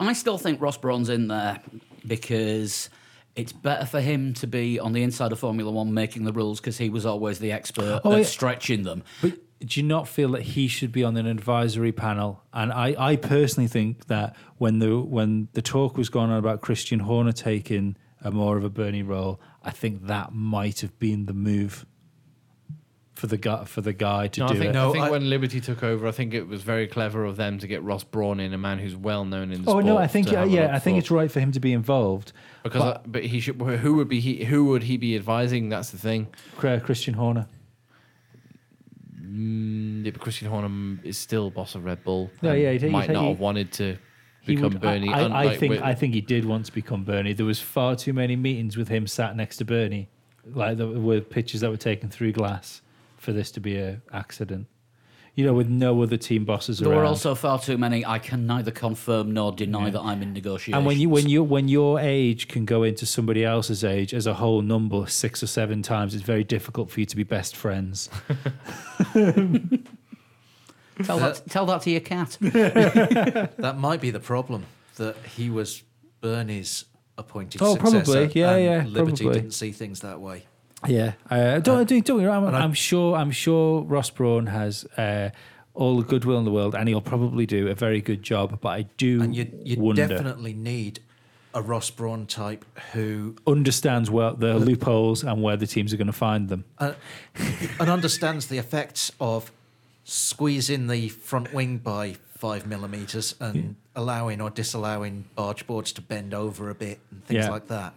[SPEAKER 1] I still think Ross Brawn's in there because it's better for him to be on the inside of Formula One making the rules because he was always the expert
[SPEAKER 3] Oh,
[SPEAKER 1] at
[SPEAKER 3] yeah.
[SPEAKER 1] stretching them.
[SPEAKER 3] do you not feel that he should be on an advisory panel? And I, I personally think that when the when the talk was going on about Christian Horner taking a more of a Bernie role, I think that might have been the move for the guy for the guy to
[SPEAKER 2] No,
[SPEAKER 3] do
[SPEAKER 2] I think,
[SPEAKER 3] it.
[SPEAKER 4] No,
[SPEAKER 2] I think
[SPEAKER 4] I-
[SPEAKER 2] when Liberty took over, I think it was very clever of them to get Ross Brawn in, a man who's well known in the
[SPEAKER 3] Oh
[SPEAKER 2] sport.
[SPEAKER 3] no, I think
[SPEAKER 2] to
[SPEAKER 3] yeah,
[SPEAKER 2] have a
[SPEAKER 3] yeah
[SPEAKER 2] look
[SPEAKER 3] I think
[SPEAKER 2] for-
[SPEAKER 3] it's right for him to be involved.
[SPEAKER 2] because I- but he should who would be he, who would he be advising? That's the thing.
[SPEAKER 3] Uh, Christian Horner.
[SPEAKER 2] Mm, yeah, but Christian Horner is still boss of Red Bull.
[SPEAKER 3] No,
[SPEAKER 2] and
[SPEAKER 3] yeah, he- he-
[SPEAKER 2] might not
[SPEAKER 3] he-
[SPEAKER 2] have wanted to
[SPEAKER 3] He
[SPEAKER 2] become
[SPEAKER 3] would-
[SPEAKER 2] Bernie.
[SPEAKER 3] I, I, I
[SPEAKER 2] unlike
[SPEAKER 3] think
[SPEAKER 2] with-
[SPEAKER 3] I think he did want to become Bernie. There was far too many meetings with him sat next to Bernie, like there were pictures that were taken through glass for this to be a accident. You know, with no other team bosses
[SPEAKER 1] There
[SPEAKER 3] around.
[SPEAKER 1] were also far too many. I can neither confirm nor deny that I'm in negotiations.
[SPEAKER 3] and when you when you when your age can go into somebody else's age as a whole number six or seven times, it's very difficult for you to be best friends.
[SPEAKER 1] tell that, tell that to your cat.
[SPEAKER 4] That might be the problem that he was Bernie's appointed
[SPEAKER 3] Oh,
[SPEAKER 4] successor.
[SPEAKER 3] probably. Yeah,
[SPEAKER 4] and
[SPEAKER 3] yeah,
[SPEAKER 4] Liberty
[SPEAKER 3] probably.
[SPEAKER 4] didn't see things that way.
[SPEAKER 3] Yeah, uh, don't, don't, don't get me wrong. I'm,
[SPEAKER 4] and I-
[SPEAKER 3] I'm sure. I'm sure Ross Brawn has uh, all the goodwill in the world, and he'll probably do a very good job. But I do
[SPEAKER 4] And you, you
[SPEAKER 3] wonder
[SPEAKER 4] definitely need a Ross Brawn type who
[SPEAKER 3] understands well the loopholes and where the teams are going to find them.
[SPEAKER 4] uh, and understands the effects of squeezing the front wing by five millimeters and allowing or disallowing barge boards to bend over a bit and things
[SPEAKER 3] Yeah.
[SPEAKER 4] like that.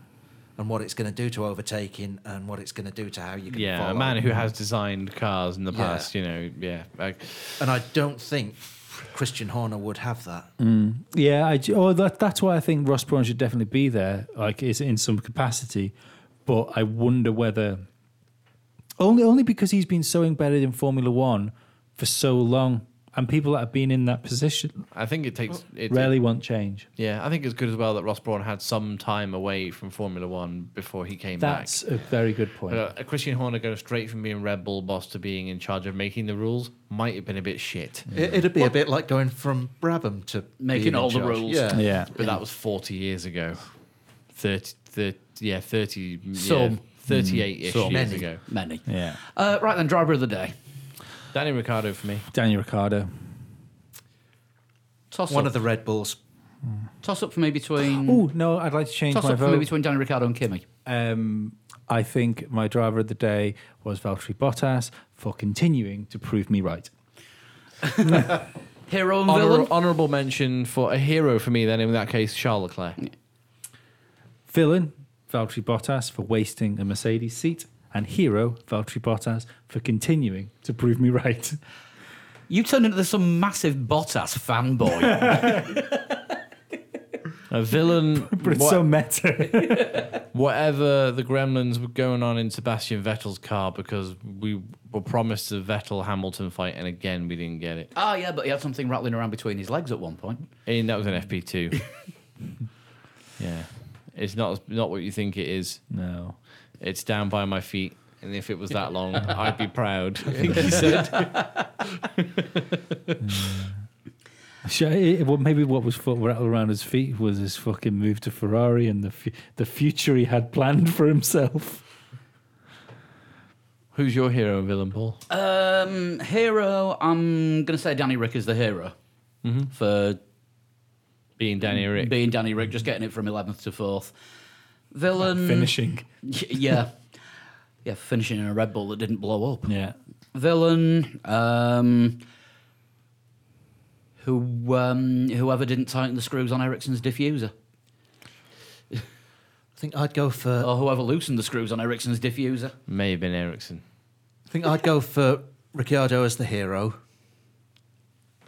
[SPEAKER 4] And what it's going to do to overtaking and what it's going to do to how you can
[SPEAKER 2] yeah, a
[SPEAKER 4] follow.
[SPEAKER 2] man who has designed cars in the
[SPEAKER 4] Yeah.
[SPEAKER 2] past. You know, yeah, like,
[SPEAKER 4] And I don't think Christian Horner would have that.
[SPEAKER 2] Mm.
[SPEAKER 3] Yeah, I, ju- oh, that, that's why I think Ross Brawn should definitely be there, like is in some capacity. But I wonder whether only only because he's been so embedded in Formula One for so long, and people that have been in that position
[SPEAKER 2] I think it takes it,
[SPEAKER 3] rarely want change.
[SPEAKER 2] Yeah, I think it's good as well that Ross Brawn had some time away from Formula One before he came back.
[SPEAKER 3] That's a very good point.
[SPEAKER 2] But, uh, Christian Horner going straight from being Red Bull boss to being in charge of making the rules might have been a bit shit.
[SPEAKER 4] It, it'd be a bit like going from Brabham to
[SPEAKER 1] Making
[SPEAKER 4] being in
[SPEAKER 1] all the
[SPEAKER 4] charge.
[SPEAKER 1] rules.
[SPEAKER 4] Yeah.
[SPEAKER 3] Yeah.
[SPEAKER 2] But that was 40 years ago. 30, 30 yeah, 30, yeah,
[SPEAKER 1] Some.
[SPEAKER 2] 38 ish
[SPEAKER 1] Some.
[SPEAKER 2] years
[SPEAKER 4] Many.
[SPEAKER 2] ago.
[SPEAKER 1] Many.
[SPEAKER 3] Yeah.
[SPEAKER 1] Uh, right then, driver of the day.
[SPEAKER 2] Danny Ricardo for me.
[SPEAKER 3] Daniel Ricciardo.
[SPEAKER 1] Toss
[SPEAKER 4] One
[SPEAKER 1] up.
[SPEAKER 4] of the Red Bulls.
[SPEAKER 1] toss up for me between.
[SPEAKER 3] Oh, no, I'd like to change
[SPEAKER 1] toss
[SPEAKER 3] my
[SPEAKER 1] up for me
[SPEAKER 3] vote.
[SPEAKER 1] between Danny Ricciardo and Kimmy.
[SPEAKER 3] Um, I think my driver of the day was Valtteri Bottas for continuing to prove me right.
[SPEAKER 1] Hero and
[SPEAKER 2] Honor,
[SPEAKER 1] villain.
[SPEAKER 2] honorable mention for a hero for me, then in that case, Charles Leclerc.
[SPEAKER 3] Villain, Valtteri Bottas for wasting a Mercedes seat. And hero, Valtteri Bottas for continuing to prove me right.
[SPEAKER 1] You turned into some massive Bottas fanboy.
[SPEAKER 2] A villain,
[SPEAKER 3] But it's
[SPEAKER 2] wha-
[SPEAKER 3] so meta.
[SPEAKER 2] whatever the gremlins were going on in Sebastian Vettel's car, because we were promised a Vettel Hamilton fight, and again, we didn't get it.
[SPEAKER 1] Ah, yeah, but he had something rattling around between his legs at one point.
[SPEAKER 2] And that was an FP2. yeah. It's not not what you think it is.
[SPEAKER 3] no.
[SPEAKER 2] It's down by my feet. And if it was that long, I'd be proud. I think he said.
[SPEAKER 3] Sure, it- it- well, maybe what was foot rattled around his feet was his fucking move to Ferrari and the fu- the future he had planned for himself.
[SPEAKER 2] Who's your hero and villain, Paul?
[SPEAKER 1] Um, hero, I'm going to say Danny Rick is the hero
[SPEAKER 3] Mm-hmm.
[SPEAKER 1] for
[SPEAKER 2] Being Danny Rick.
[SPEAKER 1] being Danny Rick, just getting it from 11th to 4th. Villain.
[SPEAKER 3] Finishing.
[SPEAKER 1] Y- Yeah. Yeah, finishing in a Red Bull that didn't blow up.
[SPEAKER 3] Yeah.
[SPEAKER 1] Villain. Um, who, um, whoever didn't tighten the screws on Ericsson's diffuser.
[SPEAKER 4] I think I'd go for.
[SPEAKER 1] Or whoever loosened the screws on Ericsson's diffuser.
[SPEAKER 2] May have been Ericsson.
[SPEAKER 4] I think I'd go for Ricciardo as the hero,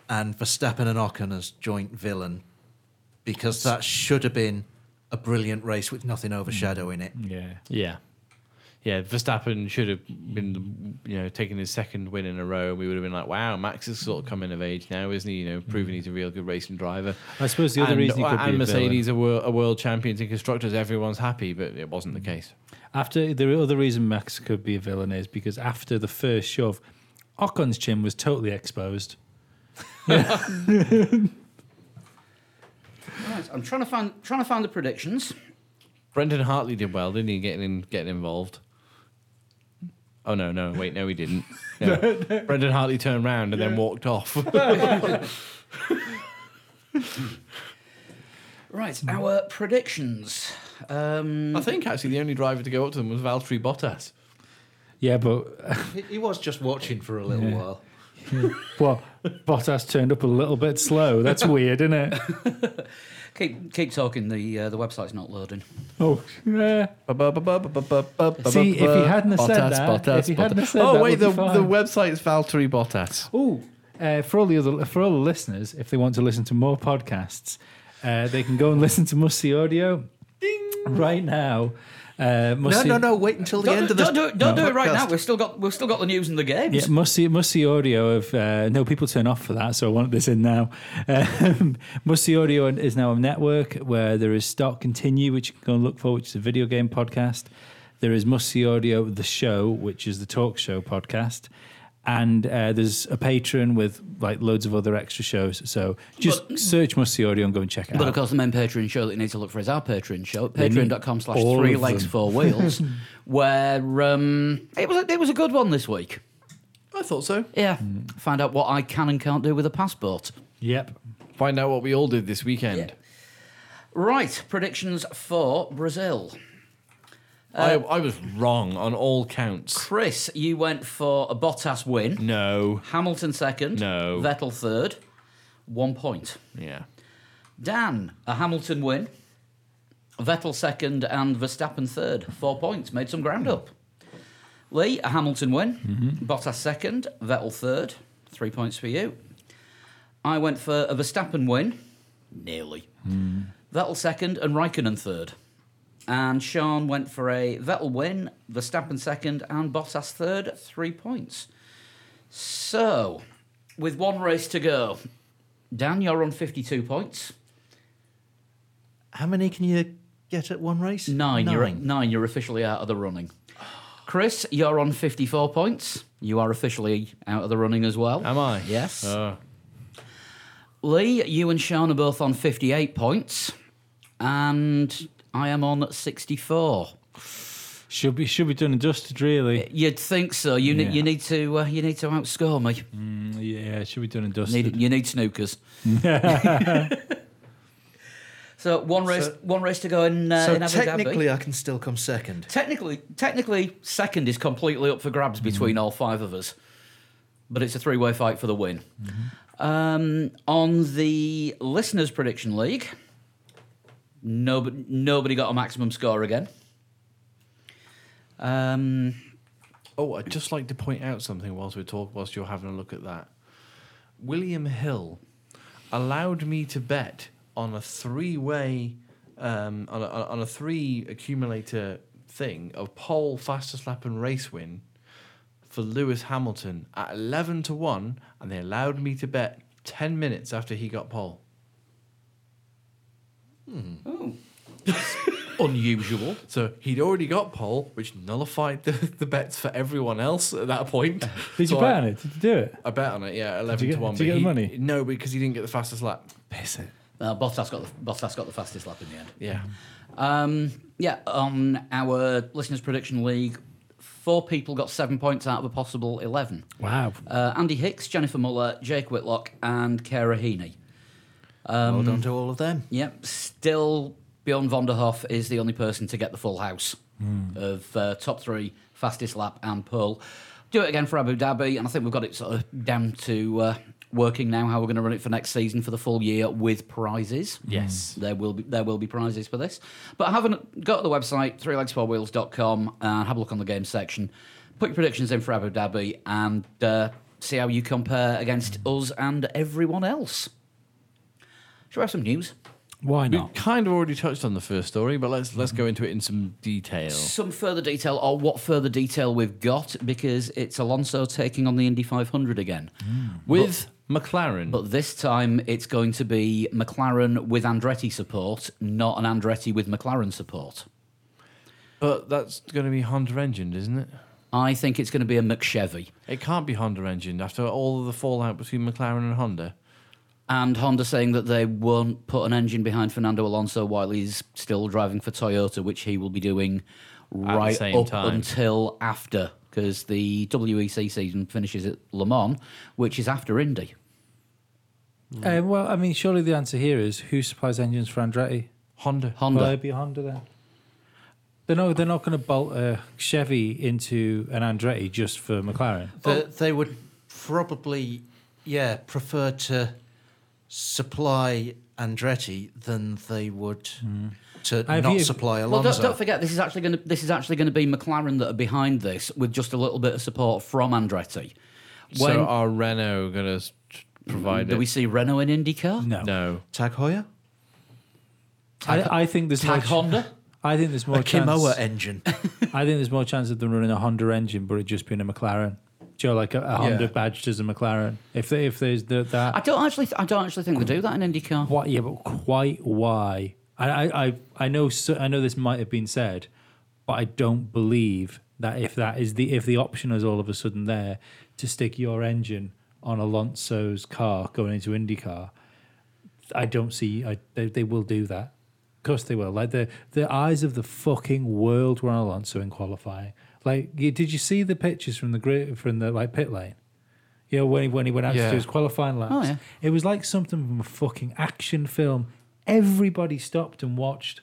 [SPEAKER 4] and Verstappen and Ocon as joint villain, because that should have been a brilliant race with nothing overshadowing it.
[SPEAKER 3] Yeah.
[SPEAKER 2] Yeah. Yeah, Verstappen should have been, you know, taking his second win in a row. and We would have been like, wow, Max is sort of coming of age now, isn't he? You know, proving he's a real good racing driver.
[SPEAKER 3] Mm. I suppose the other
[SPEAKER 2] and, uh,
[SPEAKER 3] reason he could
[SPEAKER 2] and
[SPEAKER 3] be a villain-
[SPEAKER 2] Mercedes are world, are world champions in constructors. Everyone's happy, but it wasn't the case.
[SPEAKER 3] After the other reason Max could be a villain is because after the first shove, Ocon's chin was totally exposed.
[SPEAKER 1] Right, I'm trying to find trying to find the predictions.
[SPEAKER 2] Brendan Hartley did well, didn't he? Getting in, getting involved. Oh no, no, wait, no, he didn't. No. Brendan Hartley turned round and then walked off.
[SPEAKER 1] Right, our predictions. Um,
[SPEAKER 2] I think actually the only driver to go up to them was Valtteri Bottas.
[SPEAKER 3] Yeah, but
[SPEAKER 4] He, he was just watching for a little while.
[SPEAKER 3] well, Bottas turned up a little bit slow. That's weird, isn't it?
[SPEAKER 1] keep keep talking. The uh, the website's not loading.
[SPEAKER 3] Oh, yeah. See, if he hadn't have said that- if he hadn't have said
[SPEAKER 2] oh
[SPEAKER 3] that,
[SPEAKER 2] wait,
[SPEAKER 3] would
[SPEAKER 2] the,
[SPEAKER 3] be
[SPEAKER 2] the
[SPEAKER 3] fine.
[SPEAKER 2] website's Valtteri Bottas.
[SPEAKER 3] Oh, uh, for all the other for all the listeners, if they want to listen to more podcasts, uh, they can go and listen to Musty Audio right now. Uh,
[SPEAKER 4] No,
[SPEAKER 3] Musty,
[SPEAKER 4] no, no. Wait until the
[SPEAKER 1] Don't,
[SPEAKER 4] end
[SPEAKER 1] do-
[SPEAKER 4] of this.
[SPEAKER 1] don't do it, don't do it right
[SPEAKER 4] podcast.
[SPEAKER 1] now. We've still got we've still got the news and the games.
[SPEAKER 3] Yeah, Musty, Musty Audio of uh, no people turn off for that, so I want this in now. Um, Musty Audio is now a network where there is Stock Continue, which you can go and look for, which is a video game podcast. There is Musty Audio the show, which is the talk show podcast, and uh, there's a patron with like loads of other extra shows. So just search Musty Audio and go and check it
[SPEAKER 1] But
[SPEAKER 3] out.
[SPEAKER 1] of course, the main Patreon show that you need to look for is our Patreon show,
[SPEAKER 3] They need
[SPEAKER 1] patreon.com slash
[SPEAKER 3] all
[SPEAKER 1] three
[SPEAKER 3] of
[SPEAKER 1] legs,
[SPEAKER 3] them.
[SPEAKER 1] four wheels, where um, it, was a, it was a good one this week.
[SPEAKER 2] I thought so.
[SPEAKER 1] Yeah. Mm. Find out what I can and can't do with a passport.
[SPEAKER 3] Yep.
[SPEAKER 2] Find out what we all did this weekend.
[SPEAKER 1] Right, predictions for Brazil.
[SPEAKER 2] I, I was wrong on all counts.
[SPEAKER 1] Chris, you went for a Bottas win,
[SPEAKER 2] No.
[SPEAKER 1] Hamilton second,
[SPEAKER 2] Mm. No.
[SPEAKER 1] Vettel third, one point.
[SPEAKER 2] Yeah.
[SPEAKER 1] Dan, a Hamilton win, Vettel second, and Verstappen third. Four points, made some ground up. Lee, a Hamilton win, Bottas second, Vettel third. Three points for you. I went for a Verstappen win, nearly. Vettel second, and Raikkonen third. And Sean went for a Vettel win, Verstappen second, and Bottas third. Three points. So, with one race to go, Dan, you're on 52 points.
[SPEAKER 4] How many can you get at one race?
[SPEAKER 1] 9 You're
[SPEAKER 4] Nine.
[SPEAKER 1] nine. You're officially out of the running. Chris, you're on fifty-four points. You are officially out of the running as well.
[SPEAKER 2] Am I?
[SPEAKER 1] Yes.
[SPEAKER 4] Uh.
[SPEAKER 2] Oh.
[SPEAKER 1] Lee, you and Sean are both on fifty-eight points, and I am on sixty-four.
[SPEAKER 3] Should be should be done and dusted, really.
[SPEAKER 1] You'd think so. You ne-
[SPEAKER 3] Yeah.
[SPEAKER 1] you need to uh, you need to outscore me.
[SPEAKER 3] Mm, Yeah, should be done and dusted.
[SPEAKER 1] Need, you need snookers. so one race
[SPEAKER 4] So-
[SPEAKER 1] one race to go in. Uh,
[SPEAKER 4] so
[SPEAKER 1] in Abu Dhabi.
[SPEAKER 4] technically, I can still come second.
[SPEAKER 1] Technically, technically, second is completely up for grabs between all five of us, but it's a three-way fight for the win. Um, on the listeners' prediction league, nobody, nobody got a maximum score again. Um,
[SPEAKER 2] Oh, I'd just like to point out something whilst we're talk whilst you're having a look at that. William Hill allowed me to bet on a three-way um, on, a, on a three accumulator thing of pole fastest lap and race win for Lewis Hamilton at 11 to 1 and they allowed me to bet 10 minutes after he got pole.
[SPEAKER 3] Hmm.
[SPEAKER 1] unusual.
[SPEAKER 2] So he'd already got pole which nullified the, the bets for everyone else at that point.
[SPEAKER 3] Did you
[SPEAKER 2] So I-
[SPEAKER 3] bet on it? Did you do it?
[SPEAKER 2] I bet on it, yeah, eleven
[SPEAKER 3] you
[SPEAKER 2] to
[SPEAKER 3] get-
[SPEAKER 2] one.
[SPEAKER 3] did
[SPEAKER 2] but
[SPEAKER 3] you get the
[SPEAKER 2] he-
[SPEAKER 3] money?
[SPEAKER 2] No, because he didn't get the fastest lap.
[SPEAKER 3] Piss it.
[SPEAKER 1] Uh, Bottas got the, Bottas got the fastest lap in the end.
[SPEAKER 2] Yeah,
[SPEAKER 1] Um, yeah, on our listeners' prediction league, four people got seven points out of a possible eleven.
[SPEAKER 3] Wow.
[SPEAKER 1] Uh, Andy Hicks, Jennifer Muller, Jake Whitlock, and Kara Heaney.
[SPEAKER 4] well done to all of them.
[SPEAKER 1] Yep, still Bjorn von der Hoff is the only person to get the full house of uh, top three, fastest lap, and pull. Do it again for Abu Dhabi, and I think we've got it sort of down to uh, working now how we're going to run it for next season for the full year with prizes. Hmm.
[SPEAKER 2] Yes.
[SPEAKER 1] There will be there will be prizes for this. But have a go to the website, threelegs4wheels.com, and have a look on the game section. Put your predictions in for Abu Dhabi and uh, see how you compare against us and everyone else. Should we have some news?
[SPEAKER 3] Why
[SPEAKER 2] we've
[SPEAKER 3] not?
[SPEAKER 2] kind of already touched on the first story, but let's let's go into it in some detail.
[SPEAKER 1] Some further detail, or what further detail we've got, because it's Alonso taking on the Indy 500 again.
[SPEAKER 2] Hmm. With McLaren,
[SPEAKER 1] But this time it's going to be McLaren with Andretti support, not an Andretti with McLaren support.
[SPEAKER 2] but that's going to be Honda engined, isn't it?
[SPEAKER 1] I think it's going to be a McChevy.
[SPEAKER 2] It can't be Honda engined after all of the fallout between McLaren and Honda.
[SPEAKER 1] And Honda saying that they won't put an engine behind Fernando Alonso while he's still driving for Toyota, which he will be doing
[SPEAKER 2] the
[SPEAKER 1] right
[SPEAKER 2] same
[SPEAKER 1] up
[SPEAKER 2] time.
[SPEAKER 1] until after because the WEC season finishes at Le Mans, which is after Indy.
[SPEAKER 3] Uh, well, I mean, surely the answer here is who supplies engines for Andretti?
[SPEAKER 2] Honda.
[SPEAKER 1] Honda.
[SPEAKER 3] Will it be Honda then? They're not, they're not going to bolt a Chevy into an Andretti just for McLaren.
[SPEAKER 4] The, they would probably, yeah, prefer to supply Andretti than they would to
[SPEAKER 3] Mm-hmm. Have
[SPEAKER 4] not
[SPEAKER 3] you-
[SPEAKER 4] supply
[SPEAKER 1] Well,
[SPEAKER 4] Alonso.
[SPEAKER 1] don't, don't forget this is actually going to this is actually going to be McLaren that are behind this with just a little bit of support from Andretti. When
[SPEAKER 2] so are Renault going to provide
[SPEAKER 1] do
[SPEAKER 2] it?
[SPEAKER 1] we see Renault in IndyCar?
[SPEAKER 3] No.
[SPEAKER 2] no.
[SPEAKER 4] Tag Heuer?
[SPEAKER 3] I, I think there's
[SPEAKER 1] Tag
[SPEAKER 3] more ch-
[SPEAKER 1] Honda.
[SPEAKER 3] I think there's
[SPEAKER 4] A
[SPEAKER 3] more chance.
[SPEAKER 4] Kimoa engine.
[SPEAKER 3] I think there's more chance of them running a Honda engine, but it just being a McLaren. Joe, like a, a Honda badged as a McLaren. If they, if there's the, that,
[SPEAKER 1] I don't actually I don't actually think they do that in IndyCar.
[SPEAKER 3] Why? Yeah, but quite why? I, I, I, I know. So, I know this might have been said, but I don't believe that if that is the if the option is all of a sudden there to stick your engine on Alonso's car going into IndyCar, I don't see. I they, they will do that. Of course they will. Like the the eyes of the fucking world were on Alonso in qualifying. Like, you, did you see the pictures from the grid from the like pit lane? You know when he, when he went out to
[SPEAKER 2] Yeah.
[SPEAKER 3] do his qualifying laps.
[SPEAKER 1] Oh, yeah.
[SPEAKER 3] It was like something from a fucking action film. Everybody stopped and watched.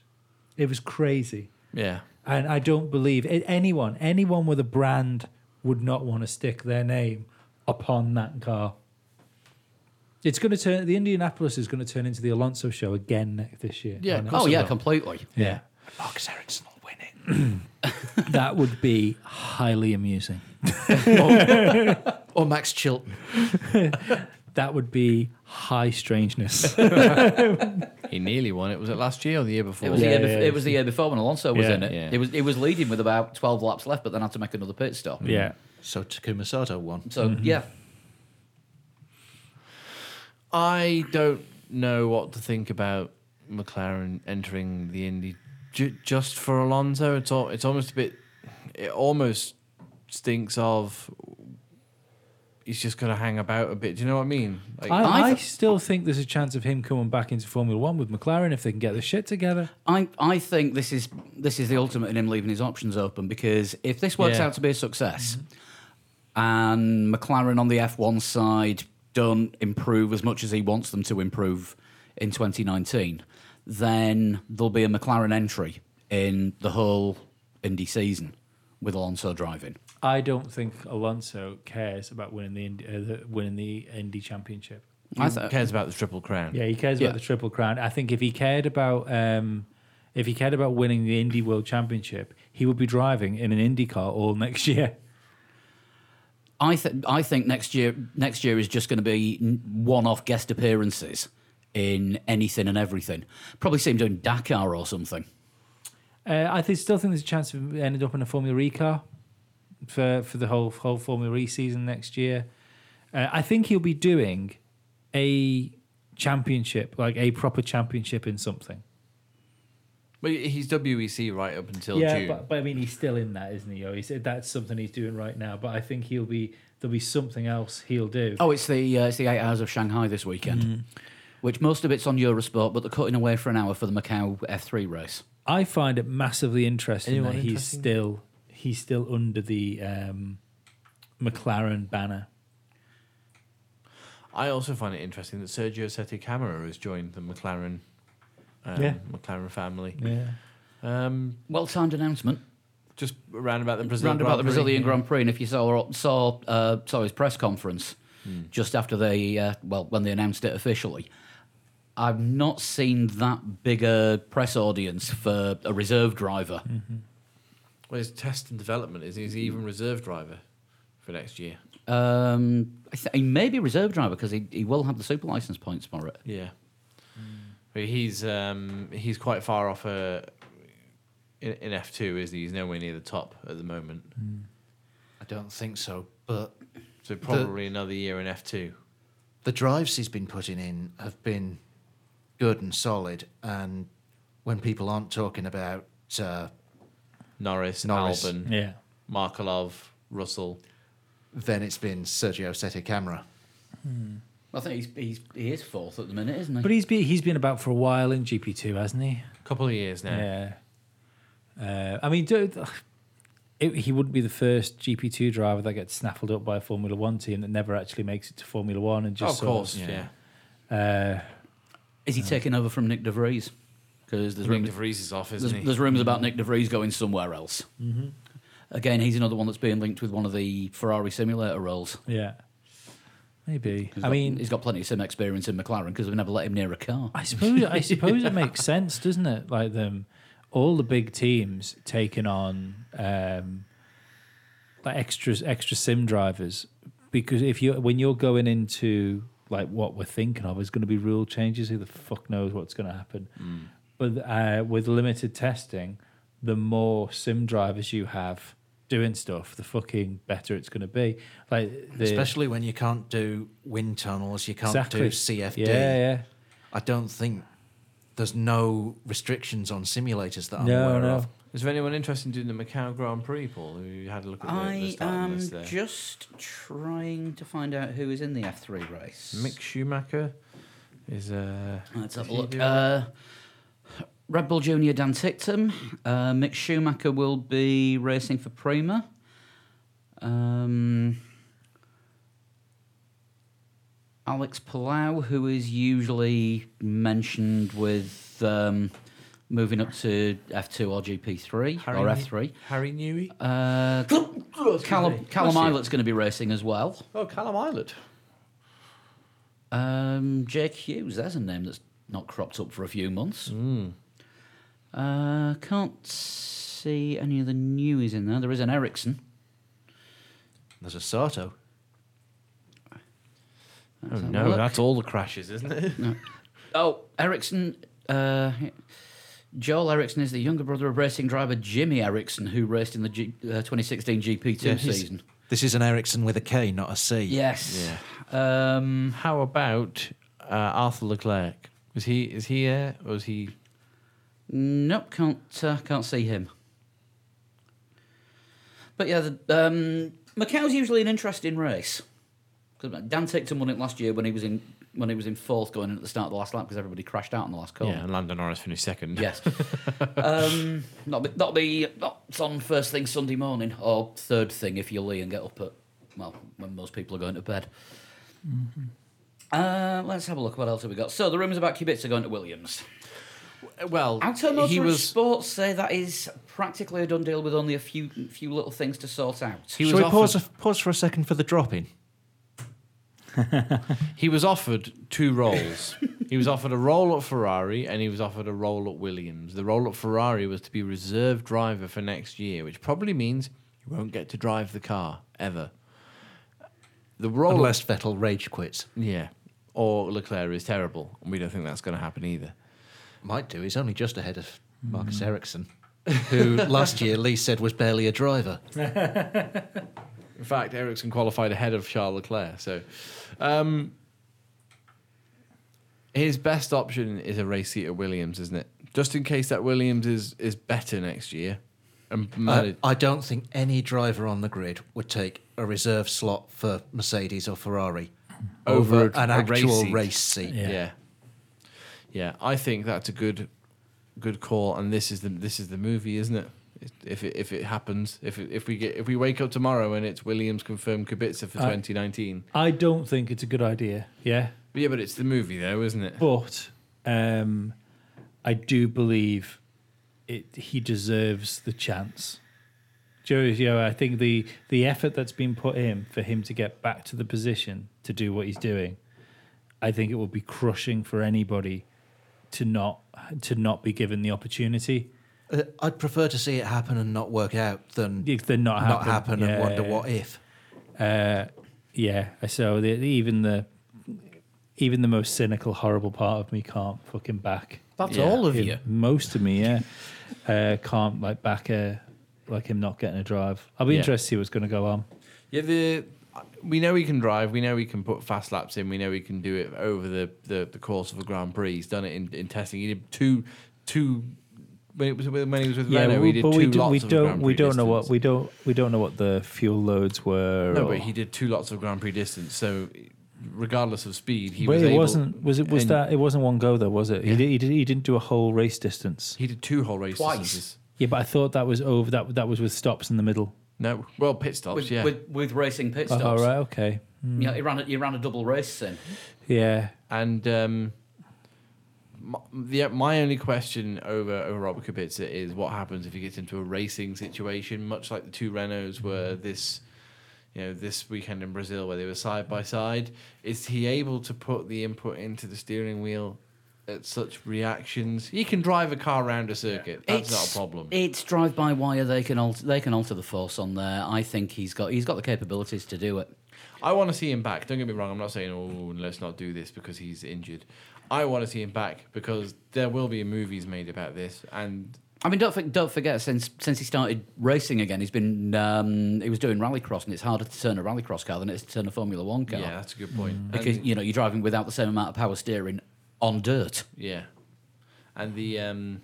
[SPEAKER 3] It was crazy.
[SPEAKER 2] Yeah.
[SPEAKER 3] And I don't believe it, anyone, anyone with a brand would not want to stick their name upon that car. It's going to turn, the Indianapolis is going to turn into the Alonso show again next this year.
[SPEAKER 2] Yeah,
[SPEAKER 3] I know.
[SPEAKER 2] of
[SPEAKER 1] Oh
[SPEAKER 2] course
[SPEAKER 1] yeah,
[SPEAKER 2] they will.
[SPEAKER 1] completely.
[SPEAKER 3] Yeah.
[SPEAKER 2] Marcus Eric's not winning.
[SPEAKER 3] that would be highly amusing.
[SPEAKER 4] or Max Chilton.
[SPEAKER 3] That would be high strangeness.
[SPEAKER 2] He nearly won it. Was it last year or the year before?
[SPEAKER 1] It was,
[SPEAKER 3] Yeah,
[SPEAKER 1] the year
[SPEAKER 3] yeah,
[SPEAKER 1] bef-
[SPEAKER 3] yeah.
[SPEAKER 1] it was the year before when Alonso was
[SPEAKER 3] Yeah.
[SPEAKER 1] in it.
[SPEAKER 2] Yeah.
[SPEAKER 1] It was it was leading with about twelve laps left, but then had to make another pit stop.
[SPEAKER 3] yeah. Mm-hmm.
[SPEAKER 4] So Takuma Sato won.
[SPEAKER 1] So yeah,
[SPEAKER 2] I don't know what to think about McLaren entering the Indy ju- just for Alonso. It's all, it's almost a bit. It almost stinks of. He's just going to hang about a bit. Do you know what I mean? Like,
[SPEAKER 3] I, I
[SPEAKER 1] I've-
[SPEAKER 3] still think there's a chance of him coming back into Formula One with McLaren if they can get the shit together.
[SPEAKER 1] I I think this is this is the ultimate in him leaving his options open because if this works
[SPEAKER 2] Yeah.
[SPEAKER 1] out to be a success, and McLaren on the F1 side don't improve as much as he wants them to improve in 2019, then there'll be a McLaren entry in the whole Indy season with Alonso driving.
[SPEAKER 3] I don't think Alonso cares about winning the Indy, uh, the, winning the Indy Championship.
[SPEAKER 1] I
[SPEAKER 2] who
[SPEAKER 1] th-
[SPEAKER 2] cares about the Triple Crown?
[SPEAKER 3] Yeah, he cares
[SPEAKER 1] Yeah.
[SPEAKER 3] about the Triple Crown. I think if he cared about um, if he cared about winning the Indy World Championship, he would be driving in an Indy car all next year.
[SPEAKER 1] I think I think next year next year is just going to be n- one-off guest appearances in anything and everything. Probably see him doing Dakar or something.
[SPEAKER 3] Uh, I th- still think there's a chance of him ending up in a Formula E car for for the whole whole Formula E season next year. Uh, I think he'll be doing a championship, like a proper championship in something.
[SPEAKER 2] But he's WEC right up until
[SPEAKER 3] yeah,
[SPEAKER 2] June.
[SPEAKER 3] but, but I mean, he's still in that, isn't he? Yo? He said that's something he's doing right now. But I think he'll be there'll be something else he'll do.
[SPEAKER 1] Oh, it's the uh, it's the eight hours of Shanghai this weekend,
[SPEAKER 2] Mm-hmm.
[SPEAKER 1] which most of it's on Eurosport, but they're cutting away for an hour for the Macau F3 race.
[SPEAKER 3] I find it massively interesting
[SPEAKER 2] Anyone
[SPEAKER 3] that he's
[SPEAKER 2] interesting?
[SPEAKER 3] still he's still under the um, McLaren banner.
[SPEAKER 2] I also find it interesting that Sergio Sete Camera has joined the McLaren, um,
[SPEAKER 3] Yeah.
[SPEAKER 2] McLaren family.
[SPEAKER 3] Yeah,
[SPEAKER 2] Um,
[SPEAKER 1] Well timed announcement
[SPEAKER 2] just round about the Brazilian
[SPEAKER 1] round about the
[SPEAKER 2] Grand Prix.
[SPEAKER 1] Brazilian Grand Prix, and if you saw saw uh, saw his press conference
[SPEAKER 2] Hmm.
[SPEAKER 1] just after they uh, well when they announced it officially. I've not seen that bigger press audience for a reserve driver.
[SPEAKER 2] Well, his test and development is he's even reserve driver for next year.
[SPEAKER 1] Um, I th- he may be reserve driver because he, he will have the super license points for it.
[SPEAKER 2] Yeah, but he's um, he's quite far off uh, in, in F two, isn't he? He's nowhere near the top at the moment.
[SPEAKER 4] I don't think so, but
[SPEAKER 2] So probably another year in F two.
[SPEAKER 4] the drives he's been putting in have been good and solid. And when people aren't talking about, uh,
[SPEAKER 2] Norris,
[SPEAKER 4] Norris.
[SPEAKER 2] Albon,
[SPEAKER 3] yeah.
[SPEAKER 2] Markolov, Russell.
[SPEAKER 4] then it's been Sergio Sete Camera.
[SPEAKER 1] I think he's, he's he is fourth at the minute, isn't he?
[SPEAKER 3] But he's been he's been about for a while in GP two, hasn't he?
[SPEAKER 2] Couple of years now.
[SPEAKER 3] Yeah. Uh, I mean, do, it, he wouldn't be the first GP2 driver that gets snaffled up by a Formula One team that never actually makes it to Formula One and just
[SPEAKER 2] Oh, of course,
[SPEAKER 3] sort
[SPEAKER 2] yeah.
[SPEAKER 3] of, uh,
[SPEAKER 1] Is he taking over from Nick De Vries? Because there's,
[SPEAKER 2] Nick
[SPEAKER 1] rumours
[SPEAKER 2] De Vries is off, isn't
[SPEAKER 1] there's,
[SPEAKER 2] he?
[SPEAKER 1] there's rumours about Nick De Vries going somewhere else. Again, he's another one that's being linked with one of the Ferrari simulator roles.
[SPEAKER 3] yeah, maybe.
[SPEAKER 1] 'Cause he's
[SPEAKER 3] I
[SPEAKER 1] got-
[SPEAKER 3] mean,
[SPEAKER 1] he's got plenty of sim experience in McLaren because we never let him near a car.
[SPEAKER 3] I suppose I suppose it makes sense, doesn't it? Like them, all the big teams taking on um, like extra extra sim drivers because if you when you're going into like what we're thinking of is going to be rule changes. Who the fuck knows what's going to happen?
[SPEAKER 4] Mm.
[SPEAKER 3] But uh, with limited testing, the more sim drivers you have doing stuff, the fucking better it's going to be. Like the,
[SPEAKER 4] Especially when you can't do wind tunnels, you can't do CFD.
[SPEAKER 3] Yeah, yeah.
[SPEAKER 4] I don't think there's no restrictions on simulators that I'm
[SPEAKER 3] No,
[SPEAKER 4] aware
[SPEAKER 3] no.
[SPEAKER 4] of.
[SPEAKER 2] Is there anyone interested in doing the Macau Grand Prix, Paul? Who had a look at the, the
[SPEAKER 1] I um,
[SPEAKER 2] starting
[SPEAKER 1] am
[SPEAKER 2] list there?
[SPEAKER 1] just trying to find out who is in the F3 race.
[SPEAKER 2] Mick Schumacher is uh,
[SPEAKER 1] Let's
[SPEAKER 2] is
[SPEAKER 1] have a
[SPEAKER 2] he
[SPEAKER 1] look.
[SPEAKER 2] doing-
[SPEAKER 1] Uh, Red Bull Junior Dan Tictum. Uh, Mick Schumacher will be racing for Prima. Um, Alex Palau, who is usually mentioned with um, moving up to F2 or GP3
[SPEAKER 2] Harry
[SPEAKER 1] or
[SPEAKER 2] Ne-
[SPEAKER 1] F3.
[SPEAKER 2] Harry Newey.
[SPEAKER 1] Uh, Callum,
[SPEAKER 2] Oh, me.
[SPEAKER 1] Callum
[SPEAKER 2] Bless you.
[SPEAKER 1] Islet's going to be racing as well.
[SPEAKER 2] Oh, Callum Islet.
[SPEAKER 1] Um, Jake Hughes, there's a name that's not cropped up for a few months. Uh, can't see any of the newies in there. There is an Ericsson.
[SPEAKER 4] There's a Soto.
[SPEAKER 2] Oh
[SPEAKER 1] have a
[SPEAKER 2] no,
[SPEAKER 1] look.
[SPEAKER 2] that's all the crashes, isn't it?
[SPEAKER 1] Oh, Ericsson. Uh, Joel Ericsson is the younger brother of racing driver Jimmy Ericsson, who raced in the G- uh, 2016 GP2
[SPEAKER 4] Yeah, he's-
[SPEAKER 1] season.
[SPEAKER 4] This is an Ericsson with a K, not a C.
[SPEAKER 1] Yes. Um,
[SPEAKER 2] How about uh, Arthur Leclerc? Was he is he there or is he?
[SPEAKER 1] Nope, can't uh, can't see him. But yeah, the, um, Macau's usually an interesting race. 'Cause Dan Tickton won it last year when he was in when he was in fourth going in at the start of the last lap because everybody crashed out on the last corner.
[SPEAKER 2] Yeah, and Lando Norris finished second.
[SPEAKER 1] Yes. um, that'll be that'll be that's on first thing Sunday morning or third thing if you're Lee and get up at well when most people are going to bed. Uh, let's have a look. What else have we got? So the rumours about Kubica going to Williams.
[SPEAKER 2] Well,
[SPEAKER 1] Auto Motorsport
[SPEAKER 2] he was
[SPEAKER 1] Sports say that is practically a done deal with only a few few little things to sort out.
[SPEAKER 2] he was
[SPEAKER 4] Shall we
[SPEAKER 2] offered,
[SPEAKER 4] pause, a- pause for a second for the drop in?
[SPEAKER 2] he was offered two roles. he was offered a role at Ferrari and he was offered a role at Williams. The role at Ferrari was to be reserve driver for next year, which probably means you won't get to drive the car ever. The role at
[SPEAKER 4] Unless Vettel rage quits.
[SPEAKER 2] Yeah. Or Leclerc is terrible. and We don't think that's going to happen either.
[SPEAKER 4] Might do. He's only just ahead of Marcus Ericsson, who last year Lee said was barely a driver.
[SPEAKER 2] In fact, Ericsson qualified ahead of Charles Leclerc. So um, his best option is a race seat at Williams, isn't it? Just in case that Williams is, is better next year. And
[SPEAKER 4] I,
[SPEAKER 2] manage-
[SPEAKER 4] I don't think any driver on the grid would take a reserve slot for Mercedes or Ferrari
[SPEAKER 2] Over
[SPEAKER 4] over,
[SPEAKER 2] a-
[SPEAKER 4] an
[SPEAKER 2] a race
[SPEAKER 4] actual race
[SPEAKER 2] seat.
[SPEAKER 4] seat.
[SPEAKER 3] Yeah.
[SPEAKER 2] yeah. yeah. I think that's a good good call and this is the this is the movie, isn't it? If it, if it happens, if it, if we get if we wake up tomorrow and it's Williams confirmed Kubica for
[SPEAKER 3] I-
[SPEAKER 2] 2019,
[SPEAKER 3] I don't think it's a good idea. Yeah.
[SPEAKER 2] yeah, but it's the movie though, isn't it?
[SPEAKER 3] but um, I do believe it. He deserves the chance. Joe, you know, I think the the effort that's been put in for him to get back to the position to do what he's doing, I think it would be crushing for anybody to not to not be given the opportunity.
[SPEAKER 4] Uh, I'd prefer to see it happen and not work out than
[SPEAKER 3] If they're not
[SPEAKER 4] not
[SPEAKER 3] happen,
[SPEAKER 4] happen
[SPEAKER 3] yeah.
[SPEAKER 4] and wonder what if.
[SPEAKER 3] Uh, yeah, so the, even the even the most cynical, horrible part of me can't fucking back.
[SPEAKER 1] That's all of
[SPEAKER 3] him-
[SPEAKER 1] you.
[SPEAKER 3] Most of me, yeah, uh, can't like back a like him not getting a drive. I'll be
[SPEAKER 2] Yeah.
[SPEAKER 3] interested to see what's going to go on.
[SPEAKER 2] Yeah, the we know he can drive. We know he can put fast laps in. We know he can do it over the, the, the course of a Grand Prix. He's done it in, in testing. He did two two when it was with- when he was with Renault.
[SPEAKER 3] we-
[SPEAKER 2] he did two
[SPEAKER 3] we, do,
[SPEAKER 2] lots
[SPEAKER 3] we
[SPEAKER 2] of a
[SPEAKER 3] don't
[SPEAKER 2] Grand
[SPEAKER 3] we
[SPEAKER 2] Prix
[SPEAKER 3] don't know what
[SPEAKER 2] distance.
[SPEAKER 3] we don't we don't know what the fuel loads were.
[SPEAKER 2] No,
[SPEAKER 3] or-
[SPEAKER 2] but he did two lots of Grand Prix distance. So regardless of speed, he
[SPEAKER 3] But
[SPEAKER 2] was
[SPEAKER 3] it
[SPEAKER 2] able,
[SPEAKER 3] wasn't was it was
[SPEAKER 2] and
[SPEAKER 3] that it wasn't one go though was it? He, did, he did he didn't do a whole race distance.
[SPEAKER 2] he did two whole race
[SPEAKER 1] Twice.
[SPEAKER 2] distances.
[SPEAKER 3] Yeah, but I thought that was over. That that was with stops in the middle.
[SPEAKER 2] No, well, pit stops.
[SPEAKER 1] with,
[SPEAKER 2] yeah,
[SPEAKER 1] with, with racing pit stops.
[SPEAKER 3] Oh, all right, okay.
[SPEAKER 1] You know, he ran a, he ran a double race then.
[SPEAKER 3] Yeah,
[SPEAKER 2] and um, my, the, my only question over over Robert Kubica is what happens if he gets into a racing situation, much like the two Renaults were this. You know, this weekend in Brazil, where they were side by side, is he able to put the input into the steering wheel at such reactions? He can drive a car around a circuit. That's not a problem.
[SPEAKER 1] It's drive by wire. They can alter they can alter the force on there. I think he's got he's got the capabilities to do it.
[SPEAKER 2] I want to see him back. Don't get me wrong. I'm not saying, oh, let's not do this because he's injured. I want to see him back because there will be movies made about this. And
[SPEAKER 1] I mean, don't for, don't forget since since he started racing again, he's been um, he was doing rallycross, and it's harder to turn a rallycross car than it is to turn a Formula One car
[SPEAKER 2] yeah, that's a good
[SPEAKER 3] Mm.
[SPEAKER 2] point.
[SPEAKER 1] because
[SPEAKER 2] And-
[SPEAKER 1] you know you're driving without the same amount of power steering on dirt.
[SPEAKER 2] yeah, and the um,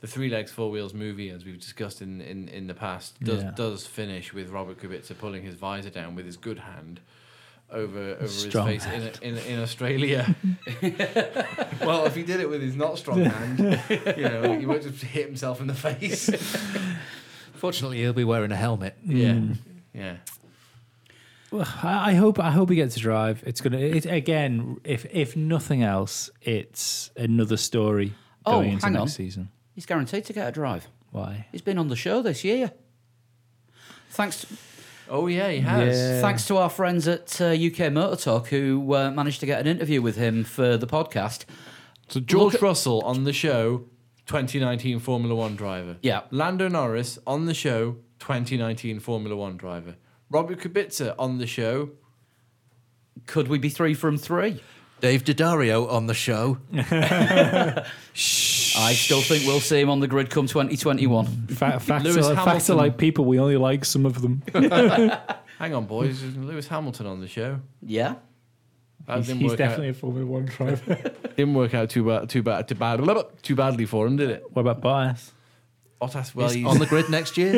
[SPEAKER 2] the three legs, four wheels movie, as we've discussed in in, in the past, does
[SPEAKER 3] Yeah.
[SPEAKER 2] does finish with Robert Kubica pulling his visor down with his good hand. Over, over his
[SPEAKER 3] Strong
[SPEAKER 2] face in, in, in Australia. well, if he did it with his not strong hand, you know, he won't just hit himself in the face.
[SPEAKER 5] Fortunately, he'll be wearing a helmet.
[SPEAKER 2] Yeah.
[SPEAKER 3] Mm.
[SPEAKER 2] Yeah.
[SPEAKER 3] Well, I I hope I hope he gets to drive. It's gonna it, again. If if nothing else, it's another story
[SPEAKER 1] Oh,
[SPEAKER 3] going into
[SPEAKER 1] hang
[SPEAKER 3] next
[SPEAKER 1] on.
[SPEAKER 3] season.
[SPEAKER 1] He's guaranteed to get a drive.
[SPEAKER 3] Why?
[SPEAKER 1] He's been on the show this year. Thanks,
[SPEAKER 2] Oh yeah, he has.
[SPEAKER 3] Yeah.
[SPEAKER 1] thanks to our friends at uh, UK Motor Talk who uh, managed to get an interview with him for the podcast.
[SPEAKER 2] So George Russell on the show, 2019 Formula One driver.
[SPEAKER 1] Yeah.
[SPEAKER 2] Lando Norris on the show, 2019 Formula One driver. Robert Kubica on the show.
[SPEAKER 1] Could we be three from three?
[SPEAKER 4] Dave Didario on the show.
[SPEAKER 1] I still think we'll see him on the grid come 2021.
[SPEAKER 3] Fa- facts,
[SPEAKER 2] Lewis
[SPEAKER 3] are, facts are
[SPEAKER 2] Hamilton.
[SPEAKER 3] like people. We only like some of them.
[SPEAKER 2] Hang on, boys. there's Lewis Hamilton on the show.
[SPEAKER 1] Yeah.
[SPEAKER 2] That
[SPEAKER 3] he's
[SPEAKER 2] didn't,
[SPEAKER 3] he's
[SPEAKER 2] work
[SPEAKER 3] definitely a Formula One driver.
[SPEAKER 2] out, didn't work out too bad, too bad, too bad, too badly for him, did it?
[SPEAKER 3] what about bias?
[SPEAKER 2] Bottas, well, he's,
[SPEAKER 4] on the grid next year.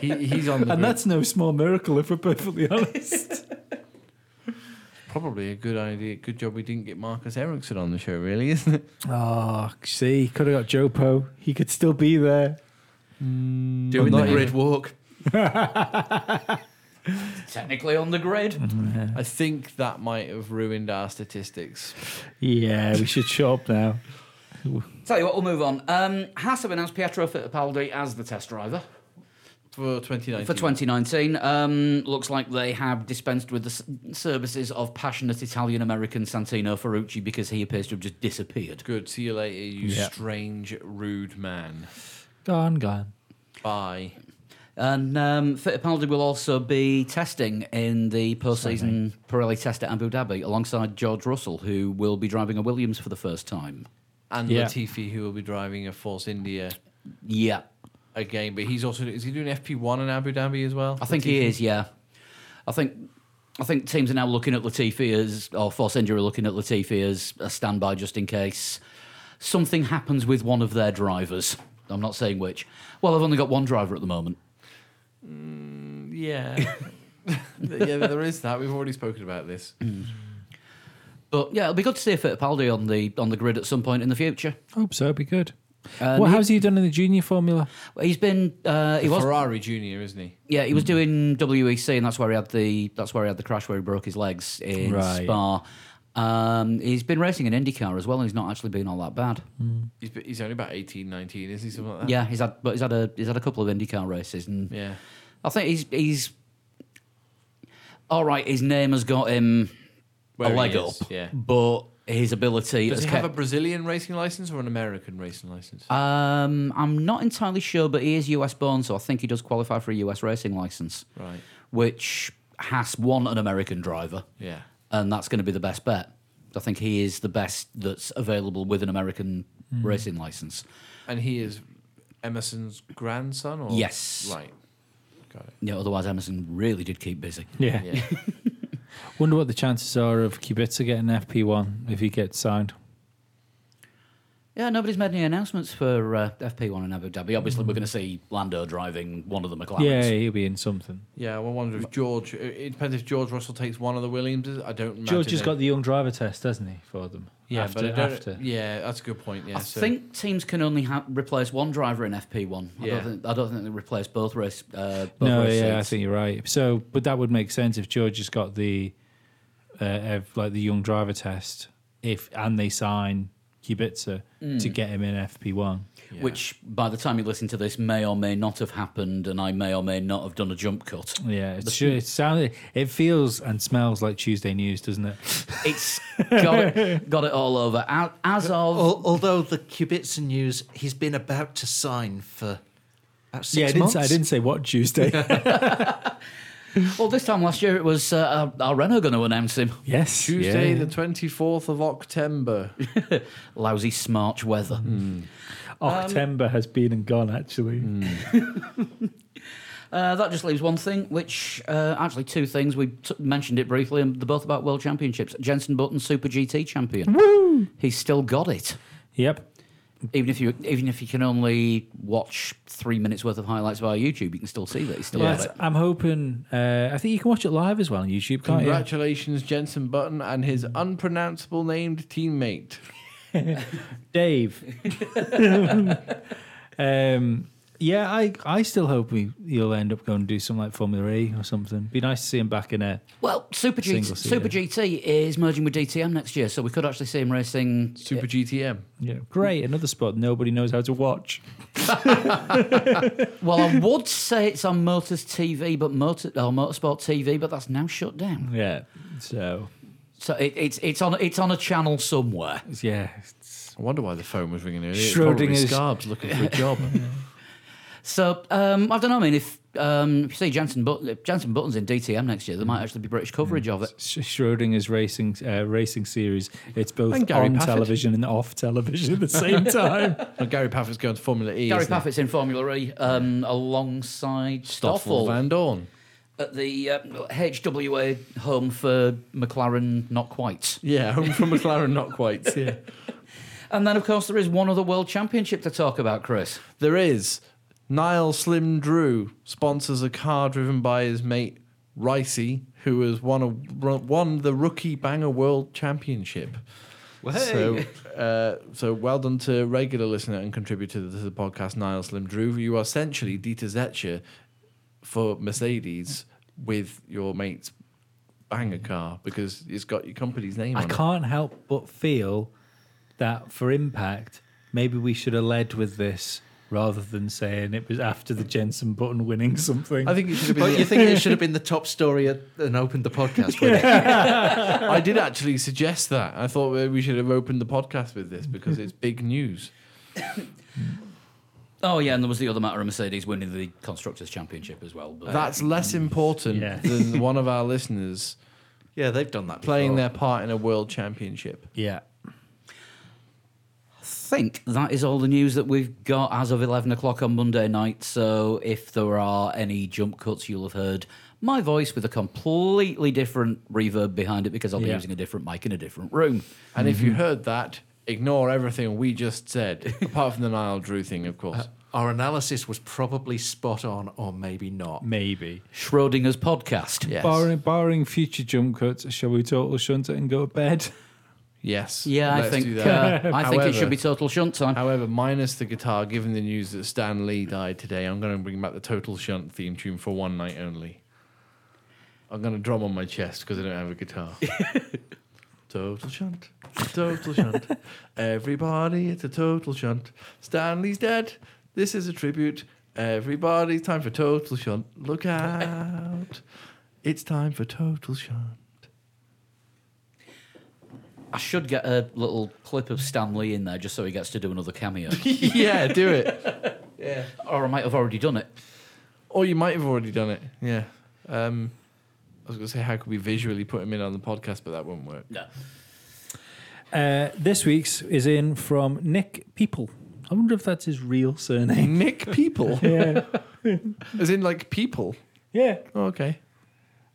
[SPEAKER 2] he, he's on the grid.
[SPEAKER 3] And that's no small miracle, if we're perfectly honest.
[SPEAKER 2] probably a good idea. Good job we didn't get Marcus Ericsson on the show, really, isn't it?
[SPEAKER 3] oh, see, could have got Jopo. He could still be there.
[SPEAKER 4] Doing
[SPEAKER 2] Well,
[SPEAKER 4] the
[SPEAKER 2] not
[SPEAKER 4] grid
[SPEAKER 2] even.
[SPEAKER 4] walk.
[SPEAKER 1] technically on the grid.
[SPEAKER 2] I think that might have ruined our statistics.
[SPEAKER 3] Yeah, we should show up now.
[SPEAKER 1] Tell you what, we'll move on. Um, Haas have announced Pietro Fittipaldi as the test driver
[SPEAKER 2] For 2019.
[SPEAKER 1] for 2019. Um, looks like they have dispensed with the s- services of passionate Italian American Santino Ferrucci because he appears to have just disappeared.
[SPEAKER 2] Good. See you later, you
[SPEAKER 3] Yeah.
[SPEAKER 2] strange, rude man.
[SPEAKER 3] Gone, gone.
[SPEAKER 2] Bye.
[SPEAKER 1] And um, Fittipaldi will also be testing in the postseason Pirelli test at Abu Dhabi alongside George Russell, who will be driving a Williams for the first time.
[SPEAKER 2] And
[SPEAKER 3] Yeah.
[SPEAKER 2] Latifi, who will be driving a Force India
[SPEAKER 1] Yeah,
[SPEAKER 2] again, but he's also is he doing FP1 in Abu Dhabi as well?
[SPEAKER 1] I think he is. Yeah, I think I think teams are now looking at Latifi as, or Force India are looking at Latifi as a standby just in case something happens with one of their drivers. I'm not saying which. Well, I've only got one driver at the moment.
[SPEAKER 2] Mm, Yeah. yeah, there is that. We've already spoken about this.
[SPEAKER 1] But yeah, it'll be good to see Fittipaldi on the on the grid at some point in the future.
[SPEAKER 3] Hope so. It'd be good.
[SPEAKER 1] Um,
[SPEAKER 3] well, how's he done in the junior formula?
[SPEAKER 1] He's been uh, he was
[SPEAKER 2] Ferrari Junior, isn't he?
[SPEAKER 1] yeah he was doing WEC and that's where he had the that's where he had the crash where he broke his legs in
[SPEAKER 3] Right.
[SPEAKER 1] Spa. Um, he's been racing in IndyCar as well, and he's not actually been all that bad.
[SPEAKER 2] He's, he's only about 18, 19, is he? Something like that.
[SPEAKER 1] Yeah, he's had but he's had a he's had a couple of IndyCar races, and
[SPEAKER 2] Yeah.
[SPEAKER 1] I think he's he's all right. His name has got him
[SPEAKER 2] Where
[SPEAKER 1] a
[SPEAKER 2] he
[SPEAKER 1] leg up,
[SPEAKER 2] is, yeah.
[SPEAKER 1] but his ability
[SPEAKER 2] Does
[SPEAKER 1] has
[SPEAKER 2] he have a
[SPEAKER 1] kept-
[SPEAKER 2] Brazilian racing license or an American racing license?
[SPEAKER 1] um, I'm not entirely sure, but he is US born, so I think he does qualify for a US racing license,
[SPEAKER 2] right.
[SPEAKER 1] which has won an American driver,
[SPEAKER 2] Yeah.
[SPEAKER 1] and that's going to be the best bet. I think he is the best that's available with an American racing license.
[SPEAKER 2] And he is Emerson's grandson, or
[SPEAKER 1] Yes.
[SPEAKER 2] right. Got it.
[SPEAKER 1] Yeah, otherwise Emerson really did keep busy.
[SPEAKER 3] Yeah.
[SPEAKER 2] Yeah.
[SPEAKER 3] Wonder what the chances are of Kubica getting FP1 if he gets signed.
[SPEAKER 1] Yeah, nobody's made any announcements for uh, FP1 in Abu Dhabi. Obviously, we're going to see Lando driving one of the McLarens.
[SPEAKER 3] Yeah, he'll be in something.
[SPEAKER 2] Yeah, I wonder if George. It depends if George Russell takes one of the Williamses. I don't.
[SPEAKER 3] George
[SPEAKER 2] imagine
[SPEAKER 3] has
[SPEAKER 2] they-
[SPEAKER 3] got the young driver test, hasn't he, for them?
[SPEAKER 2] Yeah,
[SPEAKER 3] after,
[SPEAKER 2] but I don't-
[SPEAKER 3] after.
[SPEAKER 2] yeah, that's a good point. Yeah,
[SPEAKER 1] I
[SPEAKER 2] so-
[SPEAKER 1] think teams can only ha- replace one driver in FP1. I,
[SPEAKER 2] Yeah.
[SPEAKER 1] don't think, I don't think they replace both race. Uh, both
[SPEAKER 3] No,
[SPEAKER 1] race
[SPEAKER 3] yeah, I
[SPEAKER 1] seats.
[SPEAKER 3] think you're right. So, but that would make sense if George has got the uh, ev- like the young driver test, if and they sign Kubica to get him in FP one.
[SPEAKER 2] yeah.
[SPEAKER 1] Which, by the time you listen to this, may or may not have happened, and I may or may not have done a jump cut.
[SPEAKER 3] Yeah, it's sure, it sounds, it feels and smells like Tuesday news, doesn't it?
[SPEAKER 1] It's got it, got it all over. As- As of
[SPEAKER 4] Al- although the Kubica news, he's been about to sign for about six
[SPEAKER 3] yeah, I didn't,
[SPEAKER 4] months.
[SPEAKER 3] say, I didn't say what Tuesday.
[SPEAKER 1] well, this time last year, it was uh, uh, are Renault going to announce him?
[SPEAKER 3] yes,
[SPEAKER 2] Tuesday,
[SPEAKER 3] yeah.
[SPEAKER 2] the twenty fourth of October.
[SPEAKER 1] Lousy smarch weather.
[SPEAKER 3] October has been and gone. Actually,
[SPEAKER 1] Uh, that just leaves one thing, which uh, actually two things. We t- mentioned it briefly, and they're both about world championships. Jensen Button, Super GT champion. Woo! He's still got it.
[SPEAKER 3] yep.
[SPEAKER 1] Even if you even if you can only watch three minutes worth of highlights via YouTube, you can still see that he's still
[SPEAKER 3] Well,
[SPEAKER 1] got
[SPEAKER 3] that's-
[SPEAKER 1] it.
[SPEAKER 3] I'm hoping. Uh, I think you can watch it live as well on YouTube, can't you?
[SPEAKER 2] Congratulations, Jensen Button and his unpronounceable named teammate.
[SPEAKER 3] Dave. um, yeah, I, I still hope we, he'll end up going and do something like Formula E or something. Be nice to see him back in a.
[SPEAKER 1] Well, Super GT,
[SPEAKER 3] Single seat,
[SPEAKER 1] Super
[SPEAKER 3] yeah.
[SPEAKER 1] GT is merging with DTM next year, so we could actually see him racing.
[SPEAKER 2] Super GTM.
[SPEAKER 3] Yeah, great, another spot nobody knows how to watch.
[SPEAKER 1] Well, I would say it's on Motors TV, but Motor or Motorsport TV, but that's now shut down.
[SPEAKER 3] Yeah, so
[SPEAKER 1] So it, it's it's on it's on a channel somewhere.
[SPEAKER 3] yeah,
[SPEAKER 2] I wonder why the phone was ringing earlier.
[SPEAKER 3] Schrodinger's-
[SPEAKER 2] Scarbs looking for a job.
[SPEAKER 1] So um, I don't know. I mean, if um, if you see Jansen, but- if Jansen Buttons in DTM next year, there might actually be British coverage of it.
[SPEAKER 3] Sch- Schrodinger's racing uh, racing series. It's both on
[SPEAKER 2] And Gary Paffett.
[SPEAKER 3] television and off television at the same time.
[SPEAKER 2] No, Gary Paffett's going to Formula E.
[SPEAKER 1] Gary
[SPEAKER 2] isn't he?
[SPEAKER 1] Paffett's in Formula E um, alongside
[SPEAKER 2] Stoffel
[SPEAKER 1] Stoffel
[SPEAKER 2] Van Dorn.
[SPEAKER 1] at the uh, HWA home for McLaren, not quite.
[SPEAKER 2] Yeah, home from McLaren, not quite. Yeah.
[SPEAKER 1] And then, of course, there is one other World Championship to talk about, Chris.
[SPEAKER 2] There is Niall Slim Drew sponsors a car driven by his mate Ricey, who has won a won the Rookie Banger World Championship. So, uh, so well done to regular listener and contributor to the podcast, Niall Slim Drew. You are essentially Dieter Zetsche for Mercedes with your mate's banger car because it's got your company's name
[SPEAKER 3] I
[SPEAKER 2] on
[SPEAKER 3] can't help but feel that for impact, maybe we should have led with this rather than saying it was after the Jensen Button winning something.
[SPEAKER 2] it. I think it should have been.
[SPEAKER 4] But you think it should have been the top story at, and opened the podcast with it?
[SPEAKER 2] I did actually suggest that. I thought maybe we should have opened the podcast with this because it's big news.
[SPEAKER 1] Oh yeah, and there was the other matter of Mercedes winning the constructors' championship as well. But
[SPEAKER 2] That's less important
[SPEAKER 3] Yeah.
[SPEAKER 2] than one of our listeners
[SPEAKER 4] Yeah, they've done that.
[SPEAKER 2] playing
[SPEAKER 4] before.
[SPEAKER 2] their part in a world championship.
[SPEAKER 3] yeah.
[SPEAKER 1] think that is all the news that we've got as of 11 o'clock on Monday night. So if there are any jump cuts, you'll have heard my voice with a completely different reverb behind it because I'll be
[SPEAKER 3] Yeah.
[SPEAKER 1] using a different mic in a different room.
[SPEAKER 2] And if you
[SPEAKER 1] Mm-hmm.
[SPEAKER 2] heard that, ignore everything we just said, apart from the Niall Drew thing, of
[SPEAKER 1] Uh,
[SPEAKER 2] course.
[SPEAKER 4] Our analysis was probably spot on, or maybe not.
[SPEAKER 3] Mm. Maybe.
[SPEAKER 1] Schrodinger's podcast.
[SPEAKER 2] yes.
[SPEAKER 3] Barring, barring future jump cuts, shall we total shunt it and go to bed?
[SPEAKER 2] yes.
[SPEAKER 1] Yeah, I
[SPEAKER 2] Let's do
[SPEAKER 1] think uh,
[SPEAKER 2] that.
[SPEAKER 1] I think it should
[SPEAKER 2] However-
[SPEAKER 1] be total shunt time.
[SPEAKER 2] However, minus the guitar, given the news that Stan Lee died today, I'm going to bring back the Total Shunt theme tune for one night only. I'm going to drum on my chest because I don't have a guitar. total Shunt. Total Shunt. Everybody, it's a Total Shunt. Stanley's dead. This is a tribute. Everybody, time for Total Shunt. Look out. It's time for Total Shunt.
[SPEAKER 1] I should get a little clip of Stanley in there just so he gets to do another cameo,
[SPEAKER 2] yeah, do it.
[SPEAKER 1] or I might have already done it.
[SPEAKER 2] Or Oh, you might have already done it. Yeah. Um, I was going to say, how could we visually put him in on the podcast, but that wouldn't work.
[SPEAKER 1] No.
[SPEAKER 3] Uh, this week's is in from Nick People. I wonder if that's his real surname.
[SPEAKER 2] Nick people,
[SPEAKER 3] Yeah.
[SPEAKER 2] as in like people.
[SPEAKER 3] yeah.
[SPEAKER 2] Oh, okay.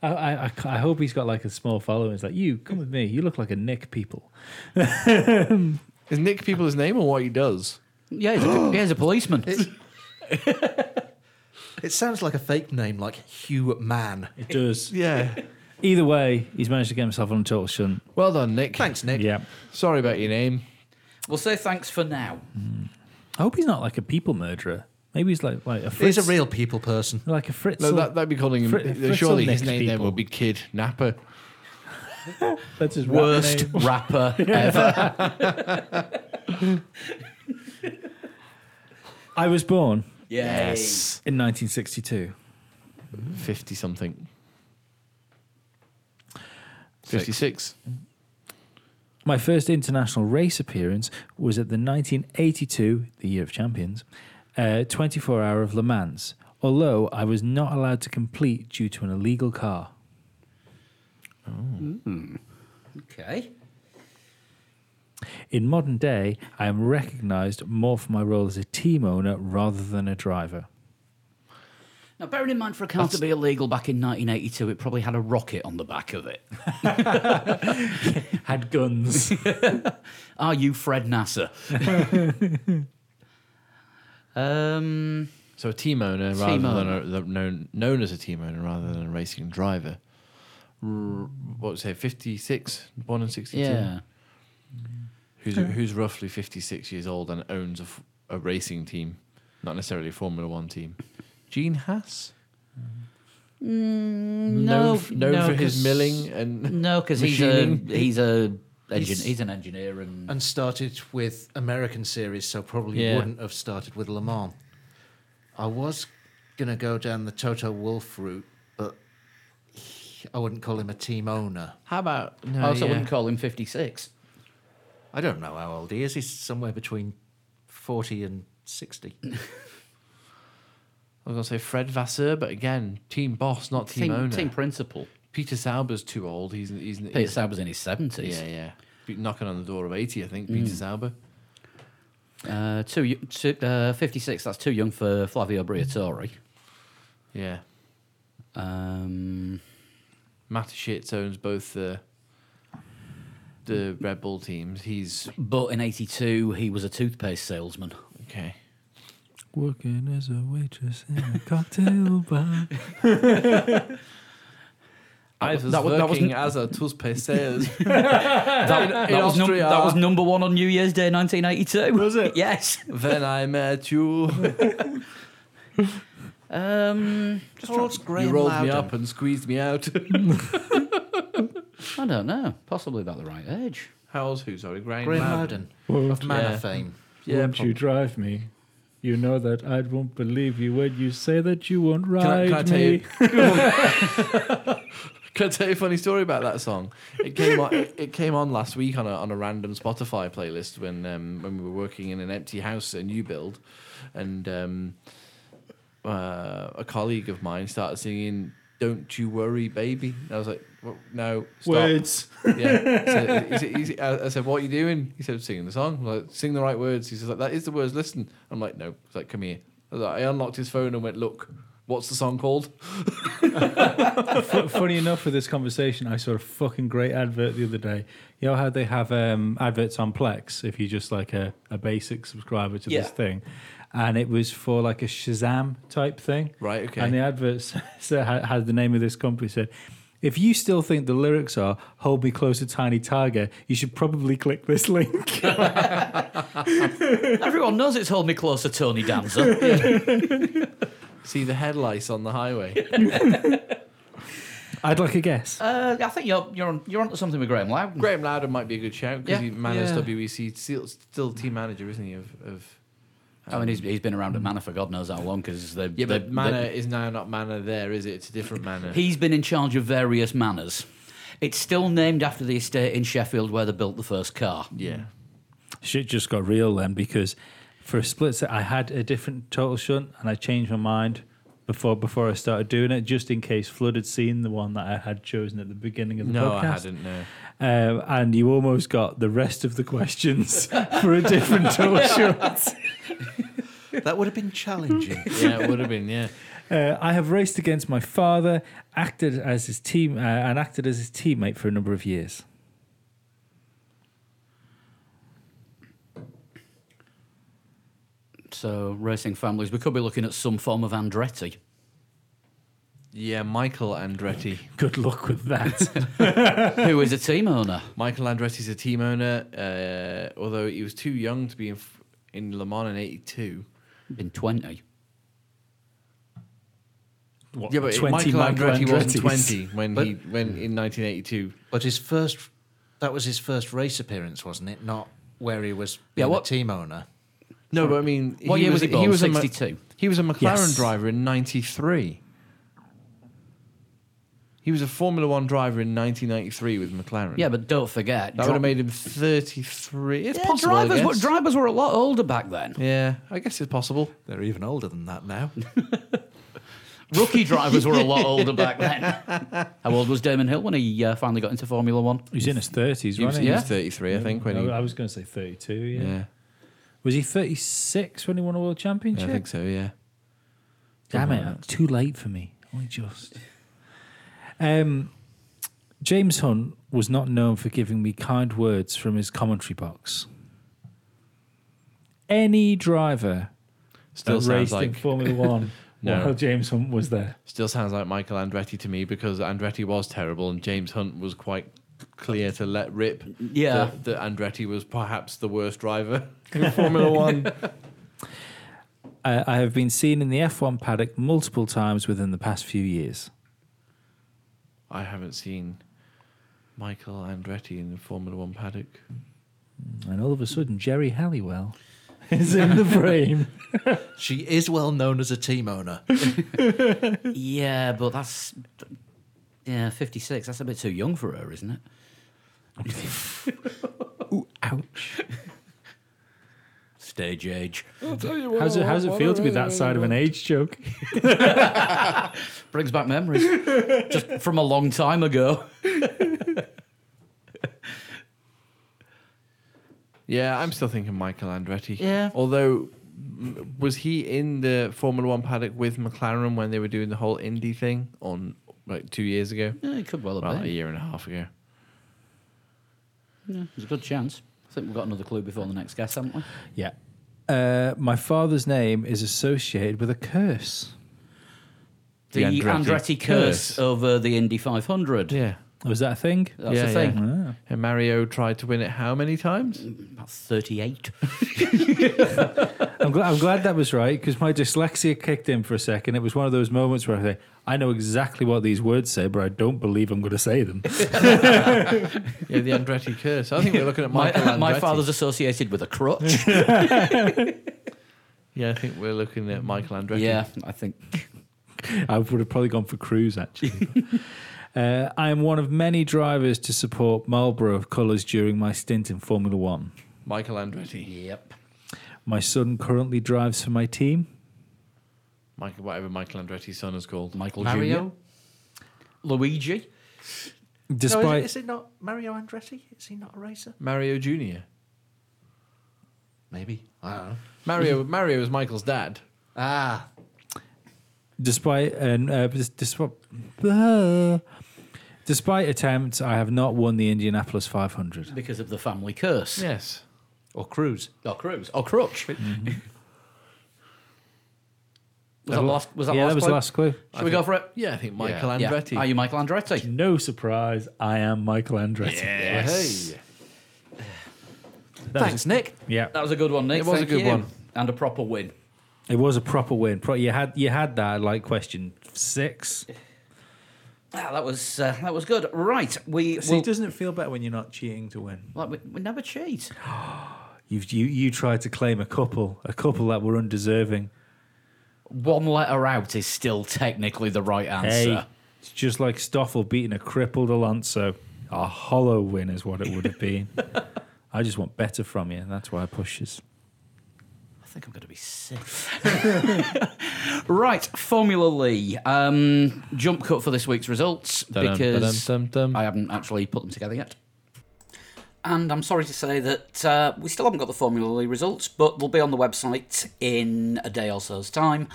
[SPEAKER 3] I, I, I ca- I hope he's got like a small following. It's like, you, come with me. You look like a Nick People.
[SPEAKER 2] Is Nick people's name or what he does?
[SPEAKER 1] Yeah, he's a, yeah, he's a policeman.
[SPEAKER 4] It sounds like a fake name, like Hugh Mann.
[SPEAKER 6] It does.
[SPEAKER 2] Yeah.
[SPEAKER 3] Either way, he's managed to get himself on total shunt.
[SPEAKER 2] Well done, Nick.
[SPEAKER 4] Thanks, Nick.
[SPEAKER 3] Yeah.
[SPEAKER 2] Sorry about your name.
[SPEAKER 1] We'll say thanks for now.
[SPEAKER 3] I hope he's not like a people murderer. Maybe he's like like a Fritz,
[SPEAKER 4] He's a real people person.
[SPEAKER 3] like a Fritz.
[SPEAKER 2] No, that, that'd be calling him. uh,
[SPEAKER 3] Fri- Fritzel
[SPEAKER 2] surely his
[SPEAKER 3] Nick
[SPEAKER 2] name then
[SPEAKER 3] people.
[SPEAKER 2] would be Kid Napper.
[SPEAKER 3] that's his
[SPEAKER 1] Worst rapper ever.
[SPEAKER 3] I was born
[SPEAKER 1] Yes.
[SPEAKER 3] in 1962.
[SPEAKER 2] 50 something. 56.
[SPEAKER 3] My first international race appearance was at the 1982, the year of champions, uh, 24 hour of Le Mans, although I was not allowed to complete due to an illegal car.
[SPEAKER 1] Okay.
[SPEAKER 3] In modern day, I am recognised more for my role as a team owner rather than a driver.
[SPEAKER 1] Now, bearing in mind for a car to be illegal back in 1982, it probably had a rocket on the back of it.
[SPEAKER 3] Had guns.
[SPEAKER 1] Are you Fred Nasser? um,
[SPEAKER 2] So a team owner rather
[SPEAKER 1] Team
[SPEAKER 2] than
[SPEAKER 1] owner.
[SPEAKER 2] a, the- known known as a team owner rather than a racing driver. R- what would you say? Fifty six, born in sixty two.
[SPEAKER 1] yeah.
[SPEAKER 2] Who's who's roughly fifty six years old and owns a, f- a racing team, not necessarily a Formula One team. Gene Haas, known, f- known for his
[SPEAKER 1] Mm, 'cause-
[SPEAKER 2] milling and
[SPEAKER 1] No, because he's a
[SPEAKER 2] machining.
[SPEAKER 1] he's a engin- he's,
[SPEAKER 4] He's-
[SPEAKER 1] an engineer and
[SPEAKER 4] And started with American series, so probably
[SPEAKER 2] Yeah.
[SPEAKER 4] wouldn't have started with Le Mans. I was going to go down the Toto Wolf route, but he- I wouldn't call him a team owner.
[SPEAKER 2] How about
[SPEAKER 1] I
[SPEAKER 2] no?
[SPEAKER 1] also
[SPEAKER 2] yeah.
[SPEAKER 1] wouldn't call him 56.
[SPEAKER 4] I don't know how old he is. He's somewhere between 40 and 60.
[SPEAKER 2] I was gonna say Fred Vasseur, but again, team boss, not team,
[SPEAKER 1] team,
[SPEAKER 2] owner.
[SPEAKER 1] team principal.
[SPEAKER 2] Peter Sauber's too old. He's he's, he's
[SPEAKER 1] Peter Sauber's in his 70s.
[SPEAKER 2] yeah yeah. Be- Knocking on the door of eighty, I think.
[SPEAKER 1] Mm.
[SPEAKER 2] Peter Sauber.
[SPEAKER 1] Uh, too, y- too, uh, 56, that's too young for Flavio Briatore.
[SPEAKER 2] Yeah.
[SPEAKER 1] Um,
[SPEAKER 2] Matashitz owns both the the Red Bull teams. He's
[SPEAKER 1] but in 82, he was a toothpaste salesman.
[SPEAKER 2] okay.
[SPEAKER 3] Working as a waitress in a cocktail bar.
[SPEAKER 2] I
[SPEAKER 1] was- that was- that was-
[SPEAKER 2] as a toothpaste sales.
[SPEAKER 1] That,
[SPEAKER 2] in
[SPEAKER 1] that was num-
[SPEAKER 2] Austria.
[SPEAKER 1] that was number one on New Year's Day 1982. Was it? yes.
[SPEAKER 2] then I met you.
[SPEAKER 1] Um,
[SPEAKER 4] How old's Graham
[SPEAKER 2] you rolled me
[SPEAKER 4] Loudon?
[SPEAKER 2] up and squeezed me out.
[SPEAKER 1] I don't know. Possibly about the right age.
[SPEAKER 2] How old's who? Sorry, Graham.
[SPEAKER 4] Graham
[SPEAKER 2] Loudon.
[SPEAKER 4] Loudon
[SPEAKER 3] Won't,
[SPEAKER 4] of Manor
[SPEAKER 2] Yeah.
[SPEAKER 4] fame.
[SPEAKER 2] Yeah,
[SPEAKER 3] won't you
[SPEAKER 2] prob-
[SPEAKER 3] drive me? You know that I won't believe you when you say that you won't ride
[SPEAKER 2] Can I, can I tell
[SPEAKER 3] me.
[SPEAKER 2] you? can I tell you a funny story about that song? It came on. It, it came on last week on a on a random Spotify playlist when um, when we were working in an empty house, a new build, and um, uh, a colleague of mine started singing "Don't You Worry, Baby." And I was like, "Wha- "No, stop."
[SPEAKER 3] Words.
[SPEAKER 2] Yeah. So he said- he said- I I said, "What are you doing?" He said, "Singing the song." I'm like, "Sing the right words." He says, "Like that is the words." Listen. I'm like, "No." He's like, "Come here." I, was like- I unlocked his phone and went, "Look, what's the song called?"
[SPEAKER 3] Fu- Funny enough, for this conversation, I saw a fucking great advert the other day. You know how they have um, adverts on Plex if you're just like a, a basic subscriber to
[SPEAKER 1] Yeah.
[SPEAKER 3] this thing, and it was for like a Shazam type thing.
[SPEAKER 2] Right. Okay.
[SPEAKER 3] And the advert sa- sa- ha- had the name of this company said, if you still think the lyrics are "Hold Me Closer, Tiny Tiger," you should probably click this link.
[SPEAKER 1] Everyone knows it's Hold Me Closer, Tony Danza.
[SPEAKER 2] See the head lice on the highway.
[SPEAKER 3] I'd like a guess.
[SPEAKER 1] uh, I think you're you're on, you're onto something with Graham Loudon.
[SPEAKER 2] Graham Loudon might be a good shout because
[SPEAKER 1] Yeah.
[SPEAKER 2] he managed
[SPEAKER 3] Yeah.
[SPEAKER 2] WEC, E still, still team manager, isn't he? Of, of
[SPEAKER 1] I mean, he's, he's been around at Manor for God knows how long because they
[SPEAKER 2] yeah,
[SPEAKER 1] they-
[SPEAKER 2] but Manor
[SPEAKER 1] they-
[SPEAKER 2] is now not Manor. There is it? It's a different Manor.
[SPEAKER 1] he's been in charge of various manors. It's still named after the estate in Sheffield where they built the first car.
[SPEAKER 2] yeah.
[SPEAKER 3] Shit just got real then because for a split sec I had a different total shunt and I changed my mind before before I started doing it just in case Flood had seen the one that I had chosen at the beginning of the
[SPEAKER 2] No,
[SPEAKER 3] podcast.
[SPEAKER 2] I hadn't. No.
[SPEAKER 3] Um, and you almost got the rest of the questions for a different total shunt.
[SPEAKER 4] That would have been challenging.
[SPEAKER 2] Yeah, it would have been. Yeah.
[SPEAKER 3] Uh, I have raced against my father, acted as his team, uh, and acted as his teammate for a number of years.
[SPEAKER 1] So, racing families, we could be looking at some form of Andretti.
[SPEAKER 2] Yeah, Michael Andretti.
[SPEAKER 3] Good luck with that.
[SPEAKER 1] who is a team owner.
[SPEAKER 2] Michael Andretti's a team owner, uh, although he was too young to be in, f- in Le Mans in 82.
[SPEAKER 1] Been 20.
[SPEAKER 3] What,
[SPEAKER 2] Yeah, but Michael, Andretti, wasn't 20 when
[SPEAKER 4] But-
[SPEAKER 2] he when in 1982.
[SPEAKER 4] But his first, that was his first race appearance, wasn't it? Not where he was being
[SPEAKER 1] what-
[SPEAKER 4] a team owner.
[SPEAKER 2] No, but I mean,
[SPEAKER 1] What year was he born?
[SPEAKER 2] a Ma-
[SPEAKER 1] 62?
[SPEAKER 2] he was a McLaren
[SPEAKER 3] Yes.
[SPEAKER 2] driver in 93. He was a Formula One driver in 1993 with McLaren.
[SPEAKER 1] Yeah, but don't forget.
[SPEAKER 2] that
[SPEAKER 1] dri-
[SPEAKER 2] would have made him 33. It's
[SPEAKER 1] Yeah,
[SPEAKER 2] possible. I
[SPEAKER 1] drivers, were,
[SPEAKER 2] guess.
[SPEAKER 1] drivers were a lot older back then.
[SPEAKER 2] yeah, I guess it's possible.
[SPEAKER 4] They're even older than that now.
[SPEAKER 1] Rookie drivers were a lot older back then. How old was Damon Hill when he uh, finally got into Formula One?
[SPEAKER 3] He's in his 30s,
[SPEAKER 2] He was,
[SPEAKER 3] wasn't
[SPEAKER 2] he
[SPEAKER 3] he?
[SPEAKER 2] was 33, I think, when he.
[SPEAKER 3] I was going to say 32, yeah.
[SPEAKER 2] yeah.
[SPEAKER 3] Was he 36 when he won a world
[SPEAKER 2] Yeah,
[SPEAKER 3] championship?
[SPEAKER 2] I think so. Yeah.
[SPEAKER 3] Damn it,
[SPEAKER 2] Something like
[SPEAKER 3] that's too late for me. Only just. Um, James Hunt was not known for giving me kind words from his commentary box. Any driver
[SPEAKER 2] Still
[SPEAKER 3] that
[SPEAKER 2] sounds
[SPEAKER 3] raced
[SPEAKER 2] like
[SPEAKER 3] in Formula One
[SPEAKER 2] No.
[SPEAKER 3] while James Hunt was there.
[SPEAKER 2] still sounds like Michael Andretti to me because Andretti was terrible and James Hunt was quite clear to let rip.
[SPEAKER 1] Yeah.
[SPEAKER 2] that, that Andretti was perhaps the worst driver in Formula One.
[SPEAKER 3] I, I have been seen in the F1 paddock multiple times within the past few years.
[SPEAKER 2] I haven't seen Michael Andretti in the Formula One paddock.
[SPEAKER 3] And all of a sudden, Jerry Halliwell is in the frame.
[SPEAKER 4] she is well known as a team owner.
[SPEAKER 1] Yeah, but that's. Yeah, 56. That's a bit too young for her, isn't it?
[SPEAKER 3] Ouch.
[SPEAKER 1] Stage age.
[SPEAKER 3] How's it, how's it feel to be that side of an age joke?
[SPEAKER 1] Brings back memories. Just from a long time ago.
[SPEAKER 2] Yeah, I'm still thinking Michael Andretti.
[SPEAKER 1] Yeah.
[SPEAKER 2] Although, m- was he in the Formula One paddock with McLaren when they were doing the whole Indy thing on like two years ago?
[SPEAKER 1] Yeah, it could well have
[SPEAKER 2] Well, a
[SPEAKER 1] been.
[SPEAKER 2] year and a half ago.
[SPEAKER 1] Yeah, there's a good chance. I think we've got another clue before the next guest, haven't we?
[SPEAKER 3] Yeah. Uh, my father's name is associated with a curse.
[SPEAKER 1] The,
[SPEAKER 2] The
[SPEAKER 1] Andretti,
[SPEAKER 2] Andretti
[SPEAKER 1] curse,
[SPEAKER 2] curse.
[SPEAKER 1] over the Indy 500.
[SPEAKER 2] Yeah.
[SPEAKER 3] Was that a thing? Ah.
[SPEAKER 1] That's
[SPEAKER 2] Yeah,
[SPEAKER 1] the thing.
[SPEAKER 2] yeah. And Mario tried to win it how many times?
[SPEAKER 1] About 38.
[SPEAKER 3] I'm, glad, I'm glad that was right because my dyslexia kicked in for a second. It was one of those moments where I think, I know exactly what these words say, but I don't believe I'm going to say them.
[SPEAKER 2] Yeah, the Andretti curse. I think we're looking at
[SPEAKER 1] My,
[SPEAKER 2] Michael Andretti.
[SPEAKER 1] my father's associated with a crutch.
[SPEAKER 2] Yeah, I think we're looking at Michael Andretti.
[SPEAKER 1] yeah, I think.
[SPEAKER 3] I would have probably gone for Cruise, actually. uh, I am one of many drivers to support Marlboro colours during my stint in Formula One.
[SPEAKER 2] Michael Andretti.
[SPEAKER 1] Yep.
[SPEAKER 3] My son currently drives for my team.
[SPEAKER 2] Michael, whatever Michael Andretti's son is called.
[SPEAKER 1] Michael
[SPEAKER 4] Mario?
[SPEAKER 1] Jr. Luigi.
[SPEAKER 3] Despite
[SPEAKER 4] No, is, it- is it not Mario Andretti? Is he not a racer?
[SPEAKER 2] Mario Jr.
[SPEAKER 4] Maybe. I don't know.
[SPEAKER 2] Mario Mario is Michael's dad.
[SPEAKER 4] Ah,
[SPEAKER 3] Despite and uh, dis- dispo- blah. despite attempts, I have not won the Indianapolis 500.
[SPEAKER 1] Because of the family curse.
[SPEAKER 2] Yes.
[SPEAKER 4] or Cruz.
[SPEAKER 1] Or cruise. Or crutch. was that last? Was that
[SPEAKER 3] yeah,
[SPEAKER 1] last?
[SPEAKER 3] that was
[SPEAKER 1] clue?
[SPEAKER 3] the last clue.
[SPEAKER 1] Should we go for it?
[SPEAKER 2] Yeah, I think Michael
[SPEAKER 1] Yeah.
[SPEAKER 2] Andretti.
[SPEAKER 1] Are you Michael Andretti?
[SPEAKER 3] No surprise, I am Michael Andretti.
[SPEAKER 2] Yes.
[SPEAKER 4] Thanks, Nick.
[SPEAKER 3] Yeah,
[SPEAKER 1] That was a good one, Nick.
[SPEAKER 2] It was a
[SPEAKER 1] Thank
[SPEAKER 2] good
[SPEAKER 1] you.
[SPEAKER 2] one.
[SPEAKER 1] and a proper win.
[SPEAKER 3] it was a proper win. Pro- you had you had that like question six.
[SPEAKER 1] Ah, that was uh, that was good. Right, we
[SPEAKER 3] See,
[SPEAKER 1] will.
[SPEAKER 3] doesn't it feel better when you're not cheating to win?
[SPEAKER 1] Like, we, we never cheat.
[SPEAKER 3] You've, you you tried to claim a couple, a couple that were undeserving.
[SPEAKER 1] One letter out is still technically the right answer.
[SPEAKER 3] Hey, it's just like Stoffel beating a crippled Alonso. A hollow win is what it would have been. I just want better from you. That's why I pushes.
[SPEAKER 1] I think I'm going to be sick. right, Formula Lee. Um, jump cut for this week's results
[SPEAKER 2] Dun-dun,
[SPEAKER 1] because
[SPEAKER 2] dun-dun, dun-dun.
[SPEAKER 1] I haven't actually put them together yet. And I'm sorry to say that uh, we still haven't got the Formula Lee results, but they'll be on the website in a day or so's time,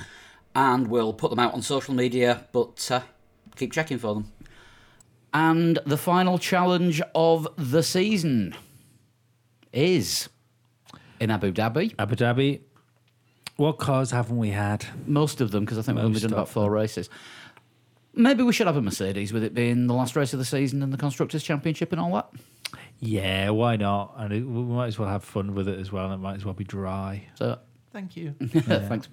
[SPEAKER 1] and we'll put them out on social media. But uh, keep checking for them. And the final challenge of the season is in Abu Dhabi.
[SPEAKER 3] Abu Dhabi, What cars haven't we had?
[SPEAKER 1] Most of them, because I think we've only
[SPEAKER 3] Most
[SPEAKER 1] done about
[SPEAKER 3] of
[SPEAKER 1] four races. Maybe we should have a Mercedes with it being the last race of the season and the Constructors' Championship and all that.
[SPEAKER 3] Yeah, why not? And it, we might as well have fun with it as well. And it might as well be dry.
[SPEAKER 1] So
[SPEAKER 2] Thank you.
[SPEAKER 1] thanks,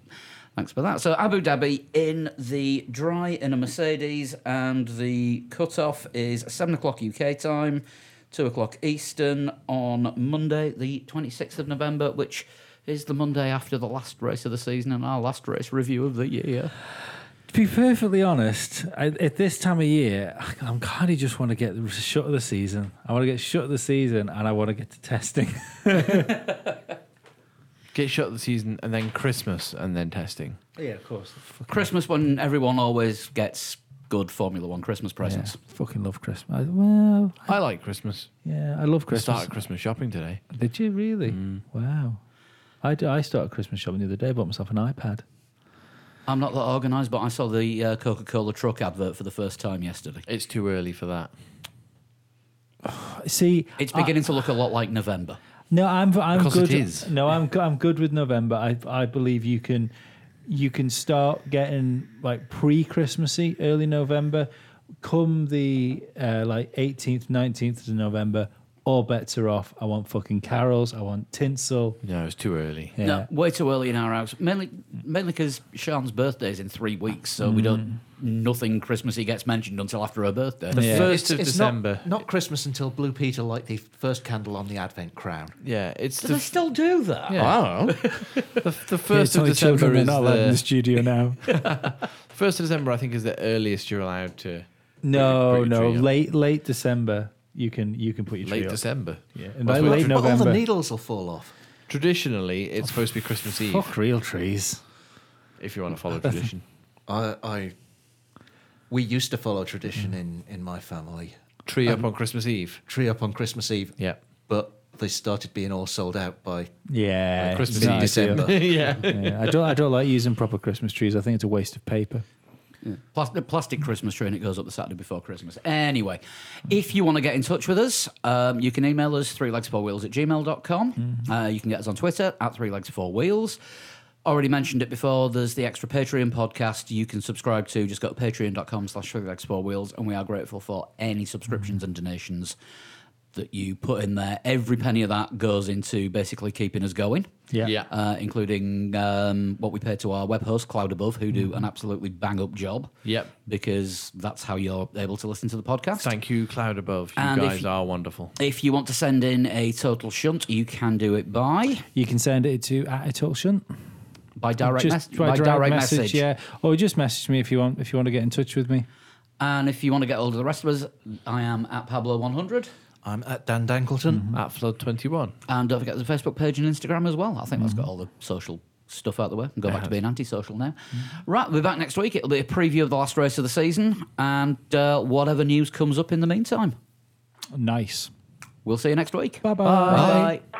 [SPEAKER 1] thanks for that. So Abu Dhabi in the dry in a Mercedes, and the cutoff is seven o'clock UK time, two o'clock Eastern on Monday, the twenty sixth of November, which is the Monday after the last race of the season and our last race review of the year.
[SPEAKER 3] To be perfectly honest, I, at this time of year, I- I'm kind of just want to get shut of the season. I want to get shut of the season, and I want to get to testing.
[SPEAKER 2] Get shut of the season and then Christmas and then testing.
[SPEAKER 3] Yeah, of course.
[SPEAKER 1] Christmas when everyone always gets good Formula One Christmas presents.
[SPEAKER 3] fucking love Christmas. I- Well,
[SPEAKER 2] I like Christmas.
[SPEAKER 3] yeah, I love Christmas.
[SPEAKER 2] Started Christmas shopping today.
[SPEAKER 3] Did you really? Wow. I, d- I started Christmas shopping the other day. Bought myself an iPad.
[SPEAKER 1] I'm not that organised, but I saw the uh, Coca Cola truck advert for the first time yesterday.
[SPEAKER 2] It's too early for that.
[SPEAKER 3] See,
[SPEAKER 1] It's
[SPEAKER 3] I-
[SPEAKER 1] beginning to look a lot like November.
[SPEAKER 3] No, I'm I'm
[SPEAKER 2] Because
[SPEAKER 3] good.
[SPEAKER 2] it is.
[SPEAKER 3] No, I'm go- I'm good with November. I I believe you can you can start getting like pre-Christmassy early November. Come the uh, like 18th, 19th of November, all bets are off. I want fucking carols. I want tinsel.
[SPEAKER 2] No, it's too early.
[SPEAKER 3] Yeah.
[SPEAKER 1] No, way too early in our house. Mainly, mainly because Sean's birthday's in three weeks, so we don't. Nothing Christmassy gets mentioned until after her birthday.
[SPEAKER 3] Mm. Yeah.
[SPEAKER 2] First of
[SPEAKER 4] not-
[SPEAKER 2] December.
[SPEAKER 4] Not, Christmas until Blue Peter light the first candle on the Advent crown.
[SPEAKER 2] Yeah, it's
[SPEAKER 1] Do
[SPEAKER 2] the
[SPEAKER 1] they still do that?
[SPEAKER 2] Yeah. the, the first of December is the,
[SPEAKER 3] studio now.
[SPEAKER 2] first of December. I think is the earliest you're allowed to.
[SPEAKER 3] no,
[SPEAKER 2] Put your
[SPEAKER 3] no,
[SPEAKER 2] tree up.
[SPEAKER 3] late late December. You can you can put your
[SPEAKER 2] Late
[SPEAKER 3] tree up.
[SPEAKER 2] December.
[SPEAKER 3] Yeah, and by
[SPEAKER 2] That's what
[SPEAKER 3] late
[SPEAKER 2] I've-
[SPEAKER 4] But all the
[SPEAKER 3] November.
[SPEAKER 4] needles will fall off.
[SPEAKER 2] Traditionally, it's supposed to be Christmas Eve
[SPEAKER 3] Oh. Fuck real trees.
[SPEAKER 2] if you want to follow tradition.
[SPEAKER 4] I, I we used to follow tradition in in my family.
[SPEAKER 2] Tree
[SPEAKER 3] Um,
[SPEAKER 2] up on Christmas Eve.
[SPEAKER 4] Tree up on Christmas Eve,
[SPEAKER 2] Yeah.
[SPEAKER 4] but they started being all sold out by
[SPEAKER 3] Yeah,
[SPEAKER 2] Like Christmas
[SPEAKER 3] it's not
[SPEAKER 2] in
[SPEAKER 3] ideal.
[SPEAKER 4] December.
[SPEAKER 2] yeah.
[SPEAKER 3] yeah, I don't. I don't like using proper Christmas trees. I think it's a waste of paper.
[SPEAKER 1] Plas- the plastic Christmas tree and it goes up the Saturday before Christmas. Anyway, if you want to get in touch with us, um, you can email us three legs four wheels at gmail.com. Uh, you can get us on Twitter at three legs four wheels. Already mentioned it before, there's the extra Patreon podcast you can subscribe to. Just go to patreon.com slash three legs four wheels, and we are grateful for any subscriptions and donations that you put in there. Every penny of that goes into basically keeping us going
[SPEAKER 3] Yeah.
[SPEAKER 2] Yeah.
[SPEAKER 1] uh, including um, what we pay to our web host, Cloud Above, who
[SPEAKER 3] Mm-hmm.
[SPEAKER 1] do an absolutely bang up job.
[SPEAKER 2] Yep.
[SPEAKER 1] Because that's how you're able to listen to the podcast.
[SPEAKER 2] Thank you, Cloud Above. You
[SPEAKER 1] And if
[SPEAKER 2] guys
[SPEAKER 1] you-
[SPEAKER 2] are wonderful.
[SPEAKER 1] if you want to send in a total shunt, you can do it by
[SPEAKER 3] You can send it to at Atulshan.
[SPEAKER 1] by direct,
[SPEAKER 3] just
[SPEAKER 1] mes-
[SPEAKER 3] by direct, message,
[SPEAKER 1] message.
[SPEAKER 3] Yeah. Or just message me if you want. If you want to get in touch with me.
[SPEAKER 1] And if you want to get hold of the rest of us, I am at Pablo100.
[SPEAKER 4] I'm at Dan Dangleton.
[SPEAKER 1] Mm-hmm.
[SPEAKER 2] At Flood 21.
[SPEAKER 1] And don't forget the Facebook page and Instagram as well. I think
[SPEAKER 3] Mm-hmm.
[SPEAKER 1] that's got all the social stuff out the way. Go back to being antisocial now.
[SPEAKER 3] Mm-hmm.
[SPEAKER 1] Right, we'll be back next week. It'll be a preview of the last race of the season and uh, whatever news comes up in the meantime.
[SPEAKER 3] Nice.
[SPEAKER 1] We'll see you next week.
[SPEAKER 3] Bye-bye.
[SPEAKER 1] Bye.